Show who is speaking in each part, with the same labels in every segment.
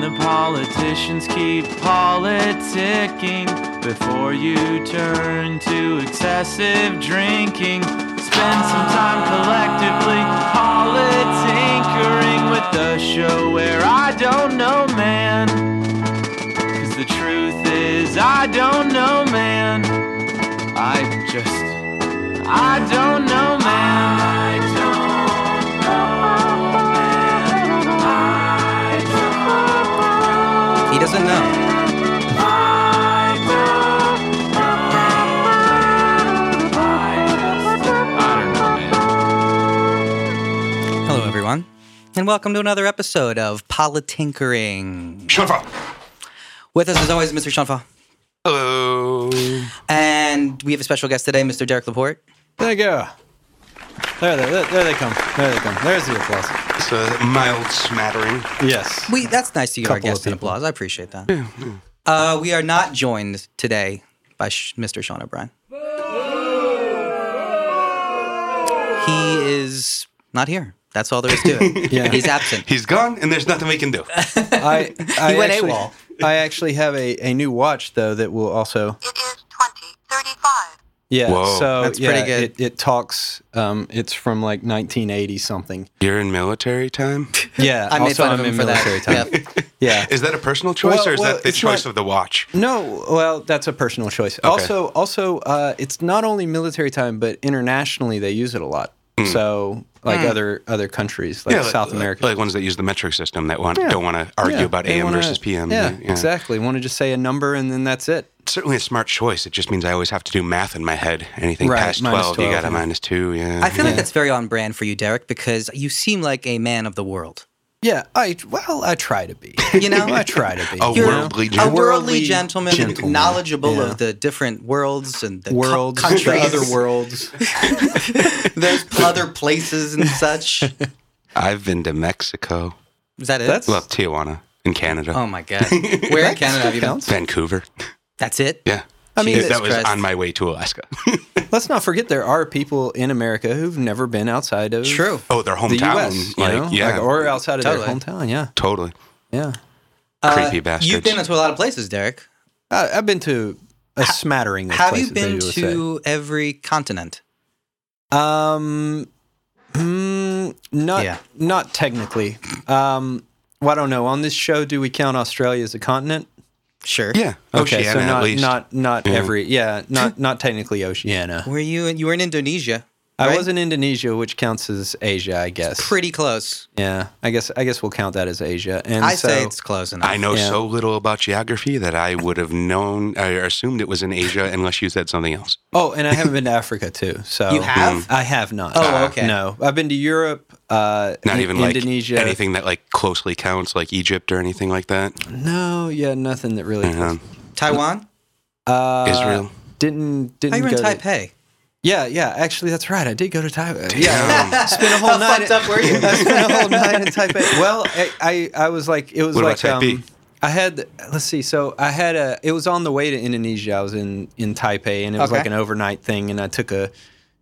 Speaker 1: the politicians keep politicking before you turn to excessive drinking. Spend some time collectively politinkering with the show where I don't know, man. Cause the truth is, I don't know, man. I just, I don't know, man. I don't know, man. I
Speaker 2: He doesn't know. Hello, everyone, and welcome to another episode of Politinkering.
Speaker 3: Shut up.
Speaker 2: With us, as always, Mr. Sean Faw.
Speaker 3: Hello.
Speaker 2: And we have a special guest today, Mr. Derek Laporte.
Speaker 4: There you go. There, there, there, there they come. There they come. There's the applause.
Speaker 3: It's a mild smattering.
Speaker 4: Yes.
Speaker 2: We that's nice to give our
Speaker 4: Couple of
Speaker 2: guest an
Speaker 4: people.
Speaker 2: applause. I appreciate that. Uh, we are not joined today by Sh- Mr. Sean O'Brien. He is not here. That's all there is to it.
Speaker 4: Yeah.
Speaker 2: He's absent.
Speaker 3: He's gone, and there's nothing we can do.
Speaker 4: I, I
Speaker 2: went
Speaker 4: actually,
Speaker 2: AWOL.
Speaker 4: I actually have a, a new watch though that will also.
Speaker 5: It is 2035.
Speaker 4: Yeah.
Speaker 3: Whoa.
Speaker 4: So
Speaker 2: That's
Speaker 4: yeah,
Speaker 2: pretty good.
Speaker 4: It, it talks. Um, it's from like 1980 something.
Speaker 3: You're in military time.
Speaker 4: Yeah.
Speaker 2: I made
Speaker 4: also,
Speaker 2: fun of
Speaker 4: I'm
Speaker 2: him
Speaker 4: in
Speaker 2: for
Speaker 4: military
Speaker 2: that.
Speaker 4: time.
Speaker 2: Yeah.
Speaker 4: Yeah.
Speaker 3: Is that a personal choice,
Speaker 4: Well,
Speaker 3: or is
Speaker 4: well,
Speaker 3: that the
Speaker 4: it's
Speaker 3: choice
Speaker 4: not-
Speaker 3: of the watch?
Speaker 4: No, well, that's a personal choice. Also, also, uh, it's not only military time, but internationally they use it a lot. So, like
Speaker 2: Hmm.
Speaker 4: other other countries, like
Speaker 3: like-
Speaker 4: South
Speaker 3: Hmm. like-
Speaker 4: America,
Speaker 3: like ones that use the metric system that want, don't want to argue
Speaker 4: Yeah,
Speaker 3: about
Speaker 4: they
Speaker 3: AM
Speaker 4: wanna-
Speaker 3: versus PM.
Speaker 4: Yeah, exactly. Want to just say a number and then that's it.
Speaker 3: It's certainly a smart choice. It just means I always have to do math in my head. Anything
Speaker 4: Right,
Speaker 3: past
Speaker 4: minus
Speaker 3: 12, you got
Speaker 4: 12,
Speaker 3: a
Speaker 4: yeah.
Speaker 3: minus two. Yeah.
Speaker 2: I feel like that's very on brand for you, Derek, because you seem like a man of the world.
Speaker 4: Yeah, I well, I try to be.
Speaker 2: You know?
Speaker 4: I try to be.
Speaker 3: A
Speaker 4: you know?
Speaker 3: worldly
Speaker 2: A
Speaker 3: gentleman.
Speaker 2: worldly gentleman,
Speaker 4: gentleman.
Speaker 2: knowledgeable
Speaker 4: Yeah.
Speaker 2: of the different worlds and the co-
Speaker 4: worlds,
Speaker 2: countries,
Speaker 4: the other worlds.
Speaker 2: There's other places and such. Is
Speaker 3: I've been to Mexico.
Speaker 2: that it?
Speaker 4: That's-
Speaker 3: Well, Tijuana in Canada.
Speaker 2: oh my god. Where in Canada have you been?
Speaker 4: Counts.
Speaker 3: Vancouver.
Speaker 2: That's it.
Speaker 3: Yeah.
Speaker 4: I mean,
Speaker 3: If that
Speaker 2: Jesus
Speaker 3: was
Speaker 2: Christ.
Speaker 3: on my way to Alaska.
Speaker 4: Let's not forget there are people in America who've never been outside of
Speaker 2: True.
Speaker 3: oh, their
Speaker 4: the
Speaker 3: hometown.
Speaker 4: U.S. you
Speaker 3: like,
Speaker 4: know?
Speaker 3: yeah.
Speaker 4: Like, or outside of their
Speaker 2: Totally.
Speaker 4: hometown. Yeah,
Speaker 3: totally.
Speaker 4: yeah.
Speaker 3: Creepy bastards.
Speaker 2: Uh, You've been to a lot of places, Derek.
Speaker 4: I, I've been to a smattering. Of
Speaker 2: Have
Speaker 4: places,
Speaker 2: you been
Speaker 4: I would
Speaker 2: to every continent?
Speaker 4: say. Um, mm, not
Speaker 2: Yeah.
Speaker 4: not technically. Um, well, I don't know. On this show, do we count Australia as a continent?
Speaker 2: Sure.
Speaker 3: Yeah. Oh,
Speaker 4: Okay,
Speaker 3: Oceania,
Speaker 4: so not
Speaker 3: at least.
Speaker 4: not not
Speaker 3: Yeah.
Speaker 4: every yeah not not technically Oceania.
Speaker 2: Were you in, you were in Indonesia?
Speaker 4: I
Speaker 2: right?
Speaker 4: was in Indonesia, which counts as Asia, I guess.
Speaker 2: pretty close.
Speaker 4: yeah, I guess I guess we'll count that as Asia. And
Speaker 2: I
Speaker 4: so,
Speaker 2: say it's close enough.
Speaker 3: I know
Speaker 4: Yeah.
Speaker 3: so little about geography that I would have known I assumed it was in Asia unless you said something else.
Speaker 4: Oh, and I haven't been to Africa too. So
Speaker 2: You have?
Speaker 4: I have not.
Speaker 2: Oh, okay.
Speaker 4: No, I've been to Europe. Uh,
Speaker 3: Not
Speaker 4: in-
Speaker 3: even like
Speaker 4: Indonesia.
Speaker 3: anything that like closely counts, like Egypt or anything like that.
Speaker 4: No, yeah, nothing that really.
Speaker 3: Um,
Speaker 2: Taiwan.
Speaker 4: Uh,
Speaker 3: Israel.
Speaker 4: Didn't didn't
Speaker 2: I were in
Speaker 4: go to-
Speaker 2: Taipei.
Speaker 4: yeah, yeah. Actually, that's right. I did go to Taipei. Yeah,
Speaker 3: Damn.
Speaker 4: spent a whole
Speaker 2: How
Speaker 4: night.
Speaker 2: fucked up were you?
Speaker 4: I spent a whole night in Taipei. Well, I, I, I was like, it was
Speaker 3: What about Type
Speaker 4: like,
Speaker 3: B?
Speaker 4: um, I had, let's see, so I had a, it was on the way to Indonesia. I was in, in Taipei and it was
Speaker 2: Okay.
Speaker 4: like an overnight thing. And I took a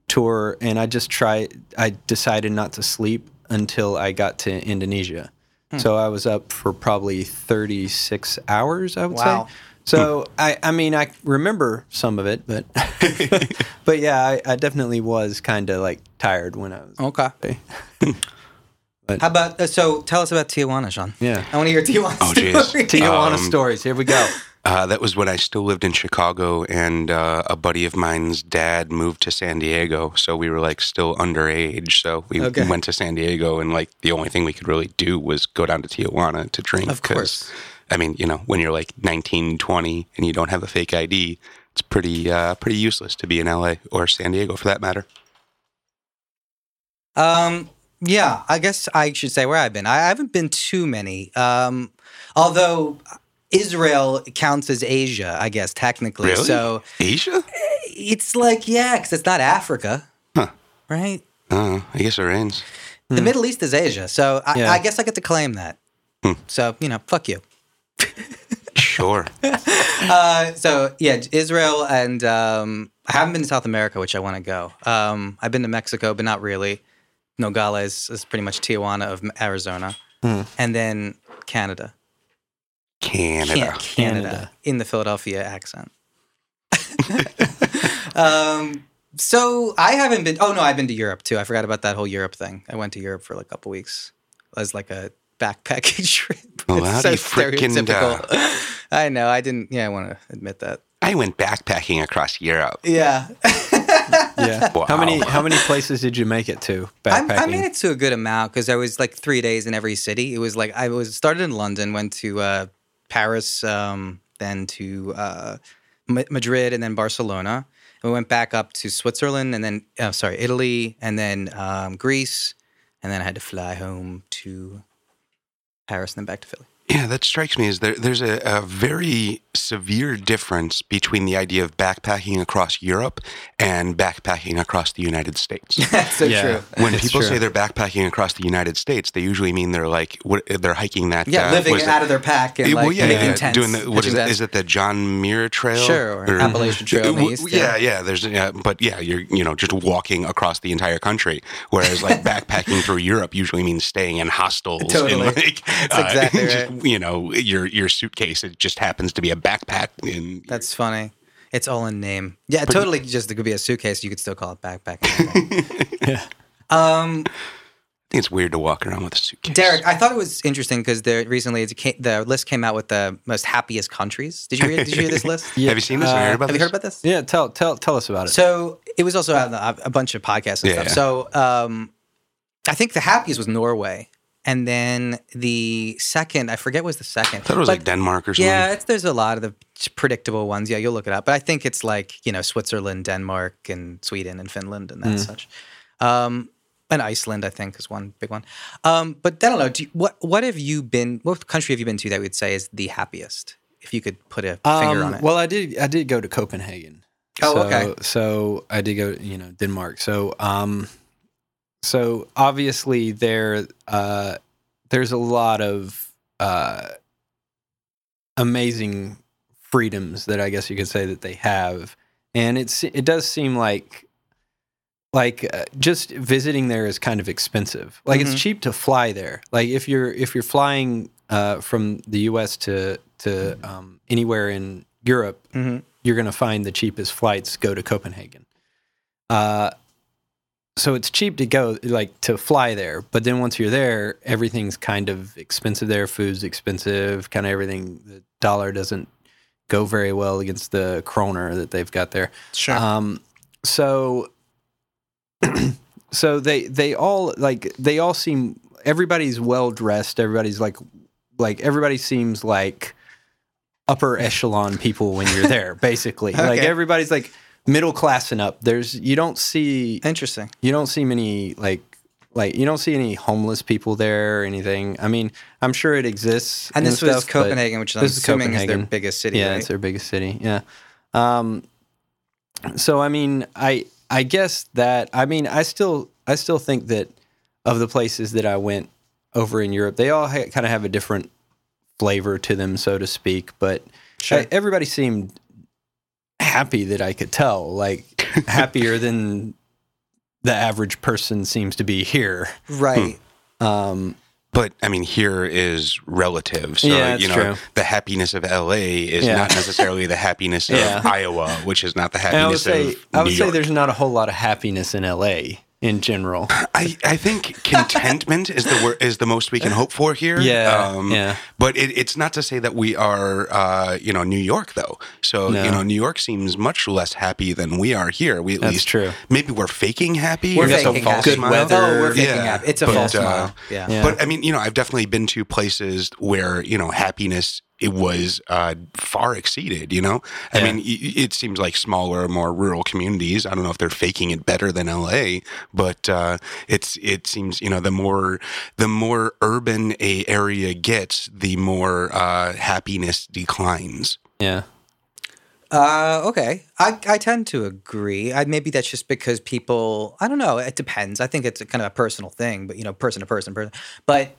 Speaker 4: tour and I just tried, I decided not to sleep until I got to Indonesia.
Speaker 2: Hmm.
Speaker 4: So I was up for probably 36 hours, I would
Speaker 2: Wow.
Speaker 4: say. So I, I mean, I remember some of it, but, but yeah, I, I definitely was kind of like tired when I was.
Speaker 2: Okay.
Speaker 4: Okay.
Speaker 2: How about uh, so? Tell us about Tijuana, Sean.
Speaker 4: Yeah.
Speaker 2: I want to hear Tijuana.
Speaker 3: Oh, jeez.
Speaker 2: story.
Speaker 4: Tijuana
Speaker 3: Um,
Speaker 4: stories. Here we go.
Speaker 3: Uh, that was when I still lived in Chicago, and uh, a buddy of mine's dad moved to San Diego. So we were like still underage. So we
Speaker 2: Okay.
Speaker 3: went to San Diego, and like the only thing we could really do was go down to Tijuana to drink.
Speaker 2: Of
Speaker 3: 'cause,
Speaker 2: course.
Speaker 3: I mean, you know, when you're like 19, 20, and you don't have a fake ID, it's pretty, uh, pretty useless to be in LA or San Diego for that matter.
Speaker 2: Um, yeah, I guess I should say where I've been. I, I haven't been too many. Um, although Israel counts as Asia, I guess technically.
Speaker 3: Really?
Speaker 2: So
Speaker 3: Asia?
Speaker 2: it's like yeah, because it's not Africa,
Speaker 3: Huh.
Speaker 2: right?
Speaker 3: Oh, I guess it rains.
Speaker 2: The Middle East is Asia, so I,
Speaker 4: Hmm. Yeah.
Speaker 2: I guess I get to claim that. So you know, fuck you.
Speaker 3: Sure.
Speaker 2: Uh, so yeah, Israel and um, I haven't been to South America, which I want to go. Um, I've been to Mexico, but not really. Nogales is pretty much Tijuana of M- Arizona, and then Canada.
Speaker 3: Canada.
Speaker 2: Canada, Canada
Speaker 4: Canada.
Speaker 2: in the Philadelphia accent. um, so I haven't been. Oh no, I've been to Europe too. I forgot about that whole Europe thing. I went to Europe for like a couple weeks as like a backpacking trip.
Speaker 3: Well,
Speaker 2: It's
Speaker 3: howdy frickin' uh, da.
Speaker 2: I know. I didn't. Yeah, I want to admit that.
Speaker 3: I went backpacking across Europe.
Speaker 2: Yeah,
Speaker 4: Yeah.
Speaker 3: Wow.
Speaker 4: How many how many places did you make it to
Speaker 2: I,
Speaker 4: backpacking?
Speaker 2: I made it to a good amount because I was like three days in every city. It was like I was started in London, went to uh, Paris, um, then to uh, Ma- Madrid, and then Barcelona. And we went back up to Switzerland, and then oh, sorry, Italy, and then um, Greece, and then I had to fly home to Paris, and then back to Philly.
Speaker 3: Yeah, that strikes me as there, there's a, a very severe difference between the idea of backpacking across Europe and backpacking across the United States.
Speaker 2: That's so
Speaker 4: Yeah.
Speaker 2: true.
Speaker 3: When
Speaker 4: It's
Speaker 3: people
Speaker 4: true.
Speaker 3: say they're backpacking across the United States, they usually mean they're like what, they're hiking that.
Speaker 2: Yeah,
Speaker 3: uh,
Speaker 2: living
Speaker 3: what is
Speaker 2: out
Speaker 3: it?
Speaker 2: of their pack and
Speaker 3: Yeah,
Speaker 2: like
Speaker 3: well, yeah,
Speaker 2: making
Speaker 3: yeah,
Speaker 2: tents.
Speaker 3: doing the what
Speaker 2: pitching
Speaker 3: is it?
Speaker 2: tents.
Speaker 3: Is it the John Muir Trail?
Speaker 2: Sure, or Appalachian Trail in the
Speaker 3: W-
Speaker 2: east, yeah.
Speaker 3: yeah, yeah. There's yeah, but yeah, you're you know just walking across the entire country, whereas like backpacking through Europe usually means staying in hostels.
Speaker 2: Totally.
Speaker 3: and, like, uh,
Speaker 2: That's exactly
Speaker 3: just, You know, your your suitcase it just happens to be a backpack. And
Speaker 2: That's funny. It's all in name. Yeah, totally. Just it could be a suitcase. You could still call it backpack. yeah. Um,
Speaker 3: I think it's weird to walk around with a suitcase.
Speaker 2: Derek, I thought it was interesting because there recently it came, the list came out with the most happiest countries. Did you hear, did you hear this list?
Speaker 4: Yeah,
Speaker 3: have you seen this? Have you
Speaker 4: uh,
Speaker 3: heard about
Speaker 2: Have you
Speaker 3: this?
Speaker 2: heard about this?
Speaker 4: Yeah, tell tell tell us about it.
Speaker 2: So it was also out in a, a bunch of podcasts and
Speaker 3: Yeah.
Speaker 2: stuff. So um, I think the happiest was Norway, and then the second I forget was the second.
Speaker 3: I thought it was
Speaker 2: but-
Speaker 3: like Denmark or something.
Speaker 2: Yeah, it's, there's a lot of the predictable ones. Yeah, you'll look it up. But I think it's like, you know, Switzerland, Denmark, and Sweden and Finland and
Speaker 4: Hmm.
Speaker 2: that such. Um, and Iceland, I think, is one big one. Um, but I don't know. Do you, what what have you been? What country have you been to that we'd say is the happiest? If you could put a finger
Speaker 4: Um,
Speaker 2: on it.
Speaker 4: Well, I did. I did go to Copenhagen.
Speaker 2: Oh,
Speaker 4: so,
Speaker 2: okay.
Speaker 4: So I did go. You know, Denmark. So, um, so obviously there, uh, there's a lot of uh, amazing freedoms that I guess you could say that they have, and it's it does seem like. Like uh, just visiting there is kind of expensive. Like
Speaker 2: Mhm.
Speaker 4: it's cheap to fly there. Like if you're if you're flying uh, from the U.S. to to um, anywhere in Europe,
Speaker 2: Mhm.
Speaker 4: you're going to find the cheapest flights go to Copenhagen. Uh, so it's cheap to go, like to fly there. But then once you're there, everything's kind of expensive there. Food's expensive, kind of everything. The dollar doesn't go very well against the kroner that they've got there.
Speaker 2: sure.
Speaker 4: Um, so, so they they all like they all seem everybody's well dressed. Everybody's like like everybody seems like upper echelon people when you're there. Basically, like
Speaker 2: Okay.
Speaker 4: everybody's like middle class and up. There's you don't see
Speaker 2: Interesting.
Speaker 4: you don't see many like like you don't see any homeless people there or anything. I mean, I'm sure it exists.
Speaker 2: And this was
Speaker 4: stuff, but-
Speaker 2: Copenhagen, which I'm
Speaker 4: this is
Speaker 2: assuming is their
Speaker 4: Copenhagen.
Speaker 2: biggest city.
Speaker 4: yeah,
Speaker 2: right?
Speaker 4: it's their biggest city. Yeah. Um, so I mean, I I guess that I mean, I still I still think that of the places that I went over in Europe, they all ha- kind of have a different flavor to them, so to speak. But
Speaker 2: Sure.
Speaker 4: e- everybody seemed happy that I could tell, like happier than the average person seems to be here.
Speaker 2: right.
Speaker 4: Um,
Speaker 3: But I mean, here is relative. So,
Speaker 4: Yeah, that's
Speaker 3: you know,
Speaker 4: true.
Speaker 3: the happiness of LA is
Speaker 4: Yeah.
Speaker 3: not necessarily the happiness of
Speaker 4: Yeah.
Speaker 3: Iowa, which is not the
Speaker 4: And I would
Speaker 3: happiness
Speaker 4: say
Speaker 3: of
Speaker 4: I would
Speaker 3: New
Speaker 4: say
Speaker 3: York.
Speaker 4: there's not a whole lot of happiness in LA in general.
Speaker 3: I, I think contentment is the wor- is the most we can hope for here. Um,
Speaker 4: Yeah, yeah.
Speaker 3: But it, it's not to say that we are, uh, you know, New York though. So
Speaker 4: No.
Speaker 3: you know, New York seems much less happy than we are here. We at
Speaker 4: That's
Speaker 3: least
Speaker 4: true.
Speaker 3: Maybe we're faking happy.
Speaker 2: We're
Speaker 3: We got the
Speaker 2: faking
Speaker 3: false
Speaker 2: happy.
Speaker 4: Good
Speaker 3: smile.
Speaker 4: weather.
Speaker 2: Oh, we're faking
Speaker 3: Yeah,
Speaker 2: happy. It's a
Speaker 3: but,
Speaker 2: false
Speaker 3: uh,
Speaker 2: smile. Yeah.
Speaker 4: Yeah.
Speaker 3: But I mean, you know, I've definitely been to places where you know happiness it was uh, far exceeded. You know, I
Speaker 4: Yeah.
Speaker 3: mean, y- y- it seems like smaller, more rural communities. I don't know if they're faking it better than LA, but uh, it's it seems you know the more the more urban a area gets, the more uh, happiness declines.
Speaker 4: Yeah.
Speaker 2: Uh, okay. I, I tend to agree. I, maybe that's just because people, I don't know, it depends. I think it's a kind of a personal thing, but you know, person to person, person. But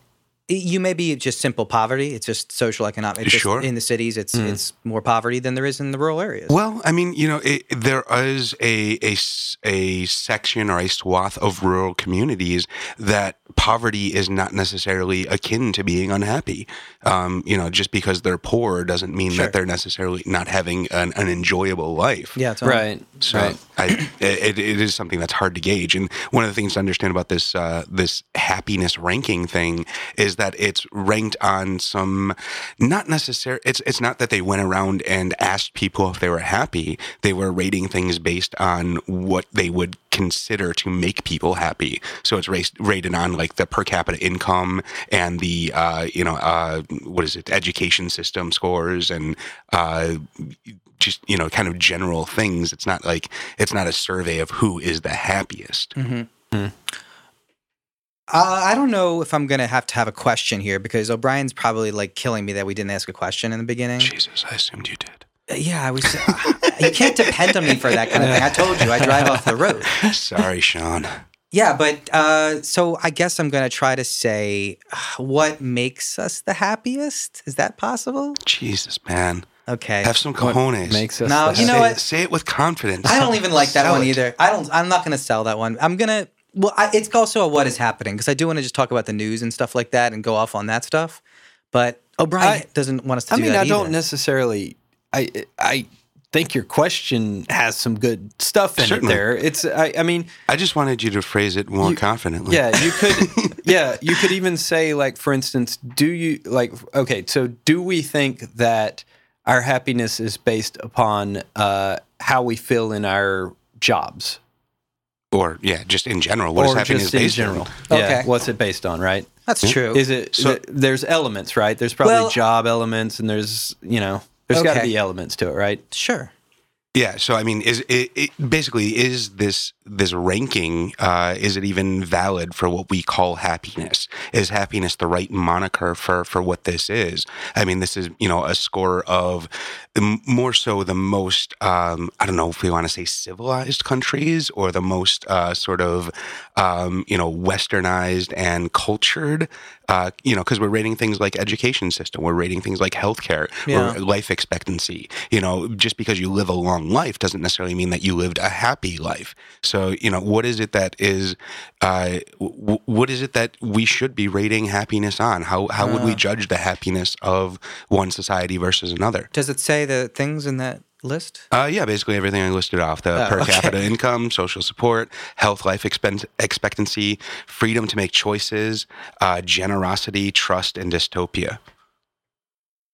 Speaker 2: you may be just simple poverty. It's just social economic. it's just
Speaker 3: Sure. Mm.
Speaker 2: In the cities, it's it's more poverty than there is in the rural areas.
Speaker 3: Well, I mean, you know, it, there is a, a s- a section or a swath of rural communities that poverty is not necessarily akin to being unhappy. Um, you know, just because they're poor doesn't mean
Speaker 2: Sure.
Speaker 3: that they're necessarily not having an, an enjoyable life.
Speaker 2: yeah, totally.
Speaker 4: Right.
Speaker 3: So
Speaker 4: Right.
Speaker 3: I, it, it is something that's hard to gauge. And one of the things to understand about this uh, this happiness ranking thing is that it's ranked on some not necessary. It's it's not that they went around and asked people if they were happy. They were rating things based on what they would consider to make people happy. So it's race, rated on like the per capita income and the uh, you know uh, what is it education system scores and uh, just you know kind of general things. It's not like it's not a survey of who is the happiest.
Speaker 2: mm-hmm.
Speaker 3: Mm.
Speaker 2: Uh, I don't know if I'm gonna have to have a question here because O'Brien's probably like killing me that we didn't ask a question in the beginning.
Speaker 3: Jesus, I assumed you did.
Speaker 2: Uh, Yeah, I was. uh, you can't depend on me for that kind of thing. I told you, I drive off the road.
Speaker 3: Sorry, Sean.
Speaker 2: Yeah, but uh, so I guess I'm gonna try to say uh, what makes us the happiest. Is that possible?
Speaker 3: Jesus, man,
Speaker 2: Okay.
Speaker 3: have some cojones.
Speaker 4: Makes us.
Speaker 2: Now,
Speaker 4: the
Speaker 2: you know
Speaker 3: say,
Speaker 2: what?
Speaker 3: Say it with confidence.
Speaker 2: I don't even like that
Speaker 3: Sell
Speaker 2: one
Speaker 3: it.
Speaker 2: either. I don't. I'm not going to sell that one. I'm gonna. Well, I, it's also a what is happening because I do want to just talk about the news and stuff like that and go off on that stuff. But
Speaker 3: Oh,
Speaker 2: O'Brien
Speaker 4: I-
Speaker 2: doesn't want us to
Speaker 4: I
Speaker 2: do
Speaker 4: mean,
Speaker 2: that
Speaker 4: I don't
Speaker 2: either.
Speaker 4: necessarily. I I think your question has some good stuff in
Speaker 3: Certainly.
Speaker 4: it. There, it's. I, I mean,
Speaker 3: I just wanted you to phrase it more confidently.
Speaker 4: yeah, you could. yeah, you could even say, like, for instance, do you like? Okay, so do we think that our happiness is based upon uh, how we feel in our jobs
Speaker 3: Or yeah, just in general. What is happening is based on- Oh,
Speaker 4: Yeah,
Speaker 2: Okay.
Speaker 4: what's it based on? Right?
Speaker 2: That's true.
Speaker 4: Is it?
Speaker 3: So-
Speaker 4: th- there's elements, right? There's probably
Speaker 2: Well-
Speaker 4: job elements, and there's you know, there's got to
Speaker 2: Okay.
Speaker 4: be elements to it, right?
Speaker 2: sure.
Speaker 3: Yeah. So I mean, is it, it basically is this this ranking? Uh, is it even valid for what we call happiness? Is happiness the right moniker for for what this is? I mean, this is you know a score of m- more so the most um, I don't know if we want to say civilized countries or the most uh, sort of um, you know westernized and cultured. Uh, you know, because we're rating things like education system, we're rating things like healthcare,
Speaker 2: Yeah.
Speaker 3: we're life expectancy. You know, just because you live a long life doesn't necessarily mean that you lived a happy life. So, you know, what is it that is, uh, w- what is it that we should be rating happiness on? How how would we judge the happiness of one society versus another?
Speaker 2: Does it say the things in that list?
Speaker 3: Uh, yeah, basically everything I listed off the
Speaker 2: Oh,
Speaker 3: per
Speaker 2: okay.
Speaker 3: capita income, social support, health life expen- expectancy, freedom to make choices, uh, generosity, trust, and dystopia.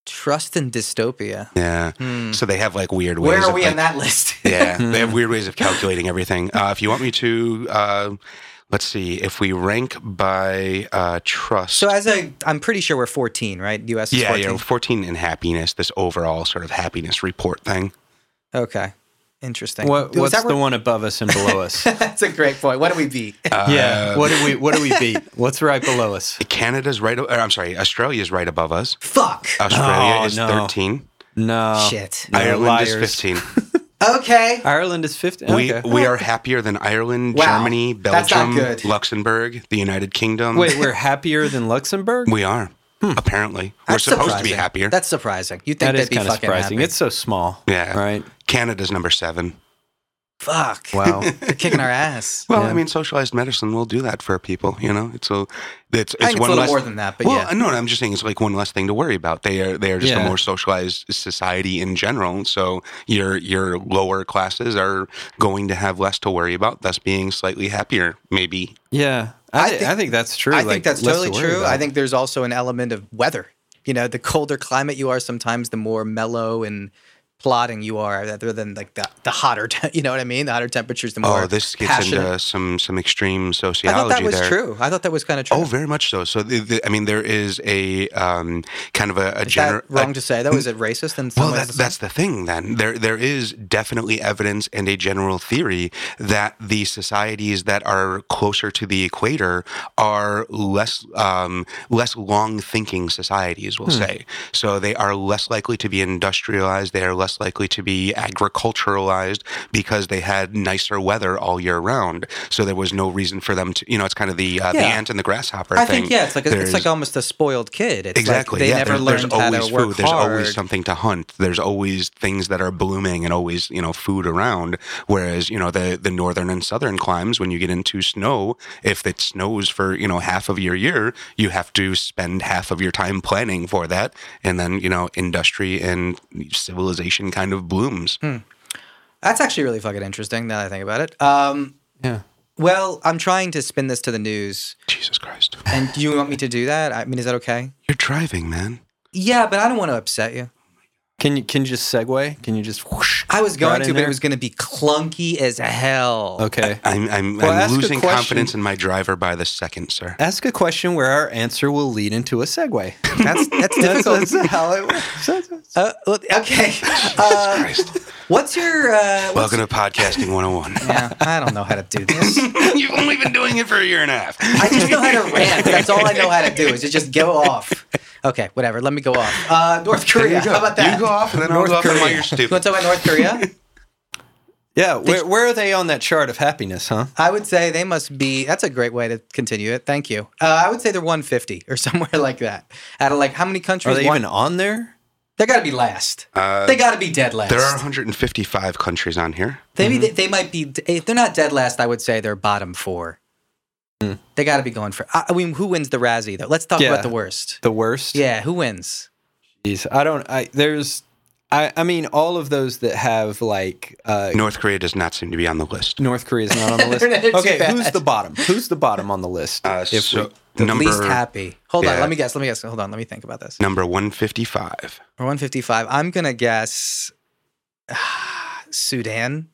Speaker 2: Trust and dystopia.
Speaker 3: Yeah.
Speaker 2: Hmm.
Speaker 3: So they have like weird ways.
Speaker 2: Where are
Speaker 3: of,
Speaker 2: we
Speaker 3: like,
Speaker 2: on that list?
Speaker 3: Yeah, they
Speaker 4: Hmm.
Speaker 3: have weird ways of calculating everything. Uh, if you want me to, uh, let's see. If we rank by uh, trust,
Speaker 2: so as a, I'm pretty sure we're 14, right? U.S. is
Speaker 3: yeah,
Speaker 2: 14.
Speaker 3: yeah, fourteen in happiness. This overall sort of happiness report thing.
Speaker 2: Okay. Interesting.
Speaker 4: What,
Speaker 2: Was
Speaker 4: what's
Speaker 2: that
Speaker 4: the
Speaker 2: where-
Speaker 4: one above us and below us?
Speaker 2: That's a great point. What do we beat?
Speaker 4: yeah. What do we What do we beat? What's right below us?
Speaker 3: Canada's right. o- Or, I'm sorry, Australia's right above us.
Speaker 2: Fuck.
Speaker 3: Australia
Speaker 4: Oh,
Speaker 3: is
Speaker 4: no.
Speaker 3: thirteen.
Speaker 4: No.
Speaker 2: Shit.
Speaker 4: No,
Speaker 3: Ireland is
Speaker 4: liars.
Speaker 3: fifteen.
Speaker 2: Okay.
Speaker 4: Ireland is 50.
Speaker 3: We
Speaker 4: okay.
Speaker 3: we are happier than Ireland,
Speaker 2: Wow.
Speaker 3: Germany,
Speaker 2: That's not
Speaker 3: Belgium,
Speaker 2: good.
Speaker 3: Luxembourg, the United
Speaker 2: Mm.
Speaker 3: Kingdom.
Speaker 4: Wait, we're happier than Luxembourg?
Speaker 3: we are apparently
Speaker 2: Hmm. That's
Speaker 3: we're supposed to
Speaker 2: surprising.
Speaker 3: be happier.
Speaker 2: That's surprising. You think
Speaker 4: that
Speaker 2: that'd
Speaker 4: is
Speaker 2: be
Speaker 4: kind of
Speaker 2: fucking
Speaker 4: surprising.
Speaker 2: happy.
Speaker 4: It's so small.
Speaker 3: Yeah.
Speaker 4: Right.
Speaker 3: Canada's number seven.
Speaker 2: Fuck.
Speaker 4: Wow.
Speaker 2: They're kicking our ass.
Speaker 3: Well, I
Speaker 4: Yeah.
Speaker 3: mean, socialized medicine will do that for people. You know, it's a it's, it's
Speaker 2: I think it's a
Speaker 3: one
Speaker 2: little
Speaker 3: less,
Speaker 2: more than that, but
Speaker 3: well,
Speaker 2: yeah.
Speaker 3: no, no, I'm just saying it's like one less thing to worry about. They are they are just a
Speaker 4: Yeah.
Speaker 3: more socialized society in general. So your your lower classes are going to have less to worry about, thus being slightly happier, maybe.
Speaker 4: Yeah.
Speaker 2: I
Speaker 4: I, thi- I, think,
Speaker 2: think-
Speaker 4: that's true.
Speaker 2: I
Speaker 4: like,
Speaker 2: think that's
Speaker 4: less
Speaker 2: totally
Speaker 4: to worry
Speaker 2: true.
Speaker 4: about.
Speaker 2: I think there's also an element of weather. You know, the colder climate you are, sometimes the more mellow and plodding you are, rather than like the, the hotter. Te- you know what I mean? The hotter temperatures, the more
Speaker 3: Oh, this gets
Speaker 2: passionate.
Speaker 3: into some some extreme
Speaker 2: I thought
Speaker 3: sociology.
Speaker 2: that was
Speaker 3: there.
Speaker 2: true. I thought that was kind of true.
Speaker 3: Oh, very much so. So, the, the, I mean, there is a um, kind of a, a
Speaker 2: Is that
Speaker 3: gener- a-
Speaker 2: wrong to say? That was it racist in some
Speaker 3: Well,
Speaker 2: ways
Speaker 3: that's
Speaker 2: to say?
Speaker 3: that's the thing. Then there there is definitely evidence and a general theory that the societies that are closer to the equator are less um, less
Speaker 2: Hmm.
Speaker 3: long thinking societies. We'll say so. They are less likely to be industrialized. They are less less likely to be agriculturalized because they had nicer weather all year round. So there was no reason for them to, you know, it's kind of the uh, the
Speaker 2: Yeah.
Speaker 3: ant and the grasshopper
Speaker 2: I
Speaker 3: thing.
Speaker 2: think yeah, it's like a, it's
Speaker 3: There's-
Speaker 2: like almost a spoiled kid. It's
Speaker 3: Exactly.
Speaker 2: Like they
Speaker 3: yeah.
Speaker 2: never
Speaker 3: there's,
Speaker 2: learned
Speaker 3: there's
Speaker 2: how
Speaker 3: always
Speaker 2: to work
Speaker 3: food. There's
Speaker 2: hard.
Speaker 3: always something to hunt. There's always things that are blooming and always you know food around. Whereas you know the the northern and southern climes, when you get into snow, if it snows for you know half of your year, you have to spend half of your time planning for that, and then you know industry and civilization kind of blooms.
Speaker 2: Hmm. That's actually really fucking interesting. Now that I think about it. Um,
Speaker 4: Yeah.
Speaker 2: well, I'm trying to spin this to the news,
Speaker 3: Jesus Christ,
Speaker 2: and do you want me to do that? I mean, is that okay?
Speaker 3: you're driving, man.
Speaker 2: Yeah, but I don't want to upset you.
Speaker 4: Can you can you just segue? Can you just? Whoosh,
Speaker 2: I was
Speaker 4: right
Speaker 2: going
Speaker 4: in
Speaker 2: to, but
Speaker 4: there?
Speaker 2: it was going to be clunky as hell.
Speaker 4: Okay.
Speaker 3: I'm I'm,
Speaker 4: Well,
Speaker 3: I'm
Speaker 4: ask a
Speaker 3: losing
Speaker 4: question.
Speaker 3: confidence in my driver by the second, sir.
Speaker 4: Ask a question where our answer will lead into a segue.
Speaker 2: That's that's
Speaker 4: That's,
Speaker 2: difficult.
Speaker 4: that's how it works. That's- that's-
Speaker 2: Uh, well, okay. Uh,
Speaker 3: Christ.
Speaker 2: what's your? Uh, what's,
Speaker 3: Welcome to podcasting 101.
Speaker 2: yeah, I don't know how to do this.
Speaker 3: You've only been doing it for a year and a half.
Speaker 2: I just know how to rant. That's all I know how to do is to just go off. Okay, whatever. Let me go off. Uh, North Korea. How about that?
Speaker 3: You go off, and then I'll
Speaker 4: North
Speaker 3: go off and why
Speaker 4: Korea.
Speaker 3: you're
Speaker 2: You want
Speaker 3: stupid.
Speaker 2: to talk about North Korea?
Speaker 4: yeah. Where, where are they on that chart of happiness, huh?
Speaker 2: I would say they must be. That's a great way to continue it. Thank you. Uh, I would say they're 150 or somewhere like that. Out of like how many
Speaker 4: Are
Speaker 2: countries?
Speaker 4: they
Speaker 2: One-
Speaker 4: even on there?
Speaker 2: they got to be last.
Speaker 3: Uh,
Speaker 2: they got to be dead last.
Speaker 3: There are Mm-hmm. 155 countries on here.
Speaker 2: Maybe they, they might be. If they're not dead last, I would say they're bottom four.
Speaker 3: Mm.
Speaker 2: They got to be going for. I I mean, who wins the Razzie though? Let's talk
Speaker 4: Yeah.
Speaker 2: about the worst.
Speaker 4: The worst.
Speaker 2: Yeah, who wins?
Speaker 4: Jeez, I don't. I there's. I I mean all of those that have like uh,
Speaker 3: North Korea does not seem to be on the list.
Speaker 2: Mm.
Speaker 4: North Korea's not on the list.
Speaker 2: They're not too
Speaker 4: okay,
Speaker 2: bad.
Speaker 4: who's the bottom? Who's the bottom on the list?
Speaker 3: Uh,
Speaker 4: If
Speaker 3: so
Speaker 2: The
Speaker 3: number
Speaker 2: least happy. Hold on,
Speaker 3: yeah.
Speaker 2: let me guess. Let me guess. Hold on, let me think about this.
Speaker 3: number 155.
Speaker 2: Or 155. I'm gonna guess Sudan.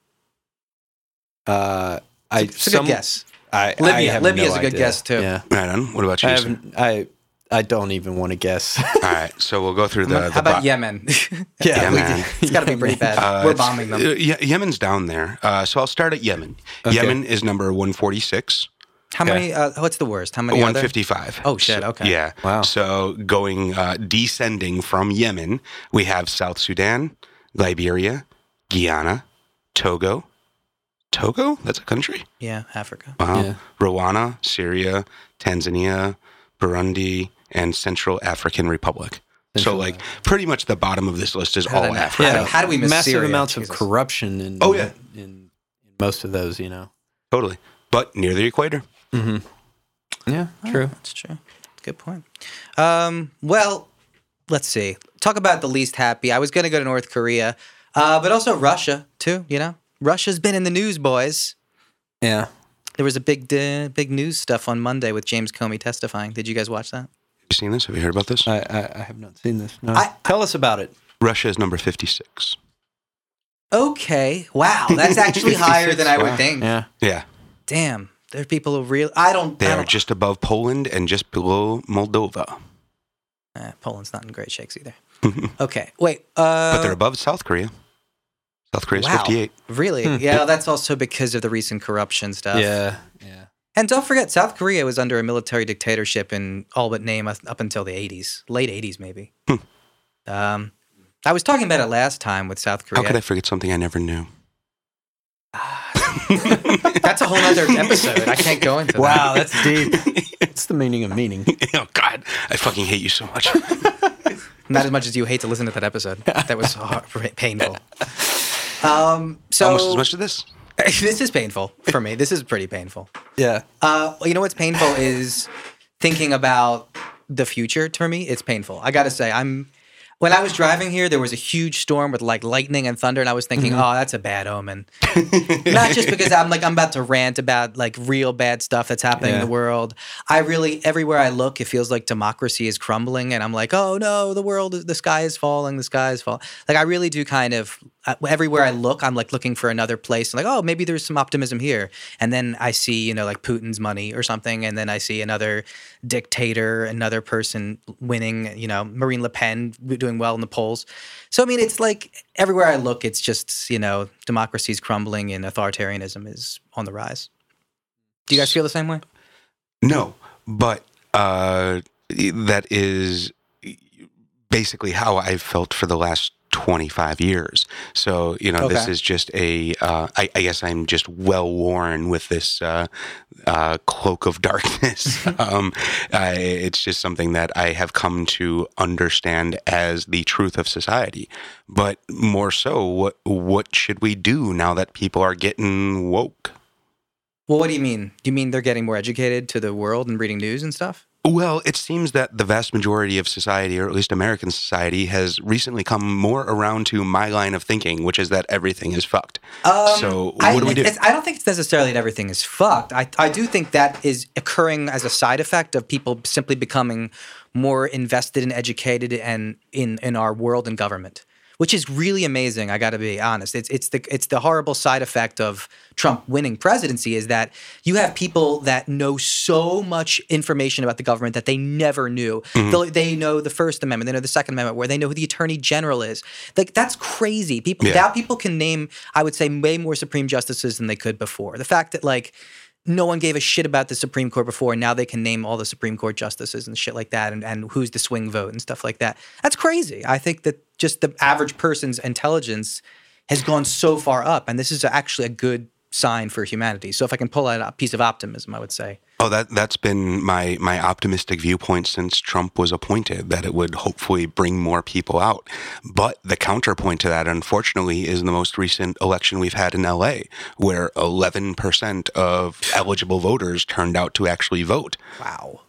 Speaker 4: we, uh, I
Speaker 2: It's a
Speaker 4: some-
Speaker 2: good guess.
Speaker 4: I, I
Speaker 2: Libya.
Speaker 4: have
Speaker 2: Libya's
Speaker 4: no
Speaker 2: a good
Speaker 4: idea.
Speaker 2: guess, too.
Speaker 4: Yeah.
Speaker 3: Right on. What about
Speaker 4: I
Speaker 3: you? sir?
Speaker 4: haven't. I I don't even want to guess.
Speaker 3: All right. So we'll go through the.
Speaker 2: How
Speaker 3: the
Speaker 2: about
Speaker 3: bo-
Speaker 2: Yemen?
Speaker 4: yeah,
Speaker 3: we man.
Speaker 2: it's got to be pretty bad.
Speaker 3: Uh,
Speaker 2: We're
Speaker 3: it's-
Speaker 2: bombing
Speaker 3: uh,
Speaker 2: them.
Speaker 3: Ye- Yemen's down there. Uh, so I'll start at Yemen.
Speaker 4: Okay.
Speaker 3: Yemen is number 146.
Speaker 2: How many? Uh, what's the worst? How many? are there?
Speaker 3: 155.
Speaker 2: Oh, shit,
Speaker 3: So-
Speaker 2: okay.
Speaker 3: yeah.
Speaker 4: Wow.
Speaker 3: So going uh, descending from Yemen, we have South Sudan, Liberia, Guyana, Togo. Togo? That's a country.
Speaker 2: Yeah, Africa.
Speaker 3: Wow.
Speaker 4: Yeah.
Speaker 3: Rwanda, Syria, Tanzania, Burundi, and Central African Republic. so like pretty much the bottom of this list is
Speaker 2: How did
Speaker 3: all
Speaker 2: I-
Speaker 3: Africa.
Speaker 2: Yeah. How do we miss
Speaker 4: massive
Speaker 2: Syria?
Speaker 4: amounts of
Speaker 2: Jesus.
Speaker 4: corruption? In,
Speaker 3: Oh, yeah.
Speaker 4: in, in most of those, you know.
Speaker 3: Totally. But near the equator.
Speaker 4: Yeah, true.
Speaker 2: Oh, That's true. Good point. Um, well, let's see. Talk about the least happy. I was going to go to North Korea, uh, but also Russia too. You know, Russia's been in the news, boys.
Speaker 4: Yeah,
Speaker 2: There was a big, uh, big news stuff on Monday with James Comey testifying. Did you guys watch that?
Speaker 3: You seen this? Have you heard about
Speaker 2: Uh.
Speaker 3: this?
Speaker 4: I, I, I have not seen this. No.
Speaker 2: I-
Speaker 4: Tell us about it.
Speaker 3: Russia is number fifty six.
Speaker 2: Okay. Wow, that's actually higher than I would think.
Speaker 4: Yeah,
Speaker 3: Yeah.
Speaker 2: Damn, there are people who real. I don't.
Speaker 3: They
Speaker 2: I
Speaker 3: are
Speaker 2: don't-
Speaker 3: just above Poland and just below Moldova.
Speaker 2: Eh, Poland's not in great shakes either. okay. Wait. Uh,
Speaker 3: But they're above South Korea. South Korea's
Speaker 2: wow.
Speaker 3: 58.
Speaker 2: Really? Yeah. That's also because of the recent corruption stuff.
Speaker 4: yeah, yeah.
Speaker 2: And don't forget, South Korea was under a military dictatorship in all but name up up until the 80s, late 80s, maybe. um, I was talking about it last time with South
Speaker 3: How
Speaker 2: Korea.
Speaker 3: could I forget something I never knew?
Speaker 2: That's a whole other episode. I can't go into
Speaker 4: Wow, that's deep. It's the meaning of meaning.
Speaker 3: oh, God. I fucking hate you so much.
Speaker 2: that. Not as much as you hate to listen to that episode. That was hard, painful. Um, so
Speaker 3: Almost as much as this.
Speaker 2: this is painful for me. This is pretty painful.
Speaker 4: Yeah.
Speaker 2: Uh, you know what's painful is thinking about the future. To me, it's painful. I gotta say, I'm. When I was driving here, there was a huge storm with like lightning and thunder, and I was thinking, "Oh, that's a bad omen." Not just because I'm like I'm about to rant about like real bad stuff that's happening in
Speaker 4: Yeah.
Speaker 2: the world. I really everywhere I look, it feels like democracy is crumbling, and I'm like, "Oh no, the world, is, the sky is falling, the sky is falling." Like I really do kind of uh, everywhere I look, I'm like looking for another place. Like, oh, maybe there's some optimism here, and then I see you know like Putin's money or something, and then I see another dictator, another person winning. You know, Marine Le Pen doing well in the polls. So I mean, it's like everywhere I look, it's just you know democracy's crumbling and authoritarianism is on the rise. Do you guys feel the same way?
Speaker 3: No, but uh, that is basically how I've felt for the last 25 years. So, you know, this
Speaker 2: Okay.
Speaker 3: is just a, uh, I, I guess I'm just well worn with this uh, uh, cloak of darkness. um, I, it's just something that I have come to understand as the truth of society. But more so, what, what should we do now that people are getting woke?
Speaker 2: Well, what do you mean? Do you mean they're getting more educated to the world and reading news and stuff?
Speaker 3: Well, it seems that the vast majority of society, or at least American society, has recently come more around to my line of thinking, which is that everything is fucked.
Speaker 2: Um,
Speaker 3: so, what
Speaker 2: I,
Speaker 3: do we do?
Speaker 2: it's- I don't think it's necessarily that everything is fucked. I, I do think that is occurring as a side effect of people simply becoming more invested and educated and in, in our world and government, which is really amazing. I got to be honest. It's it's the it's the horrible side effect of Trump winning presidency is that you have people that know so much information about the government that they never knew.
Speaker 3: Mm-hmm.
Speaker 2: They'll- They know the First Amendment, they know the Second Amendment, where they know who the Attorney General is. Like that's crazy. People
Speaker 3: Yeah.
Speaker 2: that now people can name, I would say, way more Supreme justices than they could before. The fact that like no one gave a shit about the Supreme Court before, and now they can name all the Supreme Court justices and shit like that, and, and who's the swing vote and stuff like that. That's crazy. I think that just the average person's intelligence has gone so far up, and this is actually a good sign for humanity. So if I can pull out a piece of optimism, I would say.
Speaker 3: Oh, that that's been my my optimistic viewpoint since Trump was appointed that it would hopefully bring more people out. But the counterpoint to that, unfortunately, is the most recent election we've had in LA, where eleven percent of eligible voters turned out to actually vote.
Speaker 2: Wow.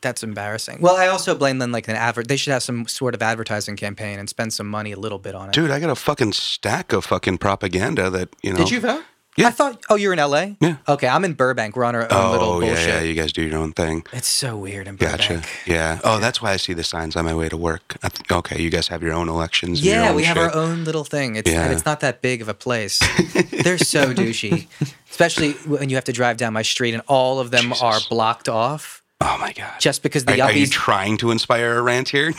Speaker 2: That's embarrassing. Well, I also blame them like an advert. They should have some sort of advertising campaign and spend some money a little bit on it.
Speaker 3: Dude, I got a fucking stack of fucking propaganda that you know.
Speaker 2: Did you vote? I thought. Oh, you're in LA.
Speaker 3: Yeah.
Speaker 2: Okay, I'm in Burbank. We're on our own little
Speaker 3: Oh yeah,
Speaker 2: bullshit.
Speaker 3: yeah, you guys do your own thing.
Speaker 2: It's so weird in Burbank.
Speaker 3: Gotcha. Yeah. Oh, that's why I see the signs on my way to work. I th- okay, you guys have your own elections. and your
Speaker 2: Yeah,
Speaker 3: own
Speaker 2: we have our
Speaker 3: shit.
Speaker 2: own little thing. It's
Speaker 3: Yeah.
Speaker 2: and it's not that big of a place. They're so douchey, especially when you have to drive down my street and all of them are blocked off
Speaker 3: Oh my god.
Speaker 2: just because the
Speaker 3: Are, are you
Speaker 2: yuppies.
Speaker 3: trying to inspire a rant here?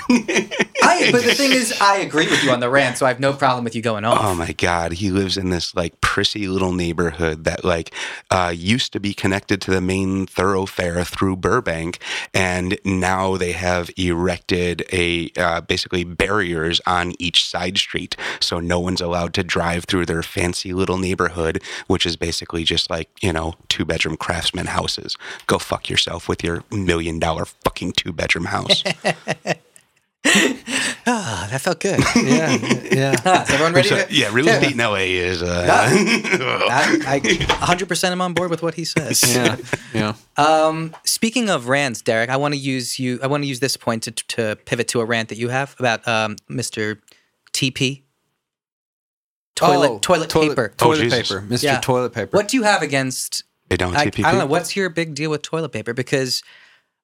Speaker 2: I, but the thing is, I agree with you on the rant, so I have no problem with you going off.
Speaker 3: oh my God. He lives in this like prissy little neighborhood that like uh, used to be connected to the main thoroughfare through Burbank. And now they have erected a uh, basically barriers on each side street. So no one's allowed to drive through their fancy little neighborhood, which is basically just like, you know, two bedroom craftsman houses. Go fuck yourself with your million dollar fucking two bedroom house.
Speaker 2: Ah, that felt good.
Speaker 4: Yeah, yeah.
Speaker 2: Ah, is everyone ready?
Speaker 3: So,
Speaker 2: to-
Speaker 3: yeah, real estate in LA is. Uh,
Speaker 2: I, I 100% am on board with what he says.
Speaker 4: yeah, yeah.
Speaker 2: Um, speaking of rants, Derek, I want to use you. I want to use this point to, to pivot to a rant that you have about um, Mr. TP toilet
Speaker 4: Oh,
Speaker 2: toilet, paper.
Speaker 3: Oh,
Speaker 4: toilet
Speaker 3: Jesus.
Speaker 4: paper, Mr.
Speaker 2: Yeah.
Speaker 4: Toilet Paper.
Speaker 2: What do you have against?
Speaker 3: they don't
Speaker 2: I, I
Speaker 3: TPP.
Speaker 2: don't know. What's your big deal with toilet paper? Because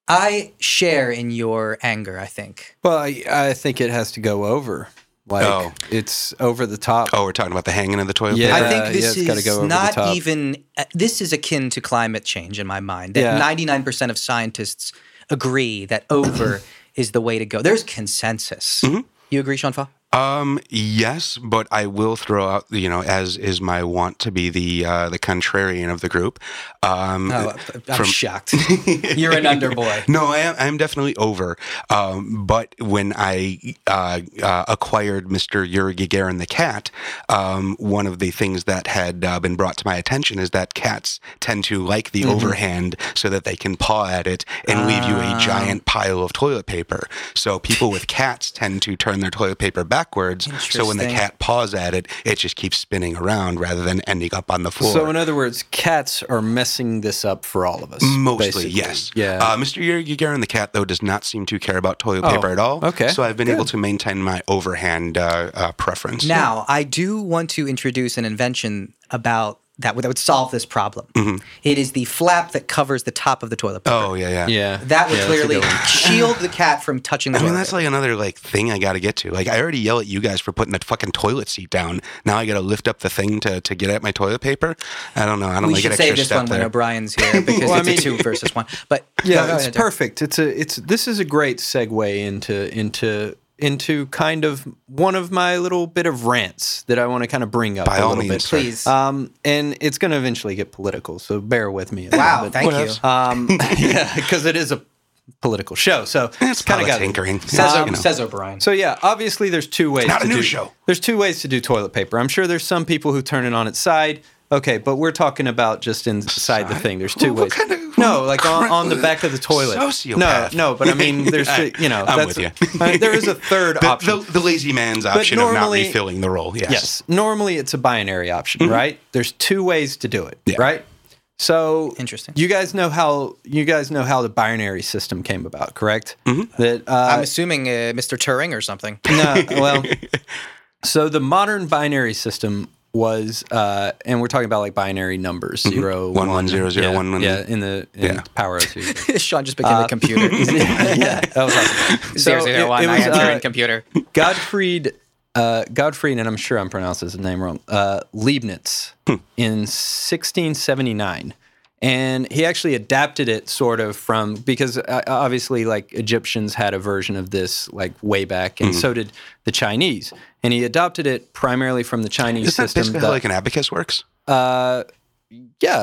Speaker 2: I share in your anger. I think.
Speaker 4: Well, I, I think it has to go over. Like
Speaker 3: Oh.
Speaker 4: it's over the top.
Speaker 3: Oh, we're talking about the hanging of the toilet
Speaker 4: Yeah.
Speaker 3: paper.
Speaker 2: I think
Speaker 4: uh, yeah,
Speaker 2: this
Speaker 4: it's gotta
Speaker 2: is
Speaker 4: go over the
Speaker 2: not
Speaker 4: top.
Speaker 2: even. Uh, this is akin to climate change in my mind. That
Speaker 4: Yeah.
Speaker 2: ninety-nine percent of scientists agree that over is the way to go. There's consensus.
Speaker 4: Mm-hmm.
Speaker 2: You agree, Sean Fa?
Speaker 3: Um, yes, but I will throw out, you know, as is my want to be the uh, the contrarian of the group. Um,
Speaker 4: Uh,
Speaker 2: Oh, I'm shocked. You're an underboy.
Speaker 3: No, I am, I am definitely over. Um, but when I uh, uh, acquired Mr. Yuri Gagarin the cat, um, one of the things that had uh, been brought to my attention is that cats tend to like
Speaker 4: Mm-hmm.
Speaker 3: the overhand so that they can paw at it and leave you
Speaker 4: Ah.
Speaker 3: a giant pile of toilet paper. So people with cats tend to turn their toilet paper backwards. So when the
Speaker 2: Interesting.
Speaker 3: cat paws at it, it just keeps spinning around rather than ending up on the floor.
Speaker 4: So in other words, cats are messing this up for all of us.
Speaker 3: Mostly,
Speaker 4: basically.
Speaker 3: yes.
Speaker 4: Yeah.
Speaker 3: Uh, Mr. Gagarin the cat, though, does not seem to care about toilet
Speaker 4: Oh,
Speaker 3: paper at all.
Speaker 4: okay.
Speaker 3: So I've been
Speaker 4: Good.
Speaker 3: able to maintain my overhand uh, uh, preference.
Speaker 2: Now, I do want to introduce an invention about that would, that would solve this problem.
Speaker 4: Mm-hmm.
Speaker 2: It is the flap that covers the top of the toilet paper.
Speaker 3: Oh, yeah, yeah.
Speaker 4: yeah.
Speaker 2: That would
Speaker 4: Yeah, that's a
Speaker 2: clearly
Speaker 4: good one.
Speaker 2: shield the cat from touching the
Speaker 3: I
Speaker 2: toilet.
Speaker 3: mean, that's
Speaker 2: paper.
Speaker 3: like another like thing I got to get to. Like, I already yell at you guys for putting that fucking toilet seat down. Now I got to lift up the thing to, to get at my toilet paper. I don't know. I don't
Speaker 2: we
Speaker 3: like
Speaker 2: should
Speaker 3: an extra
Speaker 2: save this
Speaker 3: step
Speaker 2: one when
Speaker 3: there.
Speaker 2: O'Brien's here because
Speaker 4: Well, I
Speaker 2: it's
Speaker 4: mean-
Speaker 2: a two versus one. But
Speaker 4: Yeah,
Speaker 2: Go
Speaker 4: it's
Speaker 2: ahead, Derek.
Speaker 4: perfect. It's a it's this is a great segue into into into kind of one of my little bit of rants that I want to kind of bring up
Speaker 3: By
Speaker 4: a
Speaker 3: all
Speaker 4: little
Speaker 3: means,
Speaker 4: bit.
Speaker 3: sir.
Speaker 2: Please.
Speaker 4: Um, and it's going to eventually get political, so bear with me. A
Speaker 2: wow,
Speaker 4: little bit.
Speaker 2: thank you.
Speaker 3: else?
Speaker 4: Um, yeah, because it is a political show. So
Speaker 3: It's
Speaker 4: kinda
Speaker 3: kind of tinkering.
Speaker 2: Says,
Speaker 3: Yeah,
Speaker 2: O-
Speaker 3: you know.
Speaker 2: says O'Brien.
Speaker 4: So yeah, obviously there's two ways.
Speaker 3: not
Speaker 4: to
Speaker 3: a news
Speaker 4: do,
Speaker 3: show.
Speaker 4: There's two ways to do toilet paper. I'm sure there's some people who turn it on its side. Okay, but we're talking about just inside the thing. There's two
Speaker 3: What
Speaker 4: ways.
Speaker 3: kind of-
Speaker 4: no, like on, on the back of the toilet.
Speaker 3: Sociopath.
Speaker 4: No, no, but I mean, there's
Speaker 3: Yeah,
Speaker 4: you know,
Speaker 3: I'm with
Speaker 4: that's,
Speaker 3: you.
Speaker 4: I mean, there is a third
Speaker 3: the,
Speaker 4: option.
Speaker 3: the, the lazy man's option of not
Speaker 4: normally-
Speaker 3: refilling the role. Yes.
Speaker 4: Yes. Normally it's a binary option, right? There's two ways to do it,
Speaker 3: Mm-hmm. Yeah.
Speaker 4: right? So
Speaker 2: Interesting.
Speaker 4: You guys know how you guys know how the binary system came about, correct?
Speaker 3: Mm-hmm.
Speaker 4: That uh,
Speaker 2: I'm assuming uh, Mr. Turing or something.
Speaker 4: no, well, so the modern binary system was, uh, and we're talking about like binary numbers, zero,
Speaker 3: Mm-hmm. One, one, zero, zero,
Speaker 4: yeah,
Speaker 3: one, one.
Speaker 4: yeah, in the in
Speaker 3: Yeah.
Speaker 4: power of zero.
Speaker 2: Sean just became a computer.
Speaker 4: yeah, that was awesome. So
Speaker 2: Seriously,
Speaker 4: it-
Speaker 2: one,
Speaker 4: it
Speaker 2: I
Speaker 4: was,
Speaker 2: am
Speaker 4: uh,
Speaker 2: Turing computer.
Speaker 4: Gottfried, uh, Gottfried, and I'm sure I'm pronouncing his name wrong. Uh, Leibniz
Speaker 3: Hmm.
Speaker 4: in 1679, and he actually adapted it sort of from because uh, obviously like Egyptians had a version of this like way back,
Speaker 3: Hmm.
Speaker 4: and so did the Chinese, and he adopted it primarily from the Chinese
Speaker 3: Isn't that
Speaker 4: system.
Speaker 3: basically
Speaker 4: that-
Speaker 3: how like an abacus works?
Speaker 4: yeah,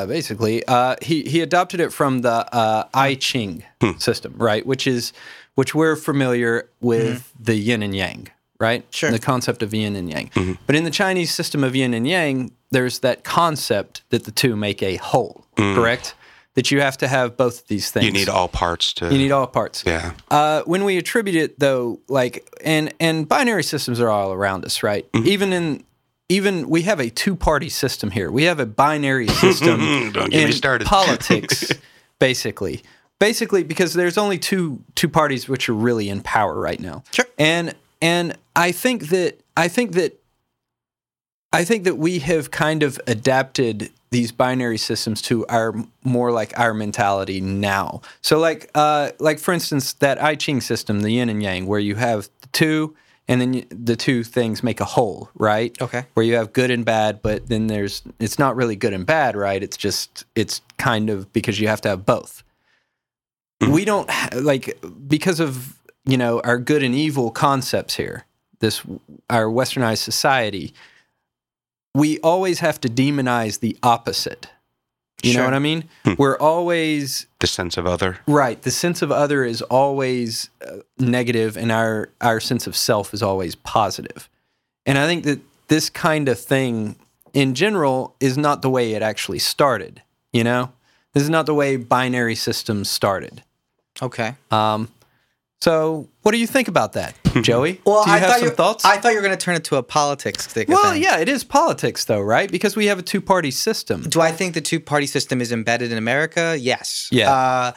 Speaker 4: basically, uh, he he adopted it from the uh, I Ching
Speaker 3: Hmm.
Speaker 4: system, right? Which is which we're familiar with the yin and yang, right?
Speaker 2: Sure.
Speaker 4: The concept of yin and yang.
Speaker 3: Mm-hmm.
Speaker 4: But in the Chinese system of yin and yang, there's that concept that the two make a whole, correct? That you have to have both of these things.
Speaker 3: Mm. You need all parts to.
Speaker 4: You need all parts.
Speaker 3: Yeah.
Speaker 4: Uh, when we attribute it though, like and and binary systems are all around us, right?
Speaker 3: Mm-hmm.
Speaker 4: Even in even we have a two-party system here. We have a binary system
Speaker 3: Don't get me
Speaker 4: in
Speaker 3: started.
Speaker 4: politics, basically. Basically, because there's only two two parties which are really in power right now.
Speaker 2: Sure.
Speaker 4: And and I think that I think that I think that we have kind of adapted these binary systems to our more like our mentality now. So like uh, like for instance that I Ching system, the yin and yang, where you have the two and then you, the two things make a whole, right?
Speaker 2: Okay.
Speaker 4: Where you have good and bad, but then there's it's not really good and bad, right? It's just it's kind of because you have to have both we don't ha- like because of you know our good and evil concepts here this our westernized society we always have to demonize the opposite you
Speaker 2: Sure.
Speaker 4: know what i mean we're always
Speaker 3: the sense of other.
Speaker 4: right the sense of other is always uh, negative and our our sense of self is always positive and i think that this kind of thing in general is not the way it actually started you know this is not the way binary systems started Um,
Speaker 2: Okay.
Speaker 4: so, what do you think about that, Joey? do you have some thoughts?
Speaker 2: I thought you were going to turn it to a politics thing.
Speaker 4: well, yeah, it is politics, though, right? Because we have a two-party system.
Speaker 2: Do I think the two party system is embedded in America? Yes.
Speaker 4: Yeah.
Speaker 2: Uh,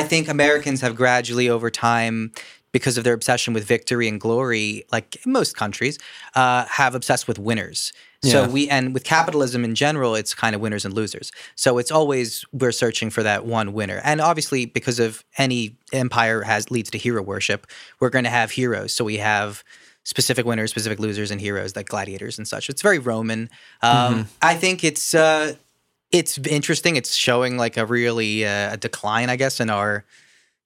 Speaker 2: I think Americans have gradually over time, because of their obsession with victory and glory, like most countries, uh, have obsessed with winners. So
Speaker 4: Yeah.
Speaker 2: we and with capitalism in general, it's kind of winners and losers. So it's always we're searching for that one winner. And obviously, because of any empire has leads to hero worship, we're going to have heroes. So we have specific winners, specific losers, and heroes like gladiators and such. It's very Roman. Um,
Speaker 4: Mm-hmm.
Speaker 2: I think it's uh, it's interesting. It's showing like a really uh, a decline, I guess, in our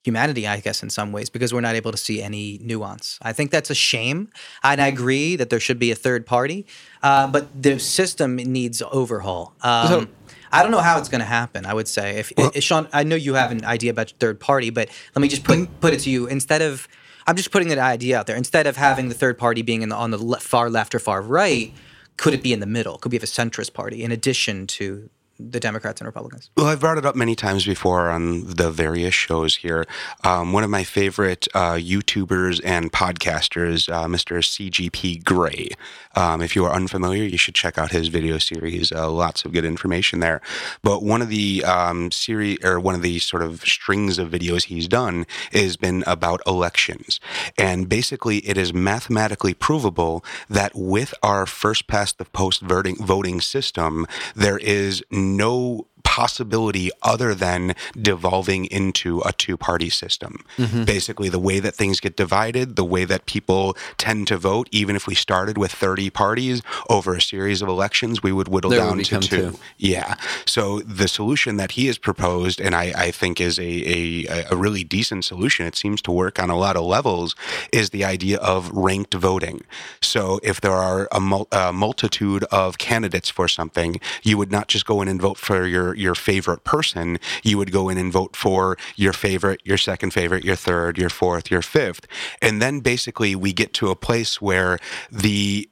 Speaker 2: humanity, I guess, in some ways, because we're not able to see any nuance. I think that's a shame. And I agree that there should be a third party, uh, but the system needs overhaul. Um,
Speaker 4: So-
Speaker 2: I don't know how it's going to happen. I would say, if, if- Sean, I know you have an idea about third party, but let me just put put it to you. Instead of, I'm just putting an idea out there. Instead of having the third party being in the, on the le- far left or far right, could it be in the middle? Could we have a centrist party in addition to the Democrats and Republicans?
Speaker 3: Well, I've brought it up many times before on the various shows here. Um, one of my favorite uh, YouTubers and podcasters, uh, Mr. CGP Gray. Um, if you are unfamiliar, you should check out his video series. Uh, lots of good information there. But one of the um, series or one of the sort of strings of videos he's done has been about elections, and basically it is mathematically provable that with our first past the post voting system, there is no possibility other than devolving into a two party system.
Speaker 4: Mm-hmm.
Speaker 3: Basically, the way that things get divided, the way that people tend to vote, even if we started with 30 parties over a series of elections, we would whittle
Speaker 4: There would
Speaker 3: down to
Speaker 4: become
Speaker 3: two.
Speaker 4: two.
Speaker 3: Yeah. So the solution that he has proposed, and I, I think is a, a, a really decent solution, it seems to work on a lot of levels, is the idea of ranked voting. So if there are a, mul- a multitude of candidates for something, you would not just go in and vote for your, your favorite person, you would go in and vote for your favorite, your second favorite, your third, your fourth, your fifth, and then basically we get to a place where the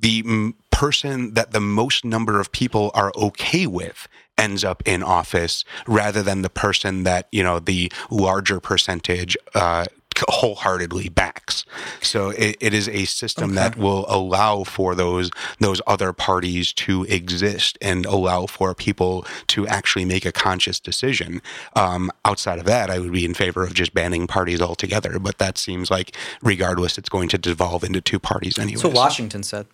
Speaker 3: the m- person that the most number of people are okay with ends up in office rather than the person that you know the larger percentage uh, wholeheartedly backs. So it, it is a system that will allow for those those other parties to exist and allow for people to actually make a conscious decision. Um, outside of that, I would be in favor of just banning parties altogether. But that seems like, regardless, it's going to devolve into two parties anyway.
Speaker 2: So Washington said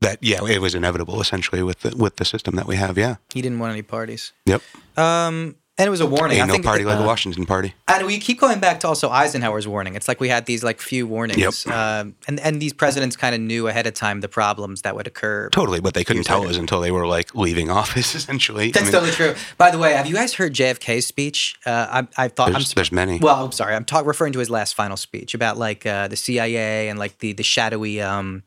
Speaker 3: that yeah, it was inevitable essentially with the, with the system that we have. Yeah.
Speaker 2: he didn't want any parties.
Speaker 3: Yep.
Speaker 2: Um, and it was a warning.
Speaker 3: Ain't
Speaker 2: I
Speaker 3: no
Speaker 2: think
Speaker 3: party like
Speaker 2: uh,
Speaker 3: a Washington party.
Speaker 2: And we keep going back to also Eisenhower's warning. It's like we had these like few warnings, um, and and these presidents kind of knew ahead of time the problems that would occur.
Speaker 3: Totally, but they couldn't tell us until they were like leaving office. Essentially, I
Speaker 2: That's
Speaker 3: mean,
Speaker 2: totally true. By the way, have you guys heard JFK's speech? Uh, I, I thought I'm
Speaker 3: There's, there's many.
Speaker 2: Well, I'm sorry. I'm talk, referring to his last final speech about like uh, the CIA and like the the shadowy um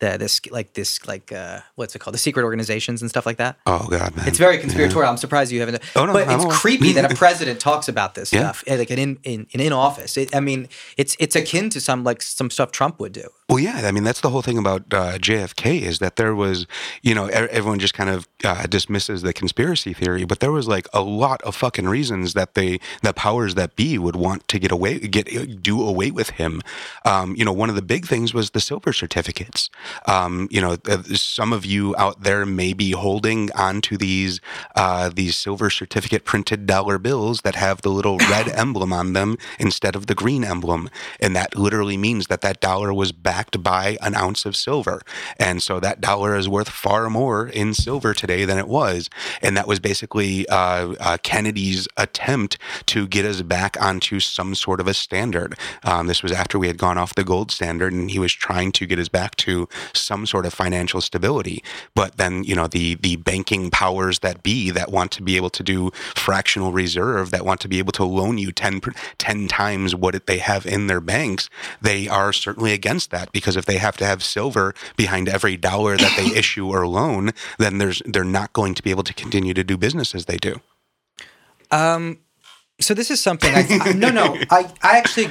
Speaker 2: the this like this like uh what's it called the secret organizations and stuff like that.
Speaker 3: oh god, man,
Speaker 2: It's very conspiratorial. I'm surprised you haven't.
Speaker 3: Oh, no,
Speaker 2: but
Speaker 3: I'm
Speaker 2: it's
Speaker 3: all-
Speaker 2: creepy that a president talks about this
Speaker 3: Yeah.
Speaker 2: stuff, eh, like in in in, in office. It, I mean, it's it's akin to some like some stuff Trump would do.
Speaker 3: Well, yeah, I mean that's the whole thing about uh, JFK is that there was, you know, e- everyone just kind of uh, dismisses the conspiracy theory, but there was like a lot of fucking reasons that they, the powers that be, would want to get away, get do away with him. Um, you know, one of the big things was the silver certificates. Um, you know, uh, some of you out there may be holding onto these uh, these silver certificate printed dollar bills that have the little red emblem on them instead of the green emblem, and that literally means that that dollar was backed by an ounce of silver, and so that dollar is worth far more in silver today than it was, and that was basically uh, uh, Kennedy's attempt to get us back onto some sort of a standard. Um, this was after we had gone off the gold standard, and he was trying to get us back to some sort of financial stability. But then, you know, the the banking powers that be that want to be able to do fractional reserve, that want to be able to loan you 10, per- 10 times what it- they have in their banks, they are certainly against that because if they have to have silver behind every dollar that they issue or loan, then there's they're not going to be able to continue to do business as they do.
Speaker 2: So this is something. I, I, no, no. I I actually.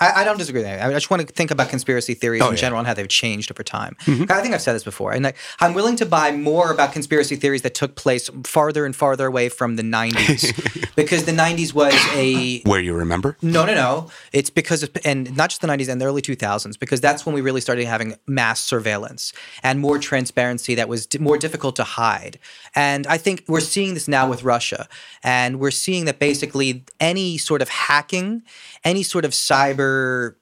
Speaker 2: I, I don't disagree with that. I, mean, I just want to think about conspiracy theories in
Speaker 3: Oh, yeah. Mm-hmm.
Speaker 2: general and how they've changed over time. I think I've said this before, and like, I'm willing to buy more about conspiracy theories that took place farther and farther away from the '90s, because the '90s was a
Speaker 3: Where you remember?
Speaker 2: No, no, no. It's because of, and not just the 90s and the early 2000s, because that's when we really started having mass surveillance and more transparency that was di- more difficult to hide. And I think we're seeing this now with Russia. And we're seeing that basically any sort of hacking, any sort of cyber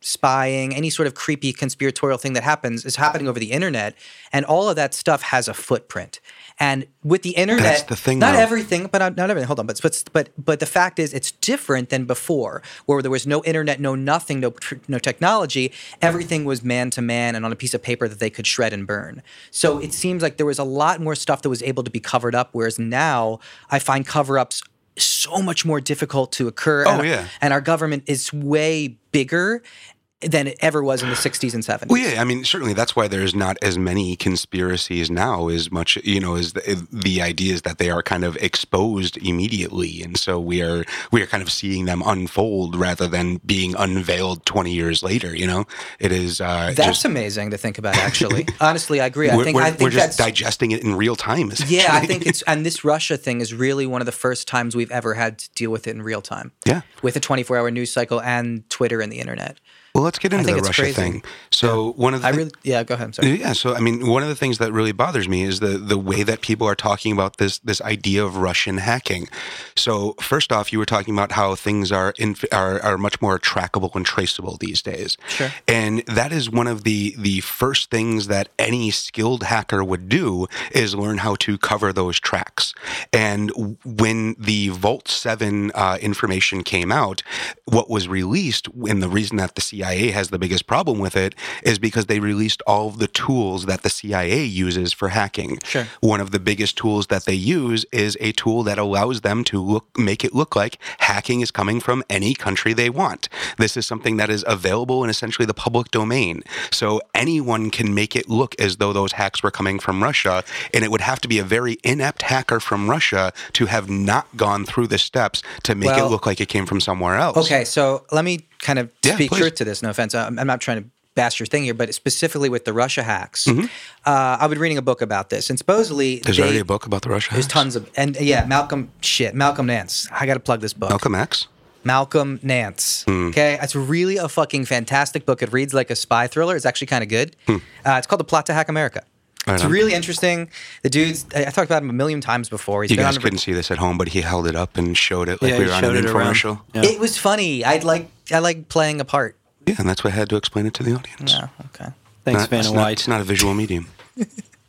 Speaker 2: spying, any sort of creepy conspiratorial thing that happens is happening over the internet. And all of that stuff has a footprint. And with the internet,
Speaker 3: the thing,
Speaker 2: not
Speaker 3: though.
Speaker 2: every everything, but not, not everything. Hold on, but but but but the fact is, it's different than before, where there was no internet, no nothing, no tr- no technology. Everything was man to man and on a piece of paper that they could shred and burn. So it seems like there was a lot more stuff that was able to be covered up, whereas now I find cover ups so much more difficult to occur.
Speaker 3: Oh,
Speaker 2: and,
Speaker 3: yeah.
Speaker 2: and our government is way bigger than it ever was in the 60s and 70s.
Speaker 3: Well, yeah, I mean, certainly that's why there's not as many conspiracies now as much, you know, as the, the idea is that they are kind of exposed immediately, and so we are we are kind of seeing them unfold rather than being unveiled 20 years later. You know, it is uh,
Speaker 2: That's
Speaker 3: just,
Speaker 2: amazing to think about. Actually, honestly, I agree. I
Speaker 3: we're,
Speaker 2: think
Speaker 3: we're,
Speaker 2: I think
Speaker 3: we're just
Speaker 2: that's
Speaker 3: digesting it in real time. Essentially.
Speaker 2: Yeah, I think it's and this Russia thing is really one of the first times we've ever had to deal with it in real time.
Speaker 3: Yeah.
Speaker 2: With a 24-hour news cycle and Twitter and the internet.
Speaker 3: Well, let's get into
Speaker 2: think
Speaker 3: the
Speaker 2: it's
Speaker 3: Russia
Speaker 2: crazy.
Speaker 3: thing. So one of the
Speaker 2: I
Speaker 3: thi-
Speaker 2: really yeah, go ahead, I'm sorry.
Speaker 3: Yeah, so I mean, one of the things that really bothers me is the the way that people are talking about this this idea of Russian hacking. So first off, you were talking about how things are in, are are much more trackable and traceable these days.
Speaker 2: Sure.
Speaker 3: And that is one of the the first things that any skilled hacker would do is learn how to cover those tracks. And w- when the Vault Seven uh, information came out, what was released, and the reason that the CIA CIA has the biggest problem with it is because they released all of the tools that the CIA uses for hacking.
Speaker 2: Sure.
Speaker 3: One of the biggest tools that they use is a tool that allows them to look make it look like hacking is coming from any country they want. This is something that is available in essentially the public domain. So anyone can make it look as though those hacks were coming from Russia and it would have to be a very inept hacker from Russia to have not gone through the steps to make
Speaker 2: Well-
Speaker 3: it look like it came from somewhere else.
Speaker 2: Okay, so let me kind of
Speaker 3: Yeah,
Speaker 2: speak
Speaker 3: please.
Speaker 2: truth to this. No offense, I'm, I'm not trying to bash your thing here, but specifically with the Russia hacks, uh, I've been reading a book about this, and supposedly
Speaker 3: Mm-hmm. There's
Speaker 2: they-
Speaker 3: already a book about the Russia.
Speaker 2: There's
Speaker 3: hacks?
Speaker 2: tons of and yeah, Malcolm shit, Malcolm Nance. I got to plug this book.
Speaker 3: Malcolm X.
Speaker 2: Malcolm Nance.
Speaker 3: Hmm.
Speaker 2: Okay, it's really a fucking fantastic book. It reads like a spy thriller. It's actually kind of good.
Speaker 3: Hmm.
Speaker 2: Uh, it's called The Plot to Hack America.
Speaker 3: Right
Speaker 2: it's
Speaker 3: on.
Speaker 2: really interesting. The dude's I, I talked about him a million times before. He's
Speaker 3: You
Speaker 2: been
Speaker 3: guys
Speaker 2: on
Speaker 3: couldn't see this at home, but he held it up and showed it like
Speaker 4: Yeah,
Speaker 3: we
Speaker 4: he
Speaker 3: were on an
Speaker 4: showed it around.
Speaker 3: infomercial.
Speaker 4: Yeah.
Speaker 2: It was funny. I like I like playing a part.
Speaker 3: Yeah, and that's why I had to explain it to the audience.
Speaker 2: Yeah, okay.
Speaker 4: Thanks,
Speaker 3: Not-
Speaker 4: Vanna
Speaker 3: it's, Not,
Speaker 4: White.
Speaker 3: it's not a visual medium.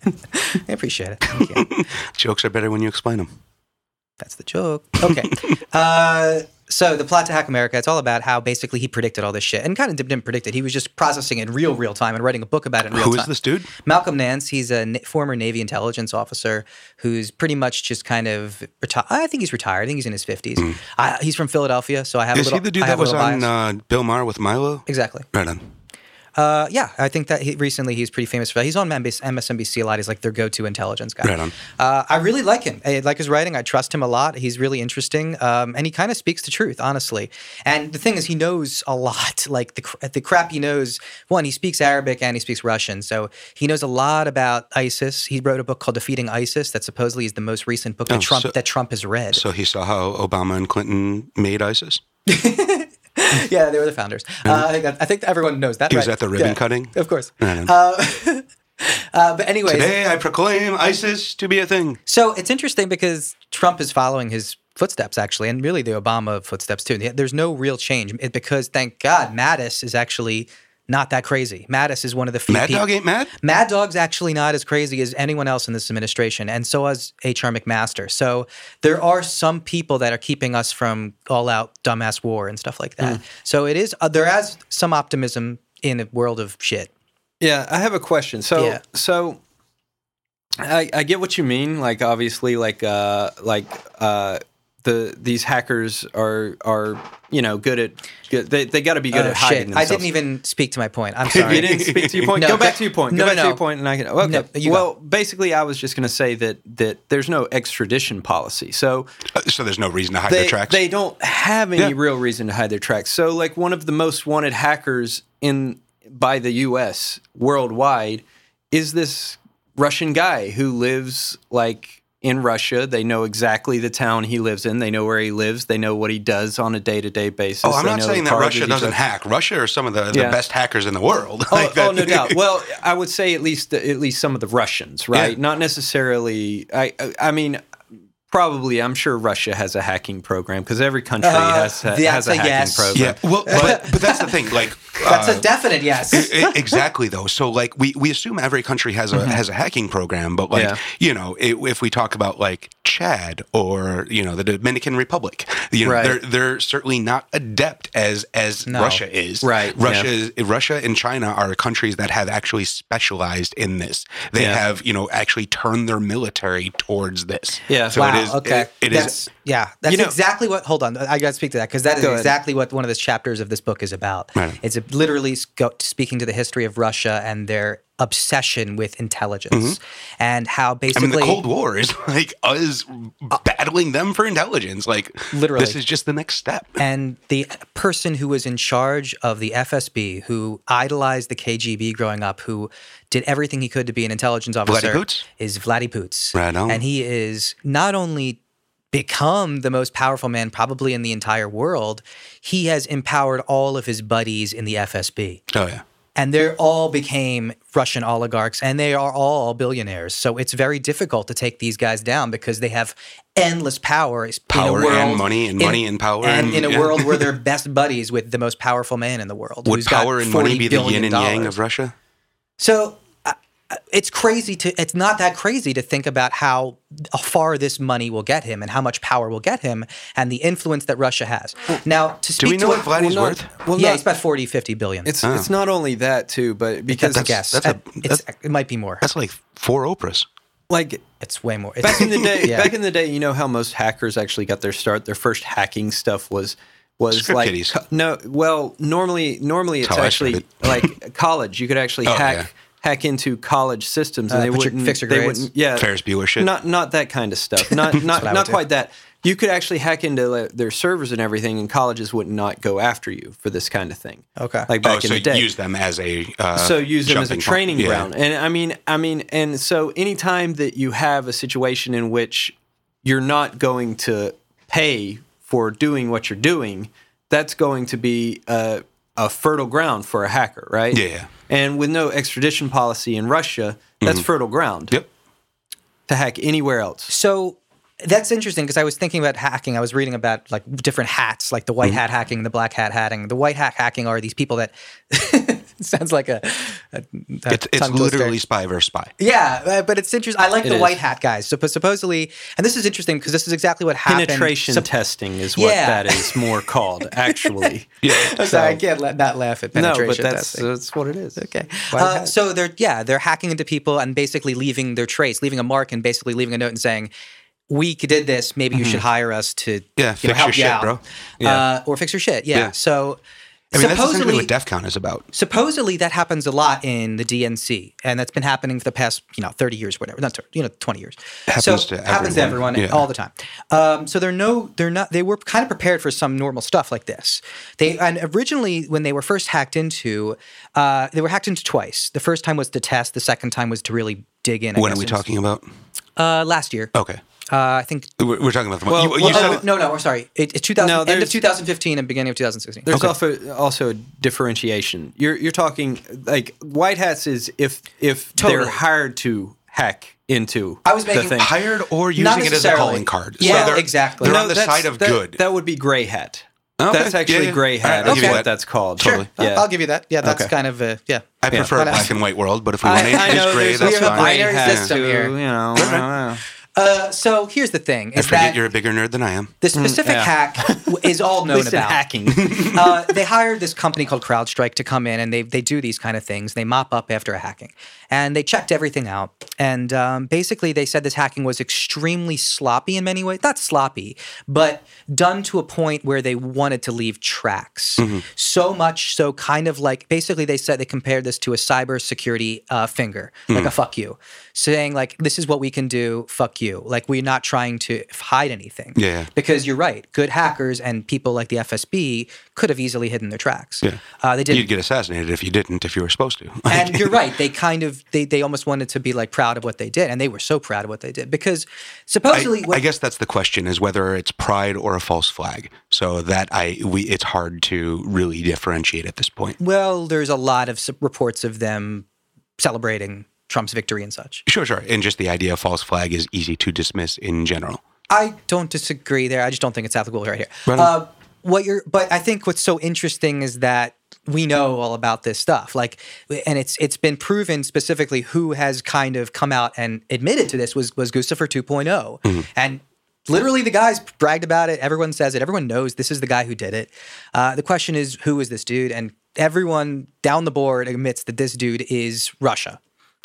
Speaker 2: I appreciate it. Thank you.
Speaker 3: Jokes are better when you explain them.
Speaker 2: That's the joke. Okay. uh, so the plot to Hack America, it's all about how basically he predicted all this shit and kind of didn't predict it. He was just processing it in real, real time and writing a book about it in real
Speaker 3: Who
Speaker 2: time.
Speaker 3: is this dude?
Speaker 2: Malcolm Nance, he's a na- former Navy intelligence officer who's pretty much just kind of retired. I think he's retired. I think he's in his 50s. I, he's from Philadelphia, so I have
Speaker 3: Hmm. Is
Speaker 2: a little
Speaker 3: he the dude
Speaker 2: I have a
Speaker 3: that was
Speaker 2: little
Speaker 3: on
Speaker 2: bias.
Speaker 3: uh, Bill Maher with Milo?
Speaker 2: Exactly.
Speaker 3: Right on.
Speaker 2: Uh, yeah, I think that he, recently he's pretty famous for that. He's on MBS MSNBC a lot. He's like their go-to intelligence guy.
Speaker 3: Right on.
Speaker 2: Uh, I really like him. I like his writing. I trust him a lot. He's really interesting, um, and he kind of speaks the truth, honestly. And the thing is, he knows a lot. Like the cr- the crap he knows. One, he speaks Arabic and he speaks Russian, so he knows a lot about ISIS. He wrote a book called "Defeating ISIS" that supposedly is the most recent book that
Speaker 3: Oh,
Speaker 2: Trump
Speaker 3: so-
Speaker 2: that Trump has read.
Speaker 3: So he saw how Obama and Clinton made ISIS.
Speaker 2: yeah, they were the founders. Uh, I, think that, I think everyone knows that.
Speaker 3: He was
Speaker 2: right?
Speaker 3: at the ribbon
Speaker 2: Yeah,
Speaker 3: cutting.
Speaker 2: Of course.
Speaker 3: Right on.
Speaker 2: Uh, but anyway,
Speaker 3: Today I proclaim ISIS to be a thing.
Speaker 2: So it's interesting because Trump is following his footsteps, actually, and really the Obama footsteps too. There's no real change it, because, thank God, Mattis is actually not that crazy. Mattis is one of the few
Speaker 3: Mad
Speaker 2: peop-
Speaker 3: Dog ain't mad.
Speaker 2: Mad Dog's actually not as crazy as anyone else in this administration, and so is H.R. McMaster. So there are some people that are keeping us from all out dumbass war and stuff like
Speaker 4: Mm.
Speaker 2: that. So it is, uh, there is some optimism in a world of shit.
Speaker 4: Yeah, I have a question. So,
Speaker 2: Yeah.
Speaker 4: so I, I get what you mean. Like, obviously, like, uh, like uh, the these hackers are are you know good at good, they they got to be good
Speaker 2: Oh,
Speaker 4: at hiding
Speaker 2: shit. I
Speaker 4: themselves.
Speaker 2: didn't even speak to my point. I'm sorry.
Speaker 4: You didn't speak to your point.
Speaker 2: No,
Speaker 4: go back
Speaker 2: that-
Speaker 4: to your point. Go
Speaker 2: no,
Speaker 4: back
Speaker 2: no,
Speaker 4: to
Speaker 2: no.
Speaker 4: your point, and I can. Okay.
Speaker 2: No, you go.
Speaker 4: well, basically, I was just going to say that that there's no extradition policy, so
Speaker 3: Uh, so there's no reason to hide
Speaker 4: they
Speaker 3: their tracks.
Speaker 4: they don't have any
Speaker 3: Yeah.
Speaker 4: real reason to hide their tracks. So, like one of the most wanted hackers in by the U.S. worldwide is this Russian guy who lives like in Russia. They know exactly the town he lives in. They know where he lives. They know what he does on a day to day basis.
Speaker 3: oh, I'm
Speaker 4: They
Speaker 3: not
Speaker 4: know
Speaker 3: saying
Speaker 4: the
Speaker 3: that
Speaker 4: cars
Speaker 3: Russia
Speaker 4: he
Speaker 3: doesn't
Speaker 4: drives.
Speaker 3: hack. Russia are some of the, the
Speaker 4: Yeah.
Speaker 3: best hackers in the world.
Speaker 4: Oh,
Speaker 3: Like
Speaker 4: oh,
Speaker 3: that-
Speaker 4: no doubt. Well, I would say at least at least some of the Russians, right?
Speaker 3: Yeah.
Speaker 4: Not necessarily. I I- I mean, probably. I'm sure Russia has a hacking program because every country
Speaker 2: Uh,
Speaker 4: has ha-
Speaker 2: that's
Speaker 4: has
Speaker 2: a
Speaker 4: a hacking
Speaker 2: yes.
Speaker 4: program.
Speaker 3: yeah. Well, but, but that's the thing. Like
Speaker 2: That's
Speaker 3: uh,
Speaker 2: a definite yes.
Speaker 3: I- exactly though so like we, we assume every country has a has a hacking program but like
Speaker 4: Yeah.
Speaker 3: you know i if we talk about like chad or you know the dominican republic you know
Speaker 4: Right.
Speaker 3: they're they're certainly not adept as as
Speaker 2: No.
Speaker 3: russia is
Speaker 4: Right,
Speaker 3: russia
Speaker 4: yeah.
Speaker 3: is, russia and china are countries that have actually specialized in this they
Speaker 4: Yeah.
Speaker 3: have you know actually turned their military towards this
Speaker 4: Yeah.
Speaker 3: so
Speaker 2: wow.
Speaker 3: it is
Speaker 2: okay.
Speaker 3: it- it is-
Speaker 2: that's, Yeah. That's
Speaker 4: You know-
Speaker 2: exactly what. Hold on. I got to speak to that because that is
Speaker 4: Go ahead.
Speaker 2: exactly what one of the chapters of this book is about.
Speaker 3: Right.
Speaker 2: It's a- literally sco- speaking to the history of Russia and their obsession with intelligence and how
Speaker 3: Mm-hmm. I mean,
Speaker 2: basically
Speaker 3: the Cold War is like us battling them for intelligence. Like,
Speaker 2: Literally.
Speaker 3: this is just the next step.
Speaker 2: and the person who was in charge of the FSB, who idolized the KGB growing up, who did everything he could to be an intelligence officer,
Speaker 3: Poots?
Speaker 2: is Vladdy Poots.
Speaker 3: Right on.
Speaker 2: And he is not only become the most powerful man probably in the entire world, he has empowered all of his buddies in the FSB
Speaker 3: Oh yeah.
Speaker 2: and they all became Russian oligarchs and they are all billionaires. So it's very difficult to take these guys down because they have endless power. is- in a
Speaker 3: Power and
Speaker 2: world-
Speaker 3: money and money and power
Speaker 2: And in
Speaker 3: and-
Speaker 2: a
Speaker 3: yeah.
Speaker 2: world where they're best buddies with the most powerful man in the world.
Speaker 3: Would
Speaker 2: who's got
Speaker 3: power and money
Speaker 2: 40
Speaker 3: be the
Speaker 2: billion
Speaker 3: yin and yang
Speaker 2: dollars.
Speaker 3: of Russia?
Speaker 2: So I, it's crazy to it's not that crazy to think about how far this money will get him and how much power will get him and the influence that Russia has. Now, to speak
Speaker 3: Do we know
Speaker 2: to
Speaker 3: what Vladdy's
Speaker 4: well, no,
Speaker 3: worth?
Speaker 4: well,
Speaker 2: yeah,
Speaker 4: no,
Speaker 2: it's about 40, 50 billion.
Speaker 4: It's it's not only that too, but because
Speaker 2: that's a guess.
Speaker 3: that's a-
Speaker 2: It's- it might be more.
Speaker 3: That's like four Oprahs.
Speaker 4: like
Speaker 2: It's way more. It's,
Speaker 4: back in the day,
Speaker 2: yeah.
Speaker 4: back in the day, you know how most hackers actually got their start. Their first hacking stuff was was
Speaker 3: Script
Speaker 4: like
Speaker 3: kiddies.
Speaker 4: co- no. Well, normally normally it's
Speaker 3: how I
Speaker 4: actually like college. You could actually
Speaker 3: Oh,
Speaker 4: hack
Speaker 3: yeah.
Speaker 4: hack into college systems, and
Speaker 2: Uh,
Speaker 4: they
Speaker 2: put your-
Speaker 4: wouldn't
Speaker 2: fix your
Speaker 4: they
Speaker 2: grades.
Speaker 4: wouldn't yeah
Speaker 3: Ferris Bueller shit.
Speaker 4: Not not that kind of stuff. Not not
Speaker 2: what I would
Speaker 4: not
Speaker 2: do.
Speaker 4: quite that. You could actually hack into like, their servers and everything, and colleges would not go after you for this kind of thing.
Speaker 2: Okay.
Speaker 4: like back
Speaker 3: oh,
Speaker 4: in
Speaker 3: so
Speaker 4: the day
Speaker 3: use them as a uh,
Speaker 4: so use them as a
Speaker 3: jumping point.
Speaker 4: training
Speaker 3: Yeah.
Speaker 4: ground and i mean i mean and so anytime that you have a situation in which you're not going to pay for doing what you're doing that's going to be a, a fertile ground for a hacker right
Speaker 3: Yeah. Mm-hmm.
Speaker 4: and with no extradition policy in russia that's fertile ground
Speaker 3: Yep.
Speaker 4: to hack anywhere else
Speaker 2: So that's interesting because I was thinking about hacking. I was reading about like different hats, like the white
Speaker 4: Mm-hmm.
Speaker 2: hat hacking, the black hat hacking. The white hat hacking are these people that it sounds like a, a- a
Speaker 3: It's, it's
Speaker 2: tongue twister.
Speaker 3: literally spy versus spy.
Speaker 2: Yeah, uh, but it's interesting. I like the
Speaker 4: is.
Speaker 2: white hat guys. So but supposedly, and this is interesting because this is exactly what happened.
Speaker 4: penetration
Speaker 2: Sup-
Speaker 4: testing is what
Speaker 2: Yeah.
Speaker 4: that is more called actually
Speaker 2: I'm sorry, I can't la- not laugh at
Speaker 4: no
Speaker 2: penetration
Speaker 4: but that's
Speaker 2: testing.
Speaker 4: that's what it is
Speaker 2: Okay.
Speaker 4: White
Speaker 2: Uh,
Speaker 4: hat.
Speaker 2: so they're yeah they're hacking into people and basically leaving their trace, leaving a mark, and basically leaving a note and saying, "We did this. Maybe you should hire us to
Speaker 3: Mm-hmm. Yeah,
Speaker 2: you know,
Speaker 3: fix your
Speaker 2: help you
Speaker 3: shit,
Speaker 2: out.
Speaker 3: bro.
Speaker 2: Uh, or fix your shit." Yeah.
Speaker 3: Yeah.
Speaker 2: So
Speaker 3: I mean, that's essentially
Speaker 2: supposedly.
Speaker 3: what DEF CON is about.
Speaker 2: Supposedly that happens a lot in the DNC, and that's been happening for the past you know thirty years, whatever, not 30, you know twenty years.
Speaker 3: Happens
Speaker 2: so
Speaker 3: to
Speaker 2: happens to
Speaker 3: everyone.
Speaker 2: everyone
Speaker 3: Yeah.
Speaker 2: all the time. Um, so they're no, they're not. They were kind of prepared for some normal stuff like this. They and originally when they were first hacked into, uh, they were hacked into twice. The first time was to test. The second time was to really dig in. I
Speaker 3: When are
Speaker 2: guess
Speaker 3: we
Speaker 2: it was,
Speaker 3: talking about?
Speaker 2: Uh, last year.
Speaker 3: Okay.
Speaker 2: Uh, I think.
Speaker 3: We're, we're talking about the
Speaker 4: Well,
Speaker 3: you, you
Speaker 4: well,
Speaker 3: said
Speaker 2: oh,
Speaker 3: it-
Speaker 2: no, no, I'm sorry. It, it's 2000, end
Speaker 4: No,
Speaker 2: of
Speaker 4: there's-
Speaker 2: 2015 and beginning of 2016.
Speaker 4: There's also also a differentiation. You're you're talking like white hats is if if
Speaker 2: Totally.
Speaker 4: they're hired to hack into.
Speaker 2: I was making-
Speaker 4: the thing.
Speaker 3: hired or
Speaker 2: Not
Speaker 3: using it as a
Speaker 2: necessarily.
Speaker 3: calling card.
Speaker 2: Yeah,
Speaker 3: they're,
Speaker 2: exactly.
Speaker 3: They're
Speaker 2: No,
Speaker 3: on the
Speaker 4: that's-
Speaker 3: side of
Speaker 4: that-
Speaker 3: good.
Speaker 4: That would be gray hat.
Speaker 3: Okay.
Speaker 4: That's actually
Speaker 3: Yeah, yeah.
Speaker 4: gray
Speaker 3: All right,
Speaker 4: hat.
Speaker 3: I'll
Speaker 4: is
Speaker 3: give you
Speaker 4: what
Speaker 3: that.
Speaker 4: that's called.
Speaker 3: Totally.
Speaker 2: I'll-
Speaker 4: Yeah.
Speaker 2: I'll give you that. Yeah, that's
Speaker 4: Okay.
Speaker 2: kind of a yeah.
Speaker 3: I prefer a
Speaker 2: But, uh,
Speaker 3: black and white world, but if we
Speaker 4: I-
Speaker 3: want to
Speaker 4: I
Speaker 3: introduce
Speaker 4: know
Speaker 3: gray,
Speaker 4: there's- we
Speaker 3: that's
Speaker 4: have a
Speaker 3: fine.
Speaker 2: minor
Speaker 4: gray hat
Speaker 2: system
Speaker 4: to,
Speaker 2: here.
Speaker 4: You know, I don't know.
Speaker 2: Uh, so here's the thing:
Speaker 3: I
Speaker 2: is
Speaker 3: forget
Speaker 2: that
Speaker 3: you're a bigger nerd than I am.
Speaker 2: the specific
Speaker 4: yeah.
Speaker 2: hack w- is all known
Speaker 4: At least in
Speaker 2: about.
Speaker 4: hacking.
Speaker 2: uh, they hired this company called CrowdStrike to come in and they they do these kind of things. They mop up after a hacking, and they checked everything out. And um, basically, they said this hacking was extremely sloppy in many ways. Not sloppy, but done to a point where they wanted to leave tracks. So much so, kind of like basically, they said they compared this to a cybersecurity uh, finger, like a fuck you, saying like this is what we can do. Fuck you. Like we're not trying to hide anything.
Speaker 3: Yeah.
Speaker 2: Because you're right, good hackers and people like the FSB could have easily hidden their tracks. Yeah. Uh, they
Speaker 3: You'd
Speaker 2: didn't.
Speaker 3: get assassinated if you didn't, if you were supposed to.
Speaker 2: And you're right. They kind of they, they almost wanted to be like proud of what they did, and they were so proud of what they did because supposedly
Speaker 3: I,
Speaker 2: what,
Speaker 3: I guess that's the question: is whether it's pride or a false flag. So that I, we, it's hard to really differentiate at this point.
Speaker 2: well, there's a lot of sup- reports of them celebrating Trump's victory and such.
Speaker 3: Sure, sure. And just the idea of false flag is easy to dismiss in general.
Speaker 2: I don't disagree there. I just don't think it's applicable right here. uh, what you're, but I think what's so interesting is that we know all about this stuff. Like, and it's it's been proven specifically who has kind of come out and admitted to this was was Guccifer 2.0, oh. and literally the guys bragged about it. Everyone says it. Everyone knows this is the guy who did it. Uh, the question is who is this dude? And everyone down the board admits that this dude is Russia.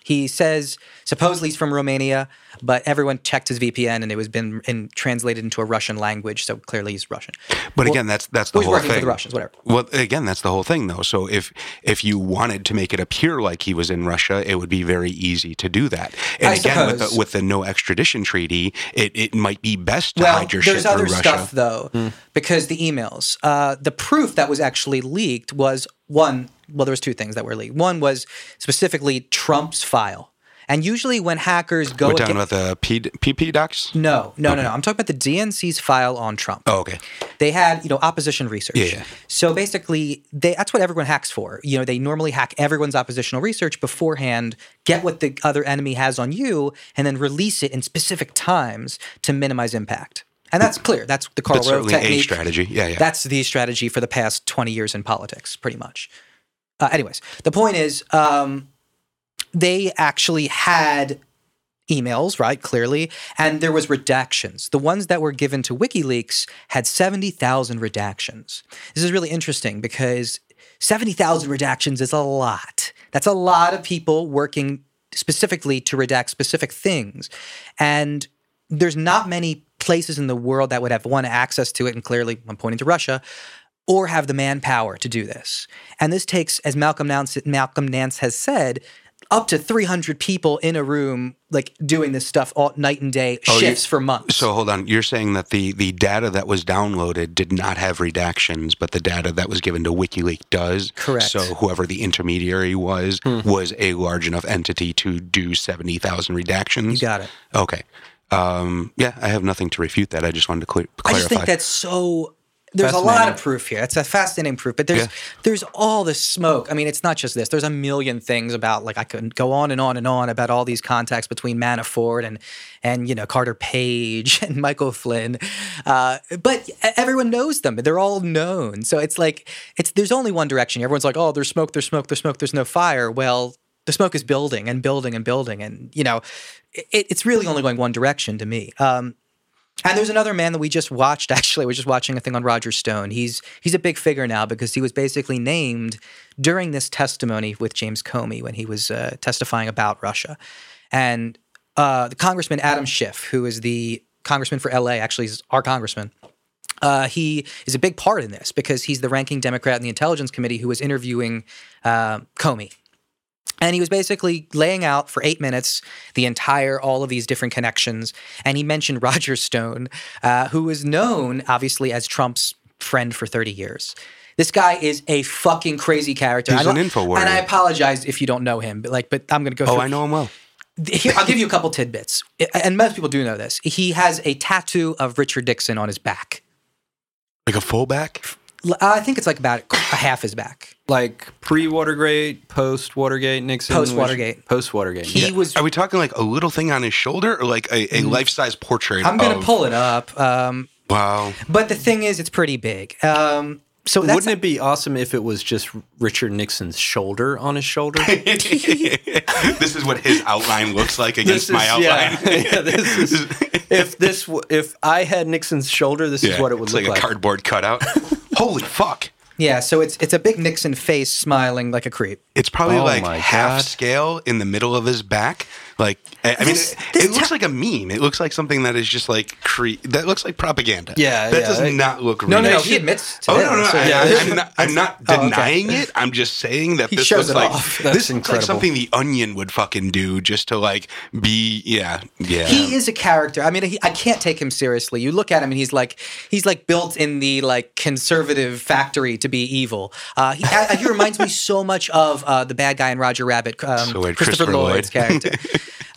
Speaker 2: He says supposedly he's from Romania, but everyone checked his VPN and it was been in, translated into a Russian language, so clearly he's Russian.
Speaker 3: But again, that's that's the
Speaker 2: Well, he's
Speaker 3: whole
Speaker 2: working for
Speaker 3: thing.
Speaker 2: the Russians, whatever.
Speaker 3: Well, again, that's the whole thing, though. So if if you wanted to make it appear like he was in Russia, it would be very easy to do that. And
Speaker 2: I
Speaker 3: again, with the,
Speaker 2: suppose.
Speaker 3: with the no extradition treaty, it, it might be best to
Speaker 2: Well,
Speaker 3: hide your
Speaker 2: there's
Speaker 3: shit
Speaker 2: other
Speaker 3: through
Speaker 2: stuff
Speaker 3: Russia. Hmm.
Speaker 2: though, because the emails, uh, the proof that was actually leaked was one. Well, there was two things that were leaked. One was specifically Trump's file, and usually when hackers go
Speaker 3: We're talking
Speaker 2: against-
Speaker 3: about the P, PP docs.
Speaker 2: no, no, no, no. I'm talking about the DNC's file on Trump.
Speaker 3: Oh, okay.
Speaker 2: they had you know opposition research
Speaker 3: Yeah.
Speaker 2: so basically they, that's what everyone hacks for you know they normally hack everyone's oppositional research beforehand get what the other enemy has on you and then release it in specific times to minimize impact and that's clear that's the carl
Speaker 3: That's
Speaker 2: rove
Speaker 3: certainly a
Speaker 2: technique
Speaker 3: strategy. Yeah, yeah.
Speaker 2: that's the strategy for the past 20 years in politics pretty much uh, anyways the point is um, they actually had emails, right? Clearly, and there was redactions. The ones that were given to WikiLeaks had 70,000 redactions. This is really interesting because 70,000 redactions is a lot. That's a lot of people working specifically to redact specific things. And there's not many places in the world that would have one access to it and clearly I'm pointing to Russia or have the manpower to do this. And this takes, as Malcolm Nance, Malcolm Nance has said, up to 300 people in a room, like doing this stuff all night and day,
Speaker 3: Oh, you-
Speaker 2: shifts for months.
Speaker 3: So hold on. You're saying that the the data that was downloaded did not have redactions, but the data that was given to WikiLeaks does.
Speaker 2: Correct. Hmm.
Speaker 3: So whoever the intermediary was was a large enough entity to do seventy thousand redactions.
Speaker 2: you got it.
Speaker 3: Okay. Um, yeah, I have nothing to refute that. I just wanted to clear,
Speaker 2: I
Speaker 3: clarify.
Speaker 2: just think that's so. There's a lot of proof here. It's a fascinating proof, but there's
Speaker 3: Yeah.
Speaker 2: there's all this smoke. I mean, it's not just this. There's a million things about like I could go on and on and on about all these contacts between Manafort and and you know Carter Page and Michael Flynn, uh, but everyone knows them. They're all known. So it's like it's there's only one direction. Everyone's like, oh, there's smoke, there's smoke, there's smoke, there's no fire. Well, the smoke is building and building and building, and you know, it, it's really only going one direction to me. Um, and there's another man that we just watched. Actually, we're just watching a thing on Roger Stone. He's he's a big figure now because he was basically named during this testimony with James Comey when he was uh, testifying about Russia, and uh, the Congressman Adam Schiff, who is the congressman for LA, actually is our congressman. Uh, he is a big part in this because he's the ranking Democrat in the Intelligence Committee who was interviewing uh, Comey and he was basically laying out for eight minutes the entire, all of these different connections. And he mentioned Roger Stone, uh, who was known, obviously, as Trump's friend for 30 years. This guy is a fucking crazy character.
Speaker 3: He's
Speaker 2: I
Speaker 3: an
Speaker 2: lo-
Speaker 3: info warrior.
Speaker 2: And I apologize if you don't know him, but like, but I'm gonna go.
Speaker 3: oh,
Speaker 2: through-
Speaker 3: I know him well.
Speaker 2: Here, I'll give you a couple tidbits, I- and most people do know this. He has a tattoo of Richard Nixon on his back.
Speaker 3: Like a fullback.
Speaker 2: L- I think it's like about a half his back.
Speaker 4: Like pre Watergate, post Watergate, Nixon.
Speaker 2: Post-Watergate.
Speaker 4: Post Watergate.
Speaker 2: He was Mm.
Speaker 3: Are we talking like a little thing on his shoulder, or like a, a life size portrait?
Speaker 2: I'm gonna
Speaker 3: of-
Speaker 2: pull it up. Um,
Speaker 3: Wow.
Speaker 2: But the thing is, it's pretty big. Um, so that's
Speaker 4: Wouldn't it be awesome if it was just Richard Nixon's shoulder on his shoulder?
Speaker 3: this is what his outline looks like against my outline.
Speaker 4: Yeah, yeah, this is, if this w- if I had Nixon's shoulder, this is
Speaker 3: Yeah,
Speaker 4: what it would
Speaker 3: it's
Speaker 4: look
Speaker 3: like
Speaker 4: like.
Speaker 3: a cardboard cutout. Holy fuck!
Speaker 2: yeah. So it's it's a big Nixon face smiling like a creep.
Speaker 3: It's probably
Speaker 4: Oh
Speaker 3: like
Speaker 4: my
Speaker 3: half
Speaker 4: God.
Speaker 3: scale in the middle of his back. Like I, I mean,
Speaker 2: This-
Speaker 3: it,
Speaker 2: this
Speaker 3: it looks
Speaker 2: ta-
Speaker 3: like a meme. It looks like something that is just like cre- that looks like propaganda.
Speaker 4: Yeah,
Speaker 3: that
Speaker 4: yeah,
Speaker 3: does
Speaker 4: it-
Speaker 3: not look
Speaker 2: No,
Speaker 3: real.
Speaker 2: no, no. He admits to
Speaker 3: Oh
Speaker 2: it.
Speaker 3: no, no!
Speaker 2: So-
Speaker 3: I, am not, I'm not
Speaker 2: Oh, okay.
Speaker 3: denying it. I'm just saying that
Speaker 2: He
Speaker 3: this
Speaker 2: shows
Speaker 3: looks
Speaker 2: it
Speaker 3: like
Speaker 2: off.
Speaker 4: That's
Speaker 3: this looks like
Speaker 4: incredible.
Speaker 3: something the Onion would fucking do just to like be yeah yeah.
Speaker 2: He is a character. I mean, he, I can't take him seriously. You look at him, and he's like, he's like built in the like conservative factory to be evil. Uh, he, I- he reminds me so much of uh, the bad guy in Roger Rabbit, um, Christopher,
Speaker 3: So weird, Christopher Lloyd.
Speaker 2: Lloyd's character.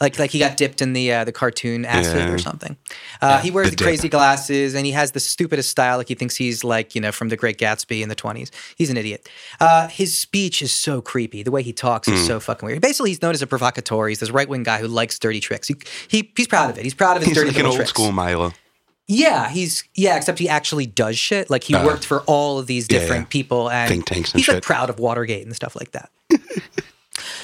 Speaker 2: like, like he got dipped in the uh, the cartoon acid
Speaker 3: Yeah.
Speaker 2: or something. Uh, he wears
Speaker 3: Mm-hmm. the
Speaker 2: the,
Speaker 3: dip.
Speaker 2: crazy glasses, and he has the stupidest style. Like he thinks he's like you know from The Great Gatsby in the twenties. He's an idiot. Uh, his speech is so creepy. The way he talks
Speaker 3: Mm.
Speaker 2: is so fucking weird. Basically, he's known as a provocateur. He's this right wing guy who likes dirty tricks. He, he he's proud of it. He's proud of his
Speaker 3: He's
Speaker 2: dirty
Speaker 3: like an
Speaker 2: little
Speaker 3: old
Speaker 2: tricks.
Speaker 3: school Milo.
Speaker 2: Yeah, he's yeah, except he actually does shit. Like he worked for all of these
Speaker 3: Uh, yeah,
Speaker 2: different
Speaker 3: yeah.
Speaker 2: people and
Speaker 3: Think tanks and
Speaker 2: he's
Speaker 3: shit.
Speaker 2: like proud of Watergate and stuff like that.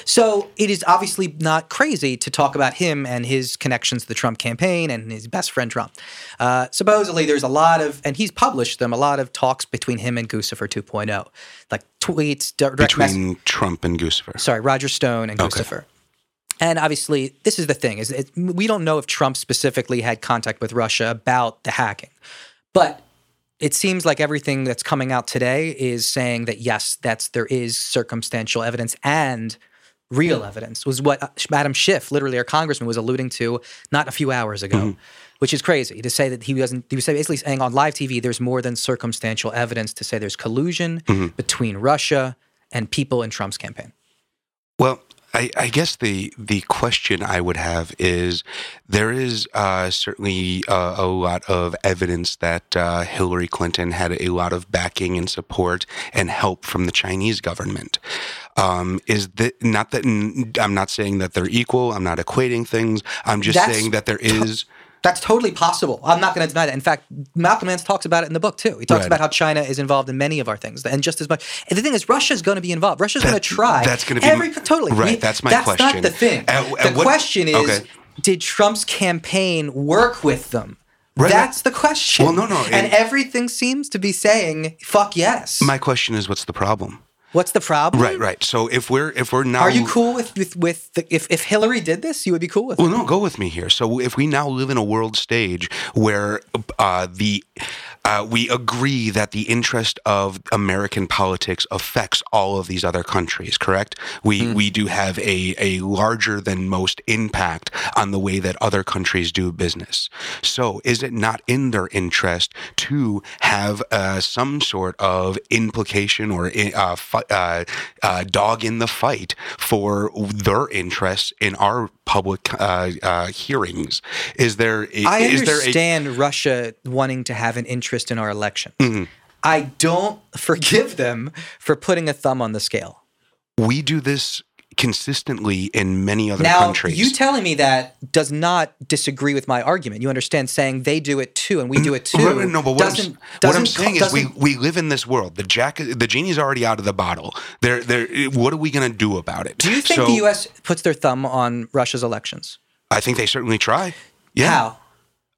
Speaker 2: so it is obviously not crazy to talk about him and his connections to the Trump campaign and his best friend Trump. Uh, supposedly, there's a lot of, and he's published them, a lot of talks between him and Guccifer 2.0, oh, like tweets, direct mess-
Speaker 3: between Trump and Guccifer.
Speaker 2: sorry, Roger Stone and Christopher. And obviously, this is the thing: is it, we don't know if Trump specifically had contact with Russia about the hacking, but it seems like everything that's coming out today is saying that yes, that's there is circumstantial evidence and real evidence was what uh, Adam Schiff, literally our congressman, was alluding to not a few hours ago, which is crazy to say that he doesn't. He was basically saying on live TV there's more than circumstantial evidence to say there's collusion between Russia and people in Trump's campaign.
Speaker 3: Well, I, I guess the the question I would have is there is uh, certainly uh, a lot of evidence that uh, Hillary Clinton had a lot of backing and support and help from the Chinese government. Um, is that not that I'm not saying that they're equal? I'm not equating things. I'm just
Speaker 2: That's
Speaker 3: saying that there is.
Speaker 2: That's totally possible. I'm not going to deny that. In fact, Malcolm Nance talks about it in the book too. He talks
Speaker 3: Right.
Speaker 2: about how China is involved in many of our things, and just as much. And the thing is, Russia's going to be involved. Russia's going to try.
Speaker 3: that's gonna be-
Speaker 2: every totally
Speaker 3: right,
Speaker 2: We-
Speaker 3: that's my question.
Speaker 2: That's not the thing.
Speaker 3: At- at
Speaker 2: the
Speaker 3: what-
Speaker 2: question is,
Speaker 3: okay.
Speaker 2: did Trump's campaign work with them?
Speaker 3: Right,
Speaker 2: that's the question.
Speaker 3: Well, no, no,
Speaker 2: And,
Speaker 3: it-
Speaker 2: everything seems to be saying, "Fuck yes."
Speaker 3: My question is, what's the problem?
Speaker 2: What's the problem?
Speaker 3: Right, right. So if we're if we're now
Speaker 2: Are you cool with with, with the, if if Hillary did this, you would be cool with
Speaker 3: Well,
Speaker 2: it.
Speaker 3: no, go with me here. So, if we now live in a world stage where uh, the uh, we agree that the interest of American politics affects all of these other countries, correct? We we do have a a larger than most impact on the way that other countries do business. So, is it not in their interest to have uh, some sort of implication or uh, fi- uh, uh, dog in the fight for their interests in our public uh, uh, hearings? Is there?
Speaker 2: I
Speaker 3: is there a
Speaker 2: understand Russia wanting to have an interest in our election.
Speaker 3: Mm-hmm.
Speaker 2: I don't forgive them for putting a thumb on the scale.
Speaker 3: we do this consistently in many other
Speaker 2: Now,
Speaker 3: countries.
Speaker 2: you telling me that does not disagree with my argument. You understand saying they do it too and we do it too.
Speaker 3: Mm-hmm. Right, right, no, but what I'm,
Speaker 2: doesn't-
Speaker 3: what I'm
Speaker 2: doesn't co-
Speaker 3: saying is we,
Speaker 2: doesn't-
Speaker 3: we live in this world. The jack, the genie's already out of the bottle. There, there. What are we going to do about it?
Speaker 2: Do you think the U.S. puts their thumb on Russia's elections?
Speaker 3: I think they certainly try. Yeah.
Speaker 2: How?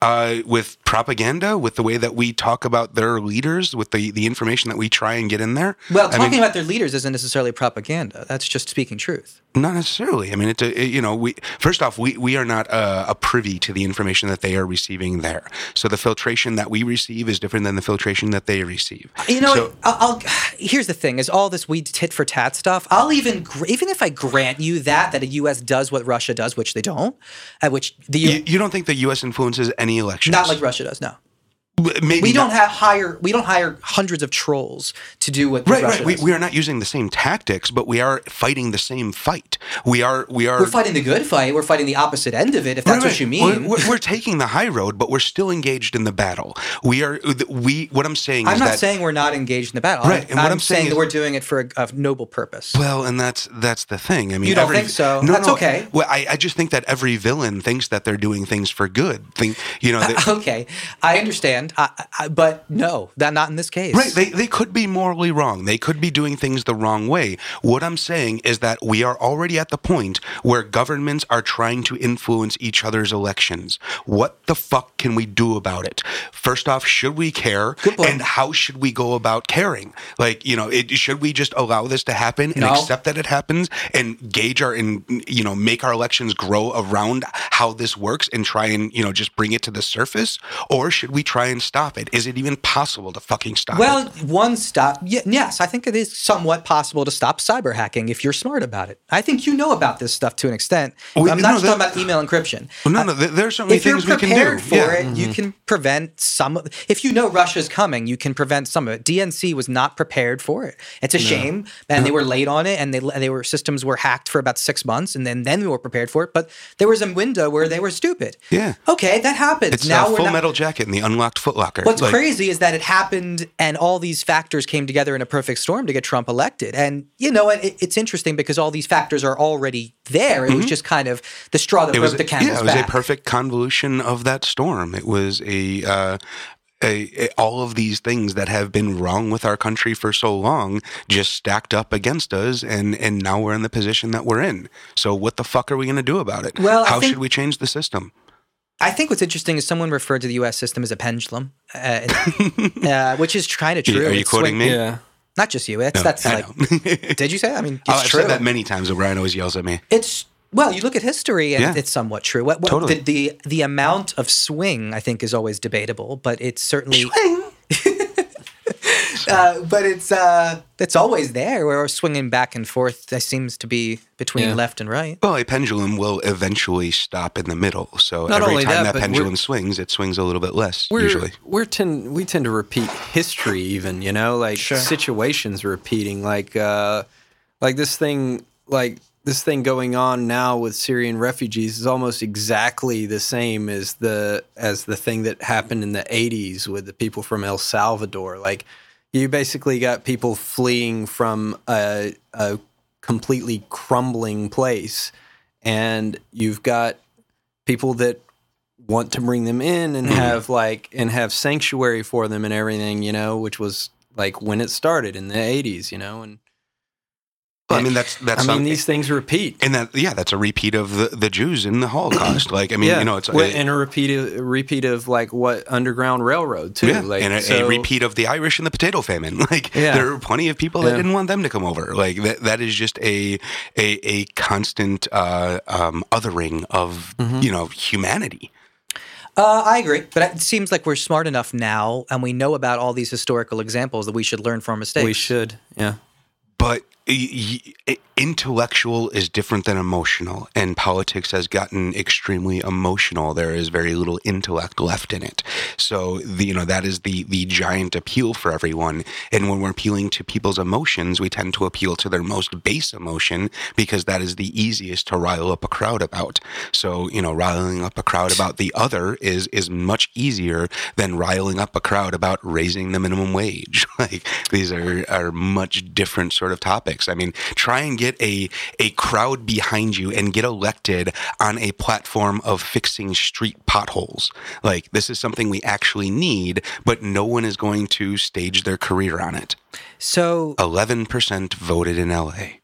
Speaker 3: uh, with propaganda, with the way that we talk about their leaders, with the, the information that we try and get in there.
Speaker 2: Well,
Speaker 3: I
Speaker 2: talking
Speaker 3: mean,
Speaker 2: about their leaders isn't necessarily propaganda. That's just speaking truth.
Speaker 3: not necessarily. I mean, it's a, it- you know, we first off, we we are not uh, a privy to the information that they are receiving there. So the filtration that we receive is different than the filtration that they receive.
Speaker 2: You know,
Speaker 3: So-
Speaker 2: what? I'll, I'll. Here's the thing: is all this we tit for tat stuff. I'll even, gr- even if I grant you that that the U.S. does what Russia does, which they don't, at which the
Speaker 3: you, you don't think the U.S. influences any elections?
Speaker 2: not like Russia does. No,
Speaker 3: Russia. Maybe
Speaker 2: we don't
Speaker 3: not-
Speaker 2: have hire. We don't hire hundreds of trolls to do what
Speaker 3: Right,
Speaker 2: Russia
Speaker 3: right. We,
Speaker 2: does.
Speaker 3: we are not using the same tactics, but we are fighting the same fight. We are, we are.
Speaker 2: We're fighting the good fight. We're fighting the opposite end of it. If that's
Speaker 3: Right,
Speaker 2: what you
Speaker 3: right.
Speaker 2: mean.
Speaker 3: We're, we're, we're taking the high road, but we're still engaged in the battle. We are. We. What I'm saying
Speaker 2: I'm
Speaker 3: is
Speaker 2: not
Speaker 3: that.
Speaker 2: saying we're not engaged in the battle.
Speaker 3: Right,
Speaker 2: I'm,
Speaker 3: and what
Speaker 2: I'm
Speaker 3: I'm saying
Speaker 2: saying,
Speaker 3: is-
Speaker 2: that we're doing it for a, a noble purpose.
Speaker 3: well, and that's that's the thing. I mean,
Speaker 2: You don't
Speaker 3: every-
Speaker 2: think so.
Speaker 3: No,
Speaker 2: That's
Speaker 3: no.
Speaker 2: okay.
Speaker 3: Well, I, I just think that every villain thinks that they're doing things for good. Think you know. They,
Speaker 2: okay, I understand, I, I, but no, that not in this case.
Speaker 3: Right, they, they could be morally wrong. They could be doing things the wrong way. What I'm saying is that we are already at the point where governments are trying to influence each other's elections. What the fuck can we do about it? First off, should we care?
Speaker 2: Good point.
Speaker 3: And how should we go about caring? Like, you know, it, should we just allow this to happen and
Speaker 2: No.
Speaker 3: accept that it happens and gauge our and you know, make our elections grow around how this works and try and, you know, just bring it to the surface? Or should we try and stop it? Is it even possible to fucking stop it?
Speaker 2: Well, one stop. ye- Yes, I think it is somewhat possible to stop cyber hacking if you're smart about it. I think you know about this stuff to an extent.
Speaker 3: We-
Speaker 2: I'm not
Speaker 3: no,
Speaker 2: just
Speaker 3: that-
Speaker 2: talking about email encryption.
Speaker 3: Well, no, no, there, there are certainly
Speaker 2: if you're
Speaker 3: things we can do. mm-hmm.
Speaker 2: prepared for it, you can prevent some. Of, if you know Russia's coming, you can prevent some of it. DNC was not prepared for it. It's a shame, and they were late on it, and they and they were systems were hacked for about six months, and then then we were prepared for it. But there was a window where they were stupid.
Speaker 3: Yeah.
Speaker 2: Okay, that happens.
Speaker 3: It's
Speaker 2: now
Speaker 3: a
Speaker 2: we're
Speaker 3: full
Speaker 2: not,
Speaker 3: metal jacket and the unlocked footlocker.
Speaker 2: What's crazy is that it happened, and all these factors came together in a perfect storm to get Trump elected. And you know, it, it's interesting because all these factors are already there. It was just kind of the straw that
Speaker 3: Mm-hmm. It was,
Speaker 2: broke the
Speaker 3: yeah,
Speaker 2: camel's
Speaker 3: it was
Speaker 2: back.
Speaker 3: a perfect convolution of that storm. It was a, uh, a, a all of these things that have been wrong with our country for so long just stacked up against us, and and now we're in the position that we're in. So what the fuck are we going to do about it?
Speaker 2: Well, I
Speaker 3: how
Speaker 2: think-
Speaker 3: should we change the system?
Speaker 2: I think what's interesting is someone referred to the U.S. system as a pendulum, uh, uh, which is kind of true.
Speaker 3: Are you
Speaker 2: It's
Speaker 3: quoting
Speaker 2: swing-
Speaker 3: me?
Speaker 4: Yeah.
Speaker 2: Not just you. It's that's
Speaker 3: I
Speaker 2: like.
Speaker 3: know.
Speaker 2: Did you say? That? I mean, it's
Speaker 3: Oh, I've
Speaker 2: true.
Speaker 3: said that many times, and Brian always yells at me.
Speaker 2: it's well, you look at history, and
Speaker 3: Yeah.
Speaker 2: it's somewhat true. What, what
Speaker 3: Totally.
Speaker 2: the, the the amount of swing, I think, is always debatable, but it's certainly. Uh, but it's uh, it's always there. We're swinging back and forth. That seems to be between
Speaker 4: Yeah.
Speaker 2: left and right.
Speaker 3: Well, a pendulum will eventually stop in the middle. So
Speaker 4: Not
Speaker 3: every
Speaker 4: only
Speaker 3: time
Speaker 4: that,
Speaker 3: that,
Speaker 4: but
Speaker 3: pendulum
Speaker 4: we're-
Speaker 3: swings, it swings a little bit less
Speaker 4: We're,
Speaker 3: usually.
Speaker 4: we're tend we tend to repeat history, even you know, like
Speaker 2: Sure.
Speaker 4: situations repeating, like uh, like this thing, like this thing going on now with Syrian refugees is almost exactly the same as the as the thing that happened in the '80s with the people from El Salvador. Like you basically got people fleeing from a, a completely crumbling place, and you've got people that want to bring them in
Speaker 3: Mm-hmm.
Speaker 4: and have like and have sanctuary for them and everything, you know, which was like when it started in the 80s, you know, and
Speaker 3: I mean, that's that's
Speaker 4: I mean
Speaker 3: some-
Speaker 4: these things repeat.
Speaker 3: and that yeah, that's a repeat of the, the Jews in the Holocaust. Like I mean, you know, it's
Speaker 4: Well,
Speaker 3: it-
Speaker 4: and a repeat of, a repeat of like what Underground Railroad too,
Speaker 3: Yeah,
Speaker 4: like
Speaker 3: and a,
Speaker 4: so-
Speaker 3: a repeat of the Irish and the potato famine. Like
Speaker 4: Yeah.
Speaker 3: there were plenty of people that
Speaker 4: Yeah.
Speaker 3: didn't want them to come over. Like that, that is just a a, a constant uh, um, othering of
Speaker 4: Mm-hmm.
Speaker 3: you know humanity.
Speaker 2: Uh, I agree, but it seems like we're smart enough now, and we know about all these historical examples that we should learn from our mistakes.
Speaker 4: We should, yeah.
Speaker 3: But y- y- intellectual is different than emotional, and politics has gotten extremely emotional. There is very little intellect left in it. So the, you know that is the the giant appeal for everyone. And when we're appealing to people's emotions, we tend to appeal to their most base emotion because that is the easiest to rile up a crowd about. So you know, riling up a crowd about the other is is much easier than riling up a crowd about raising the minimum wage. Like these are are much different sort of topics. I mean, try and get a a crowd behind you and get elected on a platform of fixing street potholes. Like this is something we actually need, but no one is going to stage their career on it.
Speaker 2: So,
Speaker 3: Eleven percent voted in L.A.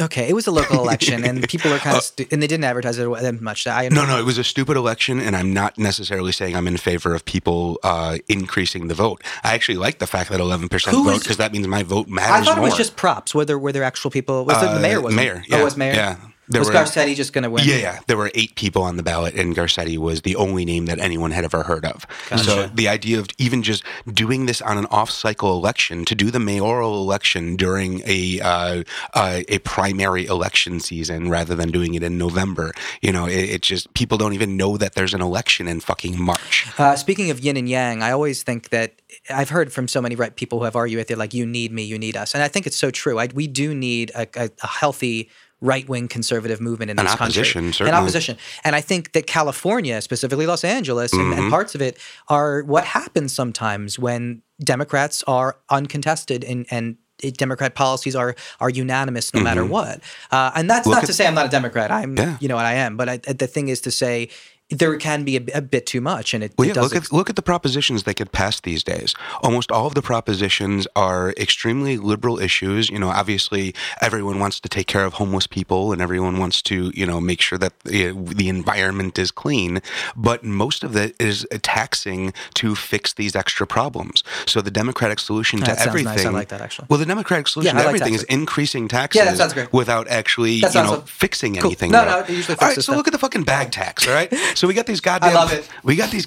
Speaker 2: okay, it was a local election, and people are kind of stu- and they didn't advertise it that much. I
Speaker 3: Oh. No, no, it was a stupid election, and I'm not necessarily saying I'm in favor of people uh, increasing the vote. I actually like the fact that 11 percent
Speaker 2: Who
Speaker 3: vote
Speaker 2: was-
Speaker 3: because that means my vote matters
Speaker 2: I thought it was
Speaker 3: more.
Speaker 2: just props. Were there were there actual people? Was it the
Speaker 3: Uh,
Speaker 2: mayor? Was
Speaker 3: mayor,
Speaker 2: Oh,
Speaker 3: yeah,
Speaker 2: it was mayor?
Speaker 3: yeah. There
Speaker 2: was
Speaker 3: were-
Speaker 2: Garcetti just going to win?
Speaker 3: Yeah, yeah. There were eight people on the ballot, and Garcetti was the only name that anyone had ever heard of. So the idea of even just doing this on an off-cycle election to do the mayoral election during a uh, uh, a primary election season rather than doing it in November, you know, it, it just people don't even know that there's an election in fucking March.
Speaker 2: Uh, speaking of yin and yang, I always think that I've heard from so many right people who have argued with it, like, you need me, you need us. And I think it's so true. I, we do need a, a, a healthy right wing conservative movement in
Speaker 3: An
Speaker 2: this
Speaker 3: opposition,
Speaker 2: country.
Speaker 3: certainly.
Speaker 2: An opposition. And I think that California, specifically Los Angeles and,
Speaker 3: Mm-hmm.
Speaker 2: and parts of it, are what happens sometimes when Democrats are uncontested and, and it- Democrat policies are are unanimous no matter what, uh, and that's not to say I'm not a Democrat. I'm
Speaker 3: Mm-hmm. Yeah.
Speaker 2: you know what I am, but I, the thing is to say there can be a, a bit too much, and it,
Speaker 3: Well,
Speaker 2: it
Speaker 3: yeah,
Speaker 2: does
Speaker 3: look
Speaker 2: ex-
Speaker 3: at look at the propositions that get passed these days. Almost all of the propositions are extremely liberal issues. You know, obviously everyone wants to take care of homeless people, and everyone wants to you know make sure that the, the environment is clean. But most of it is taxing to fix these extra problems. So the democratic solution
Speaker 2: That
Speaker 3: to
Speaker 2: sounds
Speaker 3: everything.
Speaker 2: nice. I like that, actually.
Speaker 3: Well, the democratic solution
Speaker 2: I like
Speaker 3: to
Speaker 2: that
Speaker 3: everything is
Speaker 2: too.
Speaker 3: increasing taxes.
Speaker 2: that sounds great.
Speaker 3: Without actually
Speaker 2: That
Speaker 3: you
Speaker 2: sounds
Speaker 3: know
Speaker 2: like-
Speaker 3: fixing
Speaker 2: Cool.
Speaker 3: anything.
Speaker 2: No,
Speaker 3: though.
Speaker 2: no, it usually
Speaker 3: All
Speaker 2: fixes
Speaker 3: right, so
Speaker 2: stuff.
Speaker 3: look at the fucking bag tax. All right, so we got these goddamn.
Speaker 2: love it.
Speaker 3: We got these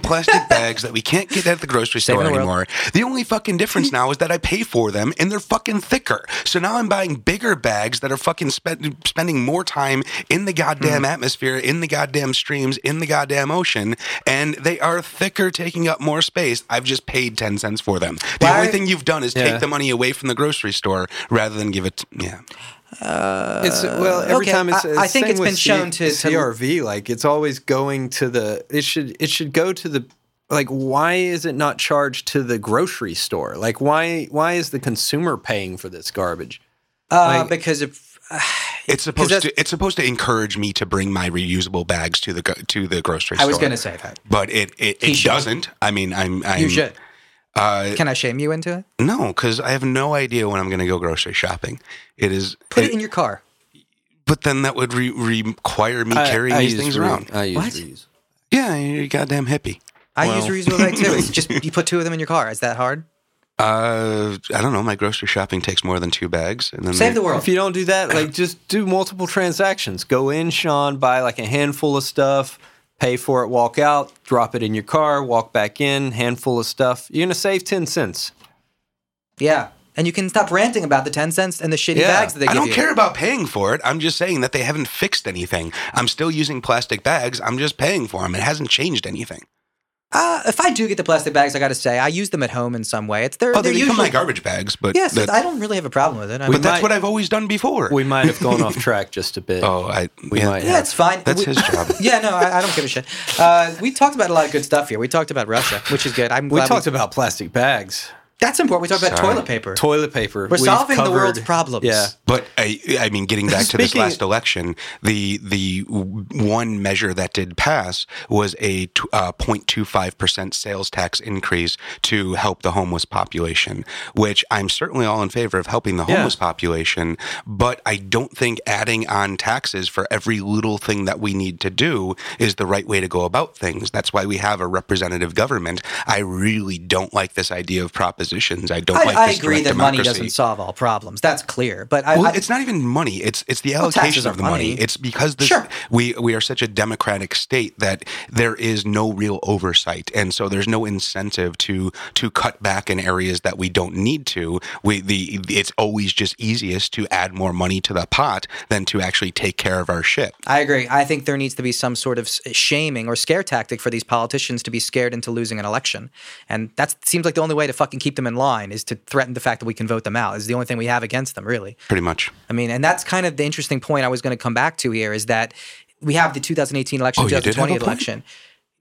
Speaker 3: plastic bags that we can't get at the grocery
Speaker 2: Saving
Speaker 3: store
Speaker 2: the world.
Speaker 3: anymore. The only fucking difference now is that I pay for them and they're fucking thicker. So now I'm buying bigger bags that are fucking spend, spending more time in the
Speaker 2: Hmm.
Speaker 3: goddamn atmosphere, in the goddamn streams, in the goddamn ocean, and they are thicker, taking up more space. I've just paid 10 cents for them. The
Speaker 2: Why-
Speaker 3: only thing you've done is
Speaker 4: Yeah.
Speaker 3: take the money away from the grocery store rather than give it, yeah.
Speaker 4: It's well Uh, every
Speaker 2: okay,
Speaker 4: time it's.
Speaker 2: I-
Speaker 4: it's
Speaker 2: I think
Speaker 4: same
Speaker 2: it's
Speaker 4: with
Speaker 2: been shown to- to-
Speaker 4: CRV. Like it's always going to the. It should it should go to the. Like why is it not charged to the grocery store? Like why why is the consumer paying for this garbage?
Speaker 2: Uh,
Speaker 4: Like-
Speaker 2: because if
Speaker 3: It's supposed
Speaker 2: that's-
Speaker 3: to. It's supposed to encourage me to bring my reusable bags to the go- to the grocery
Speaker 2: I
Speaker 3: store.
Speaker 2: was going to say that,
Speaker 3: but it it,
Speaker 2: He
Speaker 3: it
Speaker 2: should.
Speaker 3: doesn't. I mean, I'm. I'm
Speaker 2: you should.
Speaker 3: Uh,
Speaker 2: Can I shame you into it?
Speaker 3: no, because I have no idea when I'm going to go grocery shopping. It is.
Speaker 2: Put it in your car.
Speaker 3: But then that would re- require me carrying these things around.
Speaker 4: I use
Speaker 2: What?
Speaker 4: reuse.
Speaker 3: Yeah, you're a goddamn hippie.
Speaker 2: I use reusable bag too. It's just you put two of them in your car. Is that hard?
Speaker 3: Uh, I don't know. My grocery shopping takes more than two bags, and then
Speaker 2: Save the
Speaker 3: they-
Speaker 2: world.
Speaker 4: If you don't do that, like just do multiple transactions. Go in, Sean, buy like a handful of stuff, pay for it, walk out, drop it in your car, walk back in, handful of stuff. You're gonna save ten cents.
Speaker 2: yeah, and you can stop ranting about the ten cents and the shitty
Speaker 4: Yeah.
Speaker 2: bags that they
Speaker 3: I
Speaker 2: give
Speaker 3: don't
Speaker 2: you.
Speaker 3: care about paying for it. I'm just saying that they haven't fixed anything. I'm still using plastic bags. I'm just paying for them. It hasn't changed anything.
Speaker 2: Uh, if I do get the plastic bags, I got to say I use them at home in some way. It's they're,
Speaker 3: Oh, they
Speaker 2: they're
Speaker 3: become
Speaker 2: usually
Speaker 3: my garbage bags, but
Speaker 2: Yes,
Speaker 3: that-
Speaker 2: I don't really have a problem with it. I mean,
Speaker 3: but that's
Speaker 4: might-
Speaker 3: what I've always done before.
Speaker 4: We might have gone off track just a bit.
Speaker 3: oh, I
Speaker 4: we
Speaker 3: yeah.
Speaker 4: might
Speaker 2: yeah,
Speaker 4: have.
Speaker 2: it's fine.
Speaker 3: That's
Speaker 2: We-
Speaker 3: his job.
Speaker 2: yeah, no, I, I don't give a shit. Uh, we talked about a lot of good stuff here. We talked about Russia, which is good. I'm
Speaker 4: We
Speaker 2: glad
Speaker 4: talked about plastic bags.
Speaker 2: That's important. We talked about
Speaker 3: Sorry.
Speaker 2: toilet paper.
Speaker 4: Toilet paper.
Speaker 2: We're
Speaker 4: We've
Speaker 2: solving the world's
Speaker 4: covered-
Speaker 2: problems.
Speaker 4: Yeah.
Speaker 3: But I, I mean, getting back to this
Speaker 4: Speaking-
Speaker 3: last election, the the w- one measure that did pass was a t- uh, 0.25 percent sales tax increase to help the homeless population. Which I'm certainly all in favor of helping the
Speaker 4: Yeah.
Speaker 3: homeless population, but I don't think adding on taxes for every little thing that we need to do is the right way to go about things. That's why we have a representative government. I really don't like this idea of propositions. I don't
Speaker 2: I,
Speaker 3: like.
Speaker 2: I
Speaker 3: this
Speaker 2: agree
Speaker 3: direct
Speaker 2: that money
Speaker 3: democracy.
Speaker 2: doesn't solve all problems. That's clear. But I,
Speaker 3: Well,
Speaker 2: I-
Speaker 3: it's not even money. It's it's the
Speaker 2: taxes
Speaker 3: allocation
Speaker 2: are
Speaker 3: of the money.
Speaker 2: money.
Speaker 3: It's because this,
Speaker 2: Sure.
Speaker 3: we we are such a democratic state that there is no real oversight, and so there's no incentive to to cut back in areas that we don't need to. We the it's always just easiest to add more money to the pot than to actually take care of our shit.
Speaker 2: I agree. I think there needs to be some sort of s- shaming or scare tactic for these politicians to be scared into losing an election. And that seems like the only way to fucking keep them in line is to threaten the fact that we can vote them out. Is the only thing we have against them, really.
Speaker 3: Pretty much.
Speaker 2: I mean, and that's kind of the interesting point I was going to come back to here is that we have the 2018 election,
Speaker 3: Oh, you did have a
Speaker 2: 2020
Speaker 3: point?
Speaker 2: election.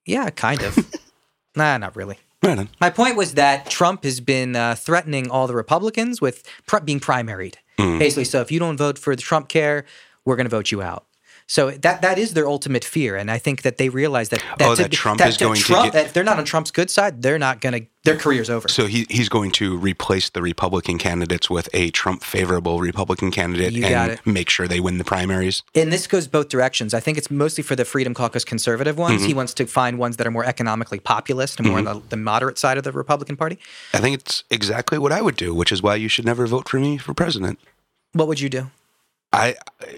Speaker 2: Yeah, kind of. nah, not really.
Speaker 3: Right on.
Speaker 2: My point was that Trump has been uh, threatening all the Republicans with pr- being primaried.
Speaker 3: Mm.
Speaker 2: Basically, so if you don't vote for the Trump care, we're going to vote you out. So that that is their ultimate fear, and I think that they realize that
Speaker 3: Oh,
Speaker 2: to-
Speaker 3: that Trump is
Speaker 2: to
Speaker 3: going to
Speaker 2: Trump-
Speaker 3: get-
Speaker 2: that if they're not on Trump's good side, they're not going to their career's over.
Speaker 3: So he, he's going to replace the Republican candidates with a Trump favorable Republican candidate
Speaker 2: You got
Speaker 3: and
Speaker 2: it.
Speaker 3: make sure they win the primaries.
Speaker 2: and this goes both directions. I think it's mostly for the Freedom Caucus conservative ones.
Speaker 3: Mm-hmm.
Speaker 2: He wants to find ones that are more economically populist and more on the, the moderate side of the Republican Party.
Speaker 3: I think it's exactly what I would do, which is why you should never vote for me for president.
Speaker 2: What would you do?
Speaker 3: I